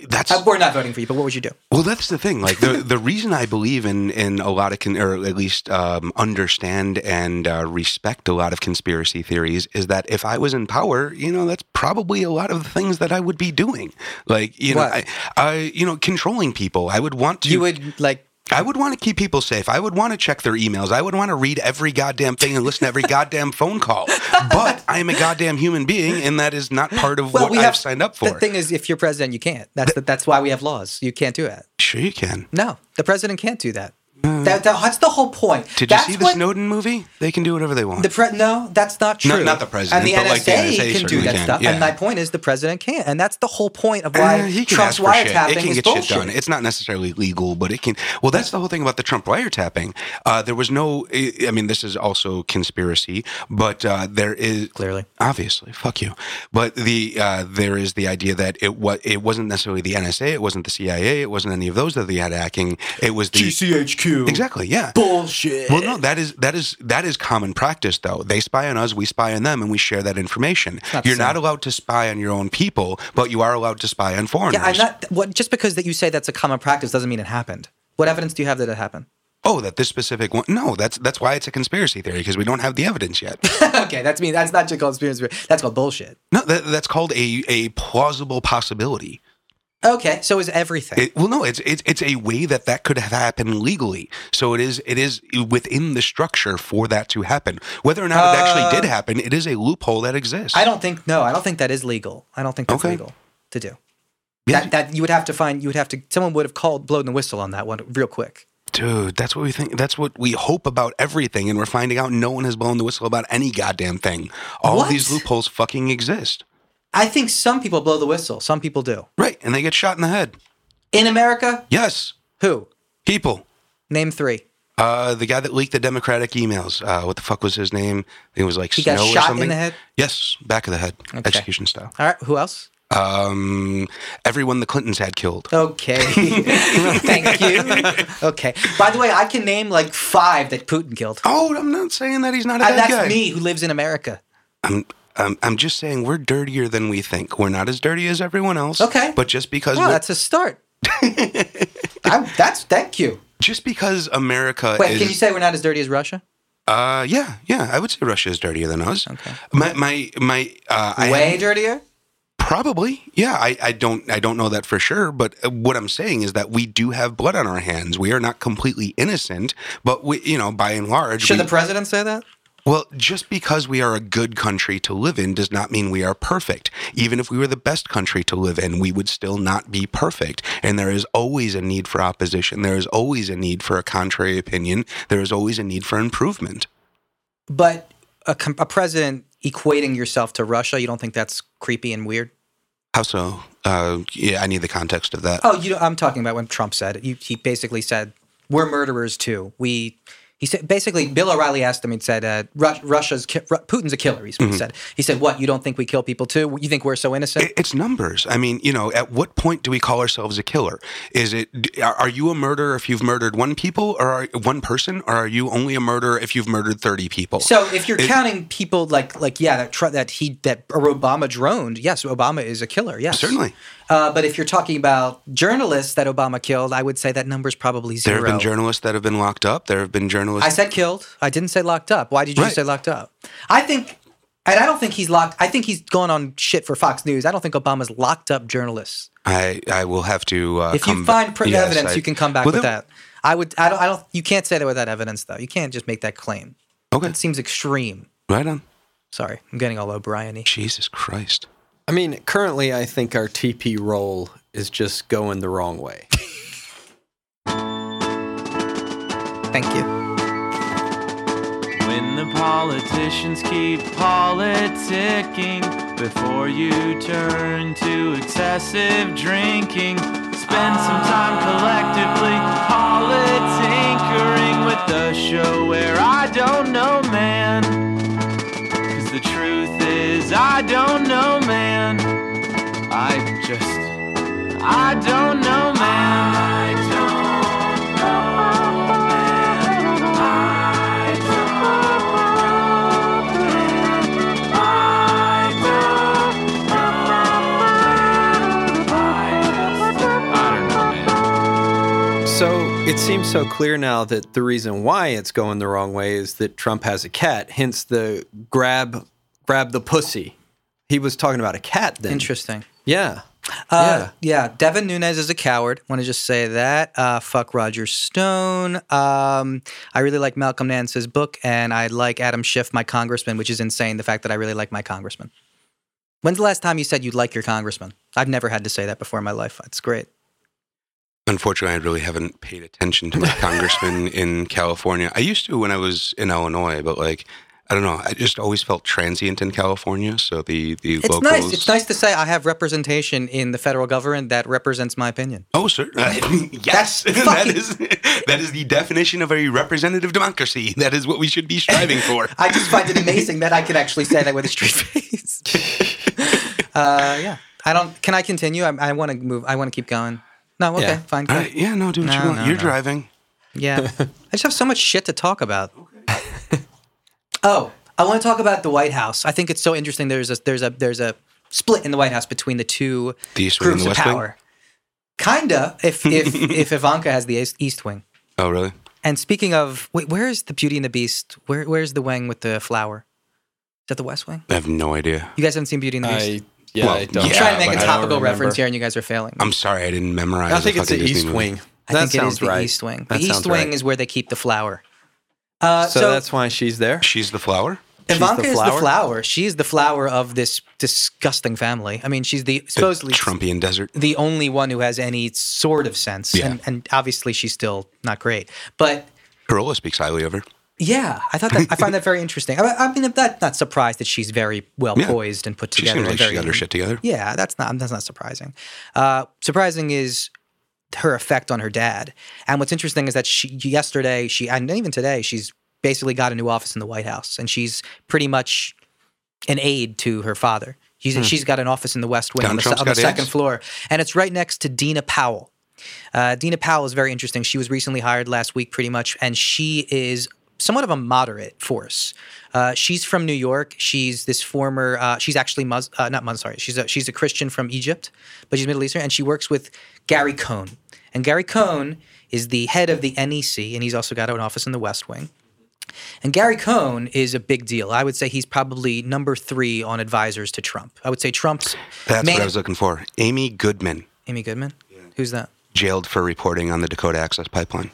Speaker 3: that's
Speaker 2: Uh, we're not voting for you, but what would you do?
Speaker 3: well. That's the thing. Like the the reason I believe in in a lot of con, or at least um, understand and uh, respect a lot of conspiracy theories is that if I was in power, you know, that's probably a lot of the things that I would be doing. Like you know,
Speaker 2: What?
Speaker 3: I, I you know controlling people. I would want to.
Speaker 2: You would like
Speaker 3: I would want to keep people safe. I would want to check their emails. I would want to read every goddamn thing and listen to every goddamn phone call. But I am a goddamn human being, and that is not part of
Speaker 2: well,
Speaker 3: what
Speaker 2: we
Speaker 3: I've
Speaker 2: have
Speaker 3: signed up for.
Speaker 2: The thing is, if you're president, you can't. That's the, that's why we have laws. You can't do it.
Speaker 3: sure, you can.
Speaker 2: No, the president can't do that. That- that- that's the whole point.
Speaker 3: Mm. Did
Speaker 2: that's
Speaker 3: you see the
Speaker 2: what
Speaker 3: Snowden movie? They can do whatever they want.
Speaker 2: The pre- no, that's not
Speaker 3: No,
Speaker 2: true.
Speaker 3: not the president,
Speaker 2: And the
Speaker 3: but,
Speaker 2: NSA,
Speaker 3: like, the NSA
Speaker 2: can do
Speaker 3: certainly
Speaker 2: that
Speaker 3: can,
Speaker 2: stuff.
Speaker 3: yeah.
Speaker 2: And my point is, the president can't, and that's the whole point of why
Speaker 3: Uh, he can
Speaker 2: Trump's
Speaker 3: ask for shit.
Speaker 2: wiretapping
Speaker 3: It can
Speaker 2: is
Speaker 3: get
Speaker 2: bullshit.
Speaker 3: shit done. It's not necessarily legal, but it can. Well, that's the whole thing about the Trump wiretapping. Uh, there was no. I I mean, this is also conspiracy, but uh, there is
Speaker 2: Clearly.
Speaker 3: obviously, fuck you. But the uh, there is the idea that it was it wasn't necessarily the NSA, it wasn't the CIA, it wasn't any of those that they had hacking. It was the
Speaker 2: GCHQ.
Speaker 3: Exactly. Yeah.
Speaker 2: Bullshit.
Speaker 3: Well, no, that is that is that is common practice though. They spy on us, we spy on them, and we share that information.
Speaker 2: not the
Speaker 3: You're not
Speaker 2: same.
Speaker 3: allowed to spy on your own people, but you are allowed to spy on foreigners.
Speaker 2: Yeah, I'm not. What, just because that you say that's a common practice doesn't mean it happened. What evidence do you have that it happened?
Speaker 3: oh, that this specific one. No, that's that's why it's a conspiracy theory because we don't have the evidence yet.
Speaker 2: okay, that's me. That's not just called experience. That's called bullshit.
Speaker 3: no, that, that's called a a plausible possibility.
Speaker 2: Okay, so is everything.
Speaker 3: It, well, no, it's it's it's a way that that could have happened legally. So it is it is within the structure for that to happen. Whether or not it actually did happen, it is a loophole that exists.
Speaker 2: Uh, I don't think. No, I don't think that is legal. I don't think that's
Speaker 3: Okay.
Speaker 2: legal to do.
Speaker 3: Yeah,
Speaker 2: That, that you would have to find. You would have to. Someone would have called, blown the whistle on that one real quick.
Speaker 3: Dude, that's what we think. That's what we hope about everything, and we're finding out no one has blown the whistle about any goddamn thing. All
Speaker 2: What?
Speaker 3: these loopholes fucking exist,
Speaker 2: I think some people blow the whistle. Some people do.
Speaker 3: right? And they get shot in the head.
Speaker 2: In America,
Speaker 3: Yes,
Speaker 2: who?
Speaker 3: people.
Speaker 2: Name three.
Speaker 3: Uh, the guy that leaked the Democratic emails. Uh, what the fuck was his name? I think it was like
Speaker 2: He
Speaker 3: Snow
Speaker 2: got shot
Speaker 3: or
Speaker 2: in
Speaker 3: something.
Speaker 2: the head?
Speaker 3: Yes, back of the head,
Speaker 2: Okay.
Speaker 3: execution style.
Speaker 2: All right. Who else?
Speaker 3: Um, everyone the Clintons had killed.
Speaker 2: Okay. Thank you. Okay. By the way, I can name like five that Putin killed.
Speaker 3: Oh, I'm not saying that he's not a
Speaker 2: and
Speaker 3: bad
Speaker 2: Uh, that's
Speaker 3: guy.
Speaker 2: me who lives in America.
Speaker 3: I'm, I'm, I'm just saying we're dirtier than we think. We're not as dirty as everyone else.
Speaker 2: Okay.
Speaker 3: But just because
Speaker 2: Well,
Speaker 3: we're-
Speaker 2: that's a start. I'm, that's thank you.
Speaker 3: just because America
Speaker 2: Wait,
Speaker 3: is
Speaker 2: can you say we're not as dirty as Russia?
Speaker 3: Uh, yeah, yeah. I would say Russia is dirtier than us. Okay. My, my, my. Uh, I
Speaker 2: Way
Speaker 3: haven't-
Speaker 2: dirtier.
Speaker 3: probably. Yeah, I, I don't, I don't know that for sure. But uh, what I'm saying is that we do have blood on our hands. We are not completely innocent, but we, you know, by and large,
Speaker 2: Should
Speaker 3: we-
Speaker 2: the president say that?
Speaker 3: well, just because we are a good country to live in does not mean we are perfect. Even if we were the best country to live in, we would still not be perfect. And there is always a need for opposition. There is always a need for a contrary opinion. There is always a need for improvement.
Speaker 2: But a, com- a president equating yourself to Russia, you don't think that's creepy and weird?
Speaker 3: How so? Uh, yeah, I need the context of that.
Speaker 2: Oh, you know, I'm talking about when Trump said it. You, he basically said we're murderers too. We he said basically Bill O'Reilly asked him and said uh, Rus- Russia's ki- Ru- Putin's a killer. He's what he said he said what you don't think we kill people too? You think we're so innocent?
Speaker 3: It- It's numbers. I mean, you know, at what point do we call ourselves a killer? Is it d- are are you a murderer if you've murdered one people or are, one person, or are you only a murderer if you've murdered thirty people?
Speaker 2: so if you're counting people like like yeah that tr- that he that Obama droned, yes, Obama is a killer. Yes,
Speaker 3: Certainly.
Speaker 2: Uh, but if you're talking about journalists that Obama killed, I would say that number's probably
Speaker 3: there
Speaker 2: zero.
Speaker 3: have been journalists that have been locked up. There have been journalists.
Speaker 2: I said killed. I didn't say locked up. Why did you
Speaker 3: Right.
Speaker 2: say locked up? I think, and I don't think he's locked. I think he's gone on shit for Fox News. I don't think Obama's locked up journalists.
Speaker 3: I, I will have to. Uh,
Speaker 2: If you
Speaker 3: come ba-
Speaker 2: find pr-
Speaker 3: Yes,
Speaker 2: evidence,
Speaker 3: I-
Speaker 2: you can come back
Speaker 3: Well,
Speaker 2: with
Speaker 3: then-
Speaker 2: that. I would. I don't. I don't. You can't say that without evidence, though. You can't just make that claim.
Speaker 3: Okay,
Speaker 2: It seems extreme.
Speaker 3: right on.
Speaker 2: Sorry, I'm getting all O'Brien-y.
Speaker 3: Jesus Christ.
Speaker 4: I mean, currently, I think our TP roll is just going the wrong way.
Speaker 2: Thank you.
Speaker 1: When the politicians keep politicking before you turn to excessive drinking, spend some time collectively politinkering with the show where I don't know, man. Cause the truth is, I don't know, man. I just, I don't know, man. I don't know, man. I don't
Speaker 4: So it seems so clear now that the reason why it's going the wrong way is that Trump has a cat. Hence the grab, grab the pussy. He was talking about a cat then.
Speaker 2: Interesting.
Speaker 4: Yeah.
Speaker 2: Uh, yeah. Devin Nunes is a coward. Want to just say that. Uh, fuck Roger Stone. Um, I really like Malcolm Nance's book, and I like Adam Schiff, my congressman, which is insane. The fact that I really like my congressman. When's the last time you said you'd like your congressman? I've never had to say that before in my life. That's great.
Speaker 3: Unfortunately, I really haven't paid attention to my congressman in California. I used to when I was in Illinois, but like I don't know, I just always felt transient in California. So the the
Speaker 2: It's
Speaker 3: locals,
Speaker 2: nice. It's nice to say I have representation in the federal government that represents my opinion.
Speaker 3: Oh, sir.
Speaker 2: That's
Speaker 3: yes, that
Speaker 2: fucking-
Speaker 3: is that is the definition of a representative democracy. That is what we should be striving for.
Speaker 2: I just find it amazing that I can actually say that with a straight face. uh, yeah. I don't. Can I continue? I, I want to move. I want to keep going. No. Okay.
Speaker 4: Yeah.
Speaker 2: Fine. go
Speaker 3: All
Speaker 2: ahead.
Speaker 3: right, yeah, no, do what
Speaker 2: No,
Speaker 3: you want.
Speaker 2: no,
Speaker 3: You're
Speaker 2: no.
Speaker 3: driving.
Speaker 2: Yeah. I just have so much shit to talk about. oh, I want to talk about the White House. I think it's so interesting. There's a there's a there's a split in the White House between the two
Speaker 3: The East Wing and
Speaker 2: groups
Speaker 3: the
Speaker 2: of
Speaker 3: West Wing?
Speaker 2: power. Kinda, if if if Ivanka has the East- East Wing.
Speaker 3: Oh, really?
Speaker 2: And speaking of, wait, where is the Beauty and the Beast? Where where's the wing with the flower? Is that the West Wing?
Speaker 3: I have no idea.
Speaker 2: You guys haven't seen Beauty and the Beast?
Speaker 4: I, yeah,
Speaker 3: Well,
Speaker 4: I don't.
Speaker 3: I'm
Speaker 2: I'm trying to make
Speaker 3: but
Speaker 2: a
Speaker 3: I don't
Speaker 2: topical
Speaker 4: remember.
Speaker 2: reference here, and you guys are failing.
Speaker 3: I'm sorry, I didn't memorize.
Speaker 4: I think
Speaker 3: a
Speaker 4: it's the
Speaker 3: fucking Disney
Speaker 4: East
Speaker 3: movie.
Speaker 4: Wing.
Speaker 2: I
Speaker 4: that
Speaker 2: think it
Speaker 4: sounds
Speaker 2: is the
Speaker 4: right.
Speaker 2: East Wing.
Speaker 4: That
Speaker 2: the East
Speaker 4: sounds
Speaker 2: Wing
Speaker 4: right.
Speaker 2: is where they keep the flower. Uh,
Speaker 4: So,
Speaker 2: so
Speaker 4: that's why she's there.
Speaker 3: She's the flower.
Speaker 2: Ivanka
Speaker 4: the
Speaker 2: is the
Speaker 4: flower?
Speaker 2: flower. She is the flower of this disgusting family. I mean, she's the supposedly
Speaker 3: Trumpian desert.
Speaker 2: the only one who has any sort of sense,
Speaker 3: Yeah.
Speaker 2: and, and obviously she's still not great. But
Speaker 3: Corolla speaks highly of her.
Speaker 2: yeah, I thought that I find that very interesting. I, I mean, I'm not, not surprised that she's very well
Speaker 3: Yeah.
Speaker 2: poised and put
Speaker 3: She
Speaker 2: together.
Speaker 3: seems
Speaker 2: and
Speaker 3: like she
Speaker 2: very-
Speaker 3: got her shit together.
Speaker 2: yeah, that's not that's not surprising. Uh, surprising is her effect on her dad. And what's interesting is that she yesterday she and even today she's basically got a new office in the White House, and she's pretty much an aide to her father. She's, she's got an office in the West Wing
Speaker 3: Don
Speaker 2: on the, se-
Speaker 3: Hmm. Trump's
Speaker 2: on the
Speaker 3: got aides?
Speaker 2: second floor, and it's right next to Dina Powell. Uh, Dina Powell is very interesting. She was recently hired last week, pretty much, and she is somewhat of a moderate force. Uh, she's from New York. She's this former. Uh, she's actually Mus- uh, not Muslim. Sorry, she's a, she's a Christian from Egypt, but she's Middle Eastern, and she works with Gary Cohn. And Gary Cohn is the head of the NEC, and he's also got an office in the West Wing. And Gary Cohn is a big deal. I would say he's probably number three on advisors to Trump. I would say Trump's
Speaker 3: That's
Speaker 2: main-
Speaker 3: what I was looking for. Amy Goodman,
Speaker 2: Amy Goodman. Who's that?
Speaker 3: jailed for reporting on the Dakota Access Pipeline.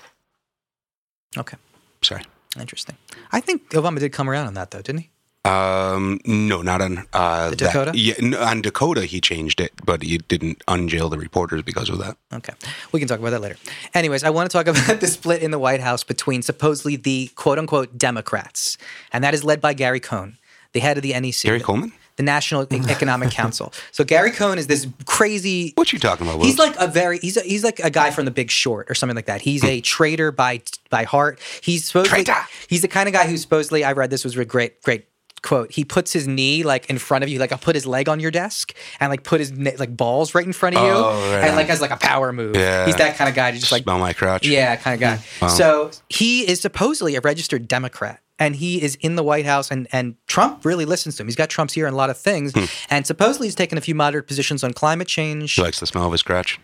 Speaker 2: Okay,
Speaker 3: Sorry.
Speaker 2: interesting. I think Obama did come around on that though, didn't he?
Speaker 3: Um, no, not on uh,
Speaker 2: The
Speaker 3: that-
Speaker 2: Dakota?
Speaker 3: yeah, no, on Dakota he changed it, but he didn't unjail the reporters because of that.
Speaker 2: Okay, we can talk about that later. Anyways, I want to talk about the split in the White House between supposedly the quote unquote Democrats, and that is led by Gary Cohn. They head of the NEC,
Speaker 3: Gary Coleman?
Speaker 2: the National E- Economic Council. So Gary Cohn is this crazy.
Speaker 3: What you talking about? Will?
Speaker 2: He's like a very he's a, he's like a guy from The Big Short or something like that. He's a traitor by by heart. He's supposedly
Speaker 3: Hmm. Traitor.
Speaker 2: he's the kind of guy who supposedly I read this was a great great quote. He puts his knee like in front of you, like I'll put his leg on your desk and like put his ne- like balls right in front of you,
Speaker 3: Oh, right
Speaker 2: and like
Speaker 3: on.
Speaker 2: has like a power move.
Speaker 3: Yeah.
Speaker 2: He's that kind of guy. to Just like
Speaker 3: smell my crotch.
Speaker 2: yeah, kind of guy. So he is supposedly a registered Democrat. And he is in the White House, and, and Trump really listens to him. He's got Trump's ear on a lot of things.
Speaker 3: Hmm.
Speaker 2: And supposedly he's taken a few moderate positions on climate change.
Speaker 3: He likes the smell of his crotch.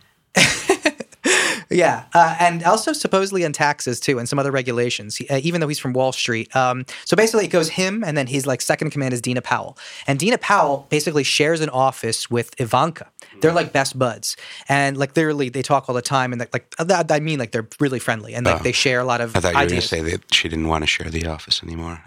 Speaker 2: Yeah. Uh, and also supposedly on taxes, too, and some other regulations, he, uh, even though he's from Wall Street. Um, so basically, it goes him, and then his like second in command is Dina Powell. And Dina Powell basically shares an office with Ivanka. They're like best buds. And like literally, they talk all the time. And like, like that- I mean, like they're really friendly and like they share a lot of
Speaker 3: Oh. I thought you were going to
Speaker 2: ideas.
Speaker 3: say that she didn't want to share the office anymore.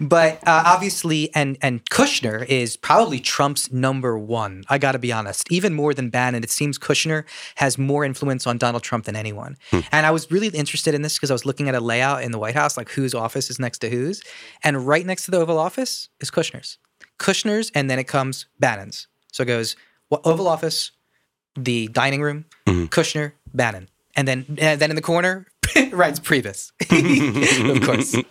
Speaker 2: But uh, obviously, and and Kushner is probably Trump's number one. I got to be honest, even more than Bannon. It seems Kushner has more influence on Donald Trump than anyone. And I was really interested in this because I was looking at a layout in the White House, like whose office is next to whose, and right next to the Oval Office is Kushner's. Kushner's, and then it comes Bannon's. So it goes wha- Oval Office, the dining room, Kushner, Bannon, and then and then in the corner writes Priebus. of course, uh,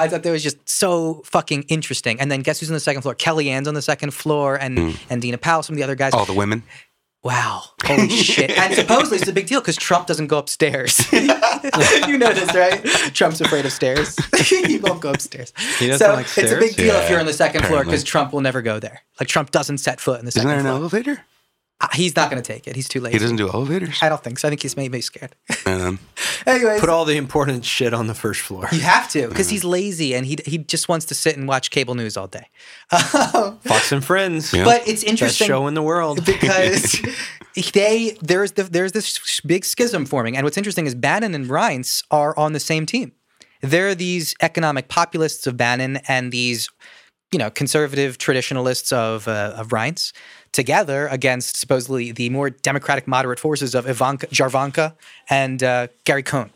Speaker 2: I thought that was just so fucking interesting. And then guess who's on the second floor? Kellyanne's on the second floor, and and Dina Powell, some of the other guys.
Speaker 3: All the women.
Speaker 2: Wow. Holy shit. And supposedly it's a big deal because Trump doesn't go upstairs. you know this, right? Trump's afraid of stairs. he won't go upstairs.
Speaker 4: He doesn't
Speaker 2: so
Speaker 4: like
Speaker 2: it's a big
Speaker 4: stairs?
Speaker 2: deal if
Speaker 3: Yeah,
Speaker 2: you're on the second floor because
Speaker 3: apparently.
Speaker 2: Trump will never go there. Like Trump doesn't set foot in the
Speaker 3: Isn't
Speaker 2: second
Speaker 3: there an
Speaker 2: floor.
Speaker 3: elevator?
Speaker 2: Uh, He's not going to take it. He's too lazy.
Speaker 3: He doesn't do elevators.
Speaker 2: I don't think so. I think he's maybe scared.
Speaker 3: Um,
Speaker 2: Anyways,
Speaker 4: Put all the important shit on the first floor.
Speaker 2: you have to
Speaker 3: Mm-hmm.
Speaker 2: because he's lazy and he he just wants to sit and watch cable news all day. Um,
Speaker 4: Fox and Friends.
Speaker 3: Yeah.
Speaker 2: But it's
Speaker 4: Best
Speaker 2: interesting.
Speaker 4: show in the world.
Speaker 2: because they there's the, there's this sh- big schism forming. And what's interesting is Bannon and Reince are on the same team. They're these economic populists of Bannon and these you know conservative traditionalists of uh, of Reince together against supposedly the more democratic moderate forces of Ivanka Jarvanka and uh, Gary Cohn.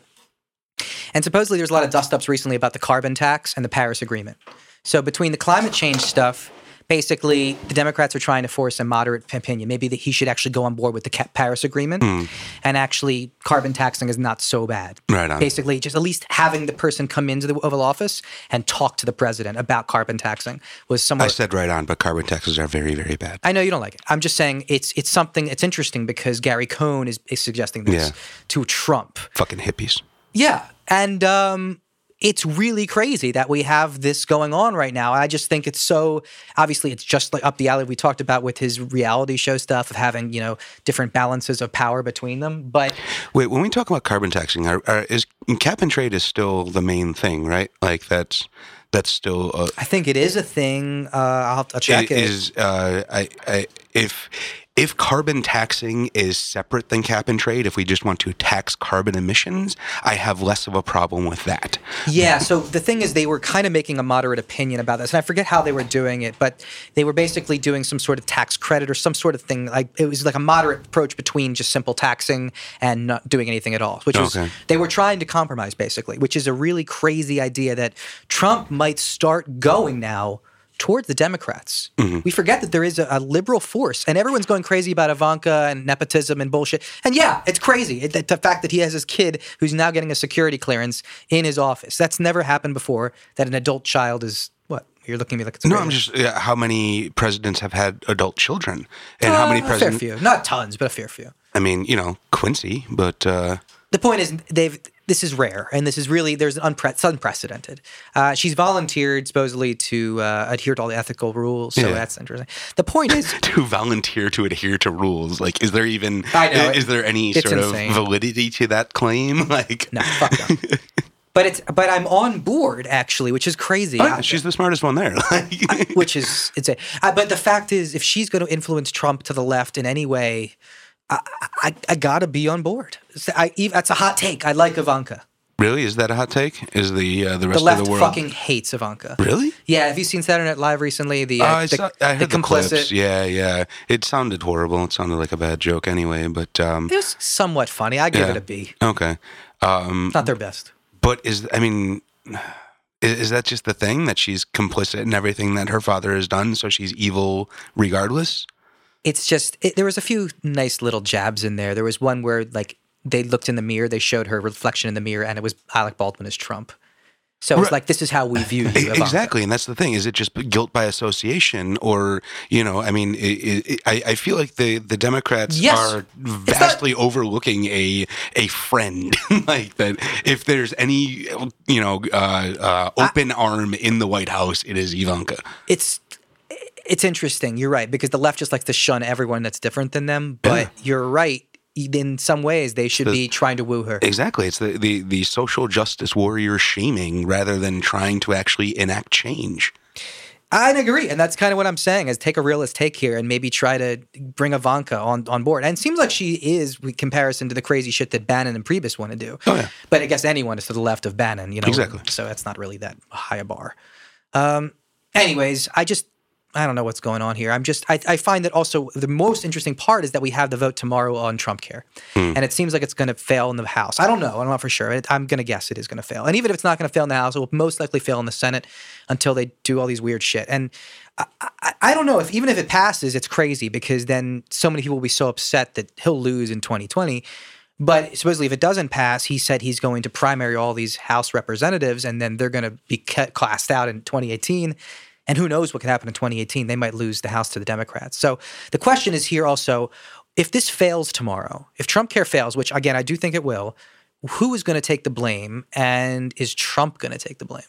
Speaker 2: And supposedly there's a lot of dust ups recently about the carbon tax and the Paris Agreement. So between the climate change stuff, basically the Democrats are trying to force a moderate p- opinion. Maybe that he should actually go on board with the ca- Paris Agreement and actually carbon taxing is not so bad.
Speaker 3: Right on.
Speaker 2: Basically, just at least having the person come into the Oval Office and talk to the president about carbon taxing was
Speaker 3: I
Speaker 2: somewhat.
Speaker 3: said right on, but carbon taxes are very, very bad.
Speaker 2: I know you don't like it. I'm just saying it's it's something it's interesting because Gary Cohn is, is suggesting this
Speaker 3: Yeah.
Speaker 2: to Trump.
Speaker 3: Fucking hippies.
Speaker 2: Yeah. And um, it's really crazy that we have this going on right now. I just think it's so obviously it's just like up the alley we talked about with his reality show stuff of having, you know, different balances of power between them. But
Speaker 3: Wait, when we talk about carbon taxing, are, are, is cap and trade is still the main thing, right? Like that's that's still uh,
Speaker 2: I think it is a thing. Uh, I'll, have to- I'll check
Speaker 3: it
Speaker 2: it.
Speaker 3: is uh, I, I, if if carbon taxing is separate than cap and trade, if we just want to tax carbon emissions, I have less of a problem with that.
Speaker 2: Yeah. So the thing is, they were kind of making a moderate opinion about this, and I forget how they were doing it, but they were basically doing some sort of tax credit or some sort of thing. Like it was like a moderate approach between just simple taxing and not doing anything at all, which was
Speaker 3: Okay.
Speaker 2: they were trying to compromise basically, which is a really crazy idea that Trump might start going now. Towards the Democrats,
Speaker 3: Mm-hmm.
Speaker 2: we forget that there is a, a liberal force, and everyone's going crazy about Ivanka and nepotism and bullshit. And yeah, it's crazy. It, the, the fact that he has his kid who's now getting a security clearance in his office. That's never happened before that an adult child is what? You're looking at me like it's
Speaker 3: No,
Speaker 2: crazy.
Speaker 3: I'm just yeah, how many presidents have had adult children, and how many
Speaker 2: Uh, a fair
Speaker 3: presidents?
Speaker 2: few. Not tons, but a fair few.
Speaker 3: I mean, you know, Quincy, but uh,
Speaker 2: the point is they've this is rare and this is really there's an unpre- it's unprecedented uh, she's volunteered supposedly to uh, adhere to all the ethical rules so
Speaker 3: Yeah.
Speaker 2: that's interesting the point is
Speaker 3: to volunteer to adhere to rules, like, is there even
Speaker 2: I know,
Speaker 3: is there any
Speaker 2: it's
Speaker 3: sort
Speaker 2: insane.
Speaker 3: of validity to that claim? Like,
Speaker 2: no fuck no but it's but i'm on board actually which is crazy
Speaker 3: yeah,
Speaker 2: I-
Speaker 3: she's the smartest one there. Like,
Speaker 2: which is it's a uh, but the fact is if she's going to influence trump to the left in any way i i, I gotta be on board So I, ev- that's a hot take i like ivanka
Speaker 3: really, is that a hot take? Is the uh, the rest
Speaker 2: the left
Speaker 3: of the world
Speaker 2: fucking hates ivanka
Speaker 3: really?
Speaker 2: yeah have you seen saturday night live recently the, uh,
Speaker 3: Oh, I,
Speaker 2: the,
Speaker 3: saw, I
Speaker 2: the
Speaker 3: heard the,
Speaker 2: complicit
Speaker 3: clips. Yeah, yeah. It sounded horrible. It sounded like a bad joke anyway, but um,
Speaker 2: It was somewhat funny. I give
Speaker 3: Yeah. Mm.
Speaker 2: it a B.
Speaker 3: okay.
Speaker 2: It's not their best.
Speaker 3: But is I mean, I- Is that just the thing that she's complicit in everything that her father has done? So she's evil regardless.
Speaker 2: it's just it, there was a few nice little jabs in there. There was one where like they looked in the mirror, they showed her reflection in the mirror, and it was Alec Baldwin as Trump. So it's
Speaker 3: Right.
Speaker 2: like this is how we view you,
Speaker 3: E-
Speaker 2: Ivanka.
Speaker 3: Exactly, and that's the thing. Is it just guilt by association, or you know? I mean, i i I, I feel like the the Democrats
Speaker 2: Yes.
Speaker 3: are vastly overlooking a a friend, like that. If there's any you know uh, uh, open arm in the White House, it is Ivanka.
Speaker 2: It's it's interesting. You're right because the left just likes to shun everyone that's different than them. But you're right. In some ways, they should be trying to woo her.
Speaker 3: Exactly, it's the, the the social justice warrior shaming rather than trying to actually enact change.
Speaker 2: I agree, and that's kind of what I'm saying. Is take a realist take here, and maybe try to bring Ivanka on on board. And it seems like she is, with comparison to the crazy shit that Bannon and Priebus want to do.
Speaker 3: Oh, yeah.
Speaker 2: But I guess anyone is to the left of Bannon, you know.
Speaker 3: Exactly.
Speaker 2: So that's not really that high a bar. Um, anyways, I just I don't know what's going on here. I'm just I, I find that also the most interesting part is that we have the vote tomorrow on Trump care, and it seems like it's going to fail in the House. I don't know. I'm not for sure. It, I'm going to guess it is going to fail. And even if it's not going to fail in the House, it will most likely fail in the Senate until they do all these weird shit. And I, I, I don't know if even if it passes, it's crazy because then so many people will be so upset that he'll lose in 2020. But supposedly, if it doesn't pass, he said he's going to primary all these House representatives, and then they're going to be cut, classed out in 2018. And who knows what could happen in 2018? They might lose the House to the Democrats. So the question is here also if this fails tomorrow, if Trump care fails, which again, I do think it will, who is going to take the blame? And is Trump going to take the blame?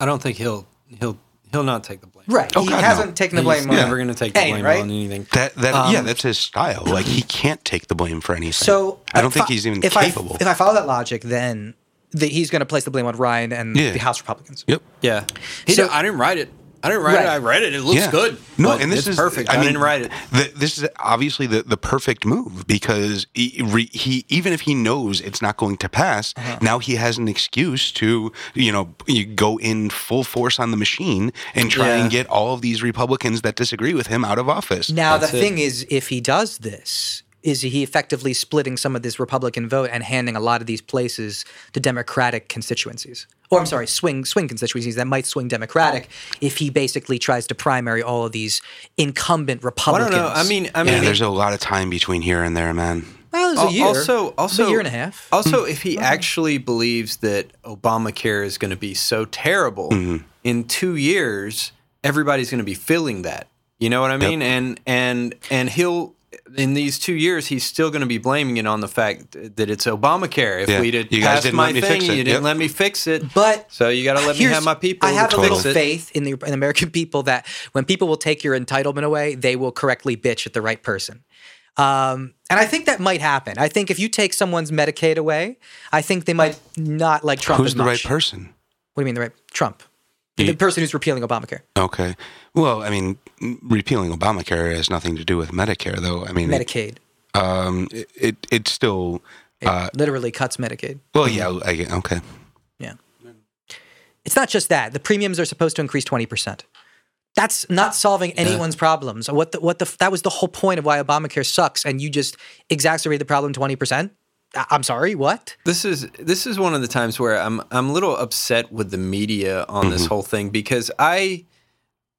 Speaker 4: I don't think he'll he'll he'll not take the blame.
Speaker 2: Right.
Speaker 3: Oh,
Speaker 2: he
Speaker 3: God, no.
Speaker 2: hasn't taken the blame.
Speaker 4: He's
Speaker 2: on-
Speaker 4: never going to take the
Speaker 2: Hey,
Speaker 4: blame
Speaker 2: right?
Speaker 4: on anything.
Speaker 3: That that yeah, that's his style. Like he can't take the blame for anything.
Speaker 2: So
Speaker 3: I don't
Speaker 2: if
Speaker 3: think he's even
Speaker 2: if
Speaker 3: capable.
Speaker 2: I, if I follow that logic, then the, he's going to place the blame on Ryan and
Speaker 3: Yeah.
Speaker 2: the House Republicans.
Speaker 3: yep.
Speaker 4: Yeah. He
Speaker 2: So-
Speaker 4: did, I didn't write it. I didn't write
Speaker 2: Right.
Speaker 4: it. I read it. It looks good.
Speaker 3: No,
Speaker 4: But
Speaker 3: and this
Speaker 4: it's
Speaker 3: is
Speaker 4: perfect. I, didn't write it.
Speaker 3: th- this is obviously the, the perfect move because he, re, he even if he knows it's not going to pass, now he has an excuse to you know you go in full force on the machine and try and
Speaker 4: Yeah.
Speaker 3: get all of these Republicans that disagree with him out of office.
Speaker 2: Now
Speaker 4: That's
Speaker 2: the
Speaker 4: it.
Speaker 2: thing is, if he does this, is he effectively splitting some of this Republican vote and handing a lot of these places to Democratic constituencies? Or I'm sorry, swing swing constituencies that might swing Democratic
Speaker 4: Oh.
Speaker 2: if he basically tries to primary all of these incumbent
Speaker 4: I
Speaker 2: Republicans.
Speaker 4: don't know. I mean, I mean,
Speaker 3: yeah, there's a lot of time between here and there, man.
Speaker 2: well, there's a
Speaker 4: Al-
Speaker 2: year,
Speaker 4: Also, also
Speaker 2: a year and a half. Mm-hmm.
Speaker 4: Also, if he actually believes that Obamacare is going to be so terrible
Speaker 3: Mm-hmm.
Speaker 4: in two years, everybody's going to be feeling that. You know what I mean? And and and he'll in these two years, he's still going to be blaming it on the fact that it's Obamacare. If
Speaker 3: Yeah.
Speaker 4: we did
Speaker 3: You guys
Speaker 4: pass
Speaker 3: didn't
Speaker 4: my
Speaker 3: let me
Speaker 4: thing,
Speaker 3: fix it.
Speaker 4: you didn't
Speaker 3: Yep.
Speaker 4: let me fix it.
Speaker 2: But
Speaker 4: so you got to let me
Speaker 2: Here's-
Speaker 4: have my people.
Speaker 2: I have
Speaker 4: to
Speaker 2: a little
Speaker 4: fix it.
Speaker 2: faith in the in American people that when people will take your entitlement away, they will correctly bitch at the right person. Um, and I think that might happen. I think if you take someone's Medicaid away, I think they might not like Trump.
Speaker 3: Who's
Speaker 2: as
Speaker 3: the right
Speaker 2: much.
Speaker 3: person?
Speaker 2: What do you mean the right Trump? The, the person who's repealing Obamacare.
Speaker 3: Okay. Well, I mean, repealing Obamacare has nothing to do with Medicare, though. I mean, it,
Speaker 2: Medicaid.
Speaker 3: um, it, it it's still. uh,
Speaker 2: It literally cuts Medicaid.
Speaker 3: Well, yeah, I, get- okay.
Speaker 2: Yeah. It's not just that. The premiums are supposed to increase 20%. That's not solving anyone's problems. What the, what the, that was the whole point of why Obamacare sucks and you just exacerbate the problem 20%? I- I'm sorry, what?
Speaker 4: This is this is one of the times where I'm I'm a little upset with the media on this whole thing because I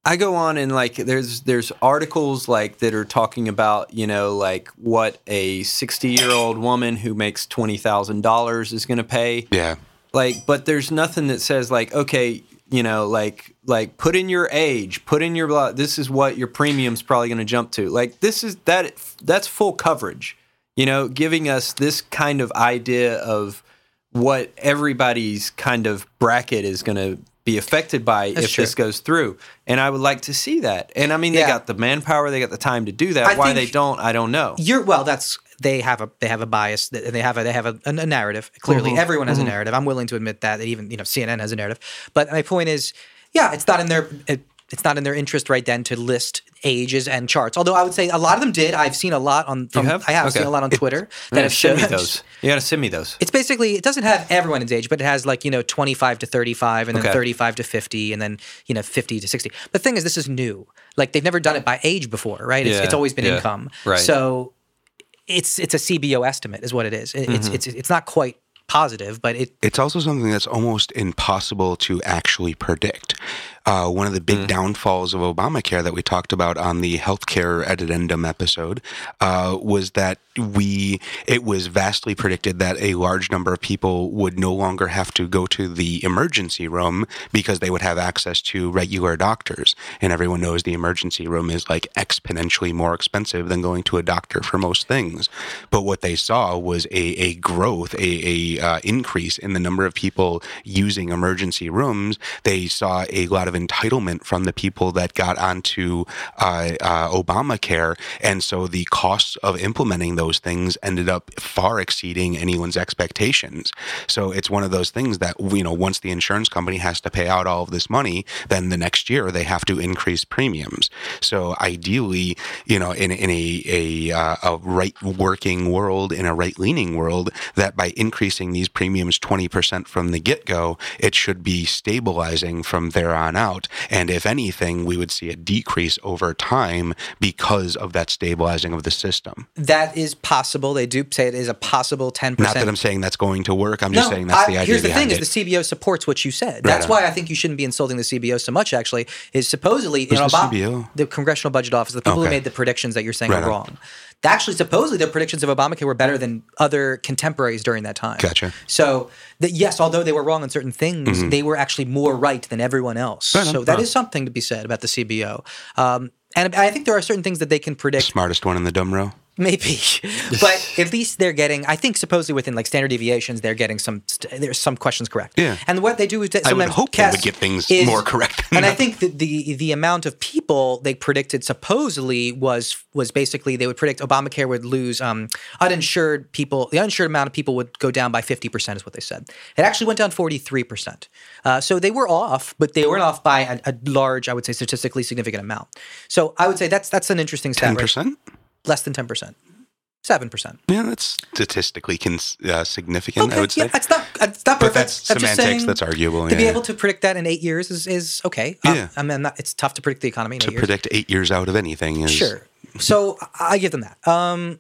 Speaker 4: I go on and like there's there's articles like that are talking about you know like what a 60 year old woman who makes twenty thousand dollars is going to pay
Speaker 3: Yeah.
Speaker 4: like but there's nothing that says like okay you know like like put in your age put in your blah this is what your premium's probably going to jump to like this is that that's full coverage you know giving us this kind of idea of what everybody's kind of bracket is going to be affected by if
Speaker 2: true.
Speaker 4: this goes through and i would like to see that and i mean they
Speaker 2: Yeah.
Speaker 4: got the manpower they got the time to do that
Speaker 2: I
Speaker 4: why
Speaker 2: think-
Speaker 4: they don't i don't know
Speaker 2: You're well. That's they have a they have a bias. th- They have a they have a, a narrative. Clearly, everyone has a narrative. I'm willing to admit that. That even you know CNN has a narrative. But my point is, yeah, it's not in their it, it's not in their interest right then to list ages and charts. Although I would say a lot of them did. I've seen a lot on. From,
Speaker 4: have?
Speaker 2: I have
Speaker 4: Okay.
Speaker 2: seen a lot on Twitter that
Speaker 4: you gotta
Speaker 2: have
Speaker 4: send
Speaker 2: shown
Speaker 4: me those you gotta send me those
Speaker 2: It's basically it doesn't have everyone's age, but it has like you know 25 to 35, and then
Speaker 4: Okay.
Speaker 2: 35 to 50, and then you know 50 to 60. But the thing is, this is new. Like they've never done it by age before, right? It's,
Speaker 4: Yeah,
Speaker 2: it's always been
Speaker 4: yeah,
Speaker 2: income.
Speaker 4: right. Mm-hmm.
Speaker 2: So it's it's a CBO estimate, is what it is. It- It's it's it's not quite positive, but it
Speaker 3: it's also something that's almost impossible to actually predict. Uh, one of the big downfalls of Obamacare that we talked about on the healthcare addendum episode uh, was that we it was vastly predicted that a large number of people would no longer have to go to the emergency room because they would have access to regular doctors, and everyone knows the emergency room is like exponentially more expensive than going to a doctor for most things. But what they saw was a, a growth, a, a uh, increase in the number of people using emergency rooms. They saw a lot of entitlement from the people that got onto uh, uh, Obamacare, and so the costs of implementing those things ended up far exceeding anyone's expectations. So it's one of those things that you know once the insurance company has to pay out all of this money, then the next year they have to increase premiums. So ideally, you know, in in a a, uh, a right working world, in a right leaning world, that by increasing these premiums twenty percent from the get go, it should be stabilizing from there on out. And if anything, we would see a decrease over time because of that stabilizing of the system.
Speaker 2: that is possible. They do say it is a possible ten
Speaker 3: Not
Speaker 2: percent.
Speaker 3: that I'm saying that's going to work. I'm just saying that's the
Speaker 2: I-
Speaker 3: idea.
Speaker 2: Here's the
Speaker 3: behind
Speaker 2: thing:
Speaker 3: it.
Speaker 2: is the CBO supports what you said. That's
Speaker 3: on.
Speaker 2: why I think you shouldn't be insulting the CBO so much. Actually, is supposedly in
Speaker 3: the
Speaker 2: Obama,
Speaker 3: CBO?
Speaker 2: the Congressional Budget Office, the people who
Speaker 3: Okay.
Speaker 2: made the predictions that you're saying
Speaker 3: Right
Speaker 2: are
Speaker 3: on.
Speaker 2: wrong. Actually, supposedly the predictions of Obamacare were better than other contemporaries during that time.
Speaker 3: Gotcha. Mm-hmm.
Speaker 2: So that yes, although they were wrong on certain things, they were actually more right than everyone else. So that is something to be said about the CBO. Um, and I think there are certain things that they can predict
Speaker 3: smartest one in the dumb row.
Speaker 2: maybe but at least they're getting i think supposedly within like standard deviations they're getting some st- there's some questions correct
Speaker 3: Yeah.
Speaker 2: and what they do is that
Speaker 3: I would
Speaker 2: sometimes
Speaker 3: hope they would
Speaker 2: cast
Speaker 3: get things
Speaker 2: is-
Speaker 3: more correct than
Speaker 2: and i
Speaker 3: that.
Speaker 2: think that the the amount of people they predicted supposedly was was basically they would predict obamacare would lose um, uninsured people the uninsured amount of people would go down by 50% is what they said it actually went down 43% uh, so they were off but they weren't off by a, a large i would say statistically significant amount so i would say that's that's an interesting stat
Speaker 3: Ten
Speaker 2: right
Speaker 3: percent.
Speaker 2: less than 10%. 7%.
Speaker 3: Yeah, that's statistically cons- uh, significant. I would say.
Speaker 2: yeah, that's not, that's not
Speaker 3: but
Speaker 2: perfect.
Speaker 3: that's
Speaker 2: I'm just
Speaker 3: semantics.
Speaker 2: saying
Speaker 3: that's arguable.
Speaker 2: To be
Speaker 3: yeah.
Speaker 2: able to predict that in eight years is, is okay. Um,
Speaker 3: Yeah.
Speaker 2: I mean, I'm not, it's tough to predict the economy in
Speaker 3: to
Speaker 2: eight years.
Speaker 3: predict eight years out of anything is
Speaker 2: Sure. So I I give them that. Um,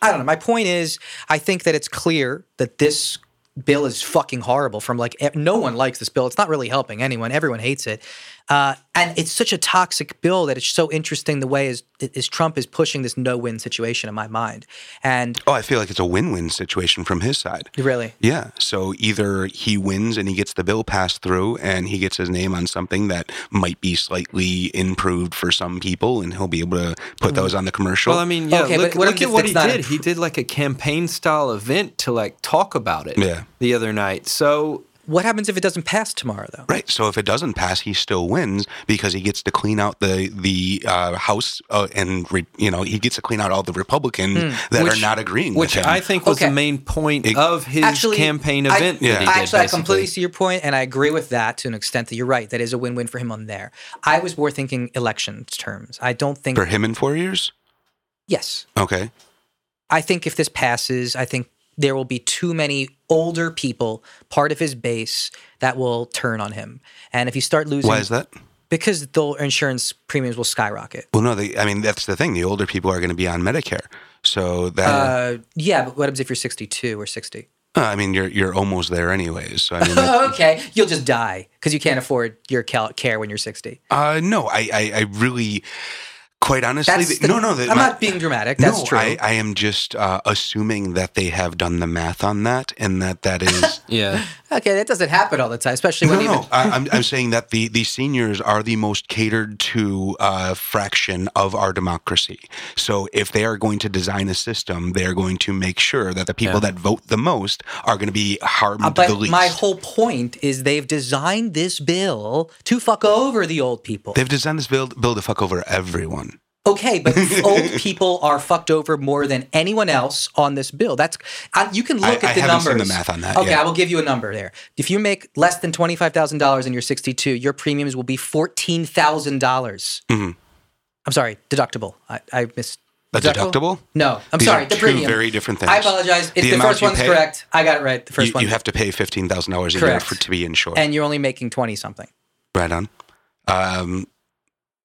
Speaker 2: I don't know. My point is, I think that it's clear that this bill is fucking horrible. From like, e- no one likes this bill. It's not really helping anyone. Everyone hates it. Uh, and it's such a toxic bill that it's so interesting the way is, is Trump is pushing this no-win situation in my mind. And
Speaker 3: Oh, I feel like it's a win-win situation from his side.
Speaker 2: really,
Speaker 3: Yeah. So either he wins and he gets the bill passed through and he gets his name on something that might be slightly improved for some people and he'll be able to put those on the commercial.
Speaker 4: Well, I mean, yeah,
Speaker 2: Okay,
Speaker 4: look,
Speaker 2: but what
Speaker 4: look
Speaker 2: if
Speaker 4: at what
Speaker 2: it's
Speaker 4: he
Speaker 2: not
Speaker 4: did.
Speaker 2: appro-
Speaker 4: he did like a campaign style event to like talk about it
Speaker 3: Yeah.
Speaker 4: the other night. So
Speaker 2: what happens if it doesn't pass tomorrow, though?
Speaker 3: Right. So if it doesn't pass, he still wins because he gets to clean out the the uh, House uh, and re, you know he gets to clean out all the Republicans that
Speaker 4: Which-
Speaker 3: are not agreeing
Speaker 4: which
Speaker 3: with him.
Speaker 4: I think was
Speaker 2: Okay.
Speaker 4: the main point
Speaker 3: It-
Speaker 4: of his campaign
Speaker 2: I-
Speaker 4: event.
Speaker 2: I,
Speaker 4: that he did,
Speaker 2: actually, I completely
Speaker 4: basically.
Speaker 2: see your point, and I agree with that to an extent. That you're right. That is a win-win for him on there. I was more thinking elections terms. I don't think.
Speaker 3: for him in four years.
Speaker 2: Yes,
Speaker 3: Okay.
Speaker 2: I think if this passes, I think there will be too many older people, part of his base, that will turn on him. And if you start losing,
Speaker 3: Why is that?
Speaker 2: Because the insurance premiums will skyrocket.
Speaker 3: Well, no. They, I mean, that's the thing. The older people are going to be on Medicare, so that uh,
Speaker 2: Uh, yeah, but what happens if you're 62 or 60?
Speaker 3: I mean, you're you're almost there anyways. So I mean, that-
Speaker 2: Oh, okay, you'll just die because you can't afford your cal- care when you're 60.
Speaker 3: uh, no, I, I I really, quite honestly,
Speaker 2: That's the-
Speaker 3: no, no. that
Speaker 2: I'm
Speaker 3: my-
Speaker 2: not being dramatic. That's
Speaker 3: no,
Speaker 2: true.
Speaker 3: I, I am just uh, assuming that they have done the math on that and that that is
Speaker 4: Yeah.
Speaker 2: Okay, that doesn't happen all the time, especially when
Speaker 3: No,
Speaker 2: even
Speaker 3: no. I, I'm, I'm saying that the, the seniors are the most catered to uh, fraction of our democracy. So if they are going to design a system, they are going to make sure that the people that vote the most are going to be harmed
Speaker 2: Uh,
Speaker 3: the
Speaker 2: But
Speaker 3: least.
Speaker 2: my whole point is they've designed this bill to fuck over the old people.
Speaker 3: They've designed this bill, bill to fuck over everyone.
Speaker 2: okay, but old people are fucked over more than anyone else on this bill. That's I, you can look at
Speaker 3: I- I
Speaker 2: the
Speaker 3: haven't
Speaker 2: numbers.
Speaker 3: seen the math on that
Speaker 2: Okay,
Speaker 3: yet.
Speaker 2: I will give you a number there. If you make less than twenty five thousand dollars and you're sixty two, your premiums will be fourteen dollars.
Speaker 3: Mm-hmm.
Speaker 2: I'm sorry, deductible. I, I missed.
Speaker 3: A deductible?
Speaker 2: No, I'm
Speaker 3: These
Speaker 2: sorry.
Speaker 3: are
Speaker 2: the
Speaker 3: two
Speaker 2: premium.
Speaker 3: very different things.
Speaker 2: I apologize. It's
Speaker 3: The
Speaker 2: the,
Speaker 3: amount
Speaker 2: first
Speaker 3: you
Speaker 2: one's
Speaker 3: pay-
Speaker 2: correct. I got it right. The first
Speaker 3: You,
Speaker 2: one.
Speaker 3: you have to pay fifteen thousand dollars a year
Speaker 2: Correct.
Speaker 3: for, to be insured.
Speaker 2: and you're only making 20 something.
Speaker 3: right on. Um,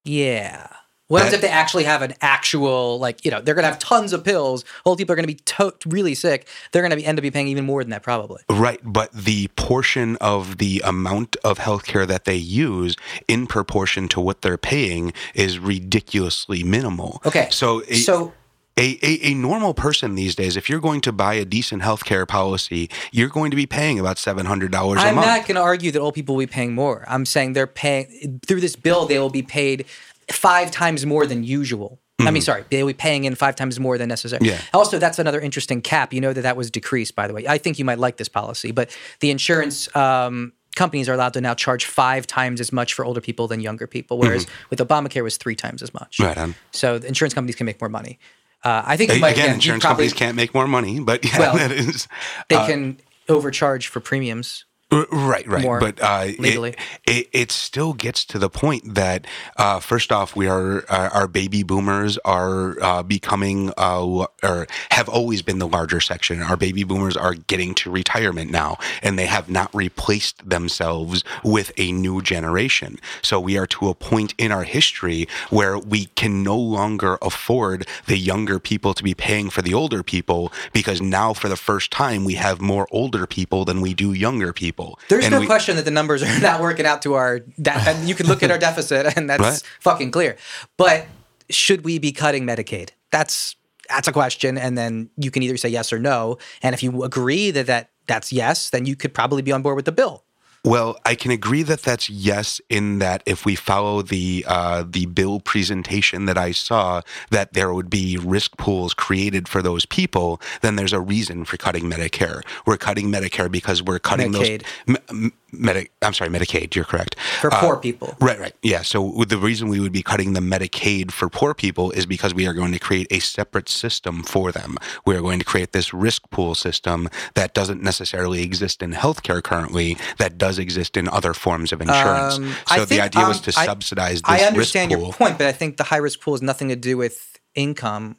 Speaker 2: Yeah. What happens
Speaker 3: That-
Speaker 2: if they actually have an actual like you know they're gonna have tons of pills. All people are gonna be to- really sick. They're gonna be end up be paying even more than that probably.
Speaker 3: Right, but the portion of the amount of healthcare that they use in proportion to what they're paying is ridiculously minimal.
Speaker 2: Okay,
Speaker 3: So it-
Speaker 2: so
Speaker 3: a, a, a normal person these days, if you're going to buy a decent healthcare policy, you're going to be paying about seven hundred dollars a
Speaker 2: I'm
Speaker 3: month.
Speaker 2: not going to argue that old people will be paying more. I'm saying they're paying through this bill. They will be paid five times more than usual. I mean, sorry, they will be paying in five times more than necessary.
Speaker 3: Mm-hmm. Yeah.
Speaker 2: Also, that's another interesting cap. You know that that was decreased, by the way. I think you might like this policy, but the insurance. Um, Companies are allowed to now charge five times as much for older people than younger people, whereas with Obamacare it was three times as much.
Speaker 3: Mm-hmm. Right on.
Speaker 2: So the insurance companies can make more money. Uh, I think you
Speaker 3: A-
Speaker 2: might,
Speaker 3: Again,
Speaker 2: you
Speaker 3: insurance
Speaker 2: probably-
Speaker 3: companies uh, can't make more money, but yeah,
Speaker 2: Well,
Speaker 3: that is
Speaker 2: They can overcharge for premiums.
Speaker 3: R- Right, right.
Speaker 2: more
Speaker 3: but uh, it-
Speaker 2: legally.
Speaker 3: It, it, still gets to the point that, uh, first off, we are, uh, our baby boomers are uh, becoming, uh, l- or have always been the larger section. Our baby boomers are getting to retirement now, and they have not replaced themselves with a new generation. So we are to a point in our history where we can no longer afford the younger people to be paying for the older people because now, for the first time, we have more older people than we do younger people.
Speaker 2: There's
Speaker 3: And
Speaker 2: no
Speaker 3: we-
Speaker 2: question that the numbers are not working out to our. That, and you can look at our deficit, and that's
Speaker 3: Right.
Speaker 2: fucking clear. But should we be cutting Medicaid? That's that's a question, and then you can either say yes or no. And if you agree that that that's yes, then you could probably be on board with the bill.
Speaker 3: Well, I can agree that that's yes. In that, if we follow the uh, the bill presentation that I saw, that there would be risk pools created for those people. Then there's a reason for cutting Medicare. We're cutting Medicare because we're cutting
Speaker 2: Medicaid.
Speaker 3: those. M- Medi- I'm sorry, Medicaid. You're correct.
Speaker 2: For poor people.
Speaker 3: Right, right. Yeah. So with the reason we would be cutting the Medicaid for poor people is because we are going to create a separate system for them. We are going to create this risk pool system that doesn't necessarily exist in healthcare currently, that does exist in other forms of insurance.
Speaker 2: Um, I
Speaker 3: so
Speaker 2: think,
Speaker 3: the idea was
Speaker 2: um,
Speaker 3: to
Speaker 2: I-
Speaker 3: subsidize this
Speaker 2: I understand
Speaker 3: risk
Speaker 2: your
Speaker 3: pool.
Speaker 2: point, but I think the high risk pool has nothing to do with income.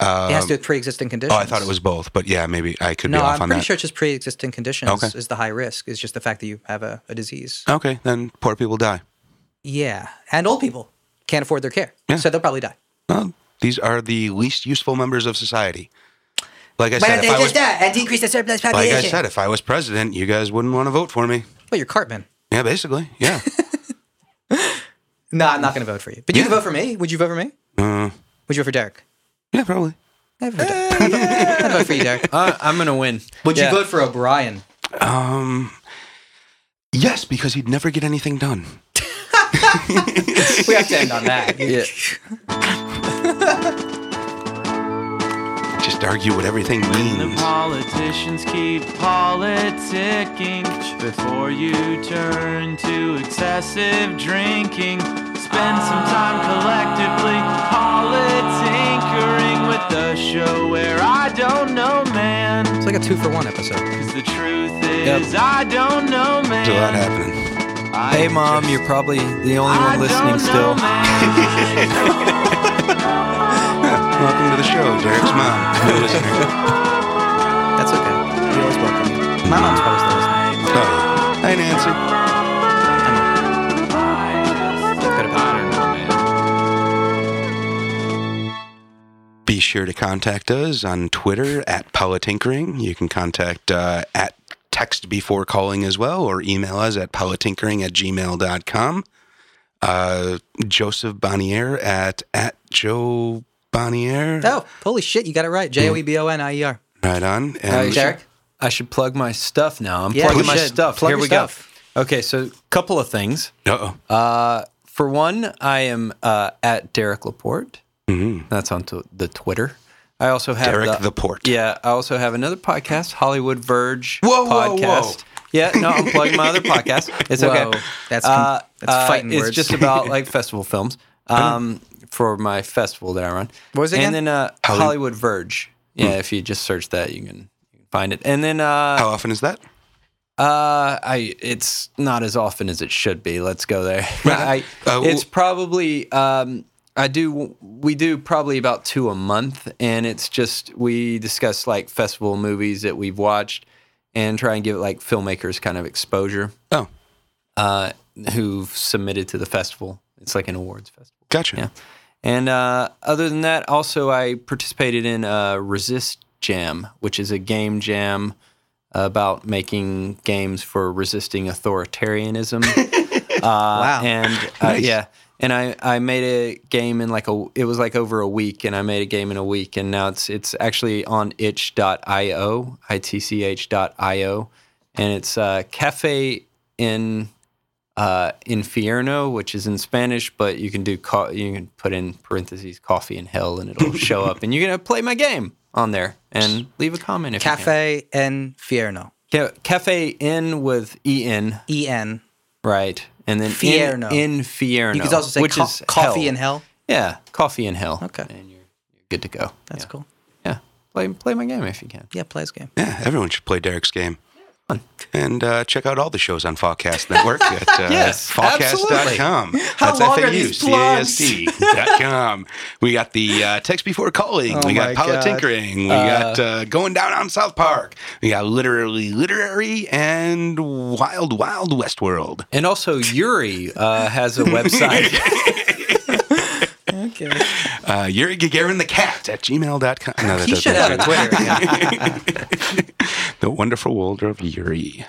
Speaker 2: it has to do with pre-existing conditions.
Speaker 3: Um, Oh, I thought it was both, but yeah, maybe I could
Speaker 2: No,
Speaker 3: be off
Speaker 2: I'm
Speaker 3: on
Speaker 2: pretty
Speaker 3: that.
Speaker 2: sure it's just pre-existing conditions
Speaker 3: Okay.
Speaker 2: is the high risk. It's just the fact that you have a, a disease.
Speaker 3: Okay, then poor people die.
Speaker 2: Yeah, and old people can't afford their care,
Speaker 3: Yeah.
Speaker 2: so they'll probably die.
Speaker 3: Well, these are the least useful members of society. Like I
Speaker 2: Why
Speaker 3: said,
Speaker 2: don't
Speaker 3: if
Speaker 2: they
Speaker 3: I was,
Speaker 2: just that and decrease the surplus
Speaker 3: like
Speaker 2: population?
Speaker 3: I said, if I was president, you guys wouldn't want to vote for me.
Speaker 2: well, you're Cartman.
Speaker 3: Yeah, basically. Yeah.
Speaker 2: No, I'm not going to vote for you. But you can
Speaker 3: Yeah.
Speaker 2: vote for me. Would you vote for me?
Speaker 3: Uh,
Speaker 2: Would you vote for Derek?
Speaker 3: yeah, probably.
Speaker 2: I'd vote for Derek. I'd vote for you, Derek.
Speaker 4: Uh, I'm gonna win.
Speaker 2: Would
Speaker 4: Yeah.
Speaker 2: you vote for O'Brien?
Speaker 3: Um, yes, because he'd never get anything done.
Speaker 2: We have to end on that.
Speaker 4: Yeah.
Speaker 3: Just argue what everything
Speaker 1: The
Speaker 3: means.
Speaker 1: politicians keep politicking before you turn to excessive drinking. Spend some time collectively politinkering with the show where I don't know, man.
Speaker 2: It's like a two for one episode.
Speaker 1: 'Cause the truth is, I don't know, man.
Speaker 3: There's a lot happening.
Speaker 1: I
Speaker 4: Hey, mom,
Speaker 1: just-
Speaker 4: you're probably the only
Speaker 1: I
Speaker 4: one
Speaker 1: don't
Speaker 4: listening
Speaker 1: know,
Speaker 4: still.
Speaker 1: man.
Speaker 3: Welcome to the show, Derek's mom. New listener.
Speaker 2: That's okay. We always welcome you. My mom's probably still listening.
Speaker 3: Oh, yeah. Hi, Nancy.
Speaker 2: Go to bed.
Speaker 3: Be sure to contact us on Twitter at Politinkering. You can contact uh, at text before calling as well, or email us at politinkering at gmail.com. Uh, Joseph Bonnier at, at Joe Bonnier.
Speaker 2: Oh, holy shit! You got it right. J o e b o n i e r.
Speaker 3: Right on. And
Speaker 4: Nice.
Speaker 2: Derek.
Speaker 4: I should plug my stuff now. I'm
Speaker 2: Yeah,
Speaker 4: plugging
Speaker 2: you
Speaker 4: my
Speaker 2: should.
Speaker 4: stuff.
Speaker 2: Plug
Speaker 4: Here
Speaker 2: your
Speaker 4: we
Speaker 2: stuff.
Speaker 4: go. Okay, so couple of things.
Speaker 3: Uh-oh.
Speaker 4: Uh, for one, I am uh, at Derek Laporte.
Speaker 3: Mhm.
Speaker 4: That's on t- the Twitter. I also have
Speaker 3: Derek
Speaker 4: the,
Speaker 3: the Port.
Speaker 4: Yeah, I also have another podcast, Hollywood Verge
Speaker 3: Whoa, whoa, whoa.
Speaker 4: podcast. Yeah, no, I'm plugging my other podcast. It's
Speaker 2: Whoa,
Speaker 4: okay.
Speaker 2: that's com- that's fighting
Speaker 4: Uh, it's
Speaker 2: words.
Speaker 4: just about like festival films. Um, for my festival that I run.
Speaker 2: What was it
Speaker 4: And
Speaker 2: again?
Speaker 4: then uh,
Speaker 3: Holly-
Speaker 4: Hollywood Verge.
Speaker 3: Hmm.
Speaker 4: Yeah, if you just search that, you can you can find it. And then uh,
Speaker 3: How often is that?
Speaker 4: uh, I it's not as often as it should be. Let's go there. I,
Speaker 3: Uh,
Speaker 4: it's
Speaker 3: w-
Speaker 4: probably um, I do we do probably about two a month, and it's just we discuss like festival movies that we've watched, and try and give like filmmakers kind of exposure
Speaker 3: Oh,
Speaker 4: uh, who've submitted to the festival It's like an awards festival.
Speaker 3: Gotcha.
Speaker 4: Yeah. And uh, other than that, also I participated in uh, Resist Jam, which is a game jam about making games for resisting authoritarianism. uh, wow. And uh, yeah, and I, I made a game in like a it was like over a week, and I made a game in a week, and now it's it's actually on itch.io, itch dot io, and it's uh, Cafe in uh, Infierno, which is in Spanish, but you can do co- you can put in parentheses coffee in hell, and it'll show up, and you're gonna play my game on there and leave a comment if you can.
Speaker 2: Cafe Enfierno.
Speaker 4: Ca- Cafe in with E N,
Speaker 2: E N.
Speaker 4: right? And then
Speaker 2: Fierno.
Speaker 4: In, Fierno.
Speaker 2: You could also say
Speaker 4: which
Speaker 2: co-
Speaker 4: is
Speaker 2: coffee
Speaker 4: hell.
Speaker 2: in hell.
Speaker 4: Yeah, coffee in hell.
Speaker 2: Okay.
Speaker 4: And you're, you're good to go.
Speaker 2: That's
Speaker 4: yeah.
Speaker 2: cool.
Speaker 4: Yeah. Play, play my game if you can.
Speaker 2: Yeah, play this game.
Speaker 3: Yeah, everyone should play Derek's game. And uh, check out all the shows on Fallcast Network at uh,
Speaker 4: Yes,
Speaker 3: fallcast.com. That's
Speaker 2: long are these
Speaker 3: F-A-U-C-A-S-T dot com. We got the uh, text before calling. we
Speaker 2: Oh my
Speaker 3: got
Speaker 2: God.
Speaker 3: politinkering. We got uh, going down on South Park. We got literally literary and wild wild West world.
Speaker 4: And also, Yuri uh, has a website.
Speaker 2: Okay.
Speaker 3: Uh, Yuri Gagarin the cat at gmail.com. No, that
Speaker 2: He
Speaker 3: doesn't
Speaker 2: should have a
Speaker 3: matter.
Speaker 2: Twitter account.
Speaker 3: The wonderful world of Yuri.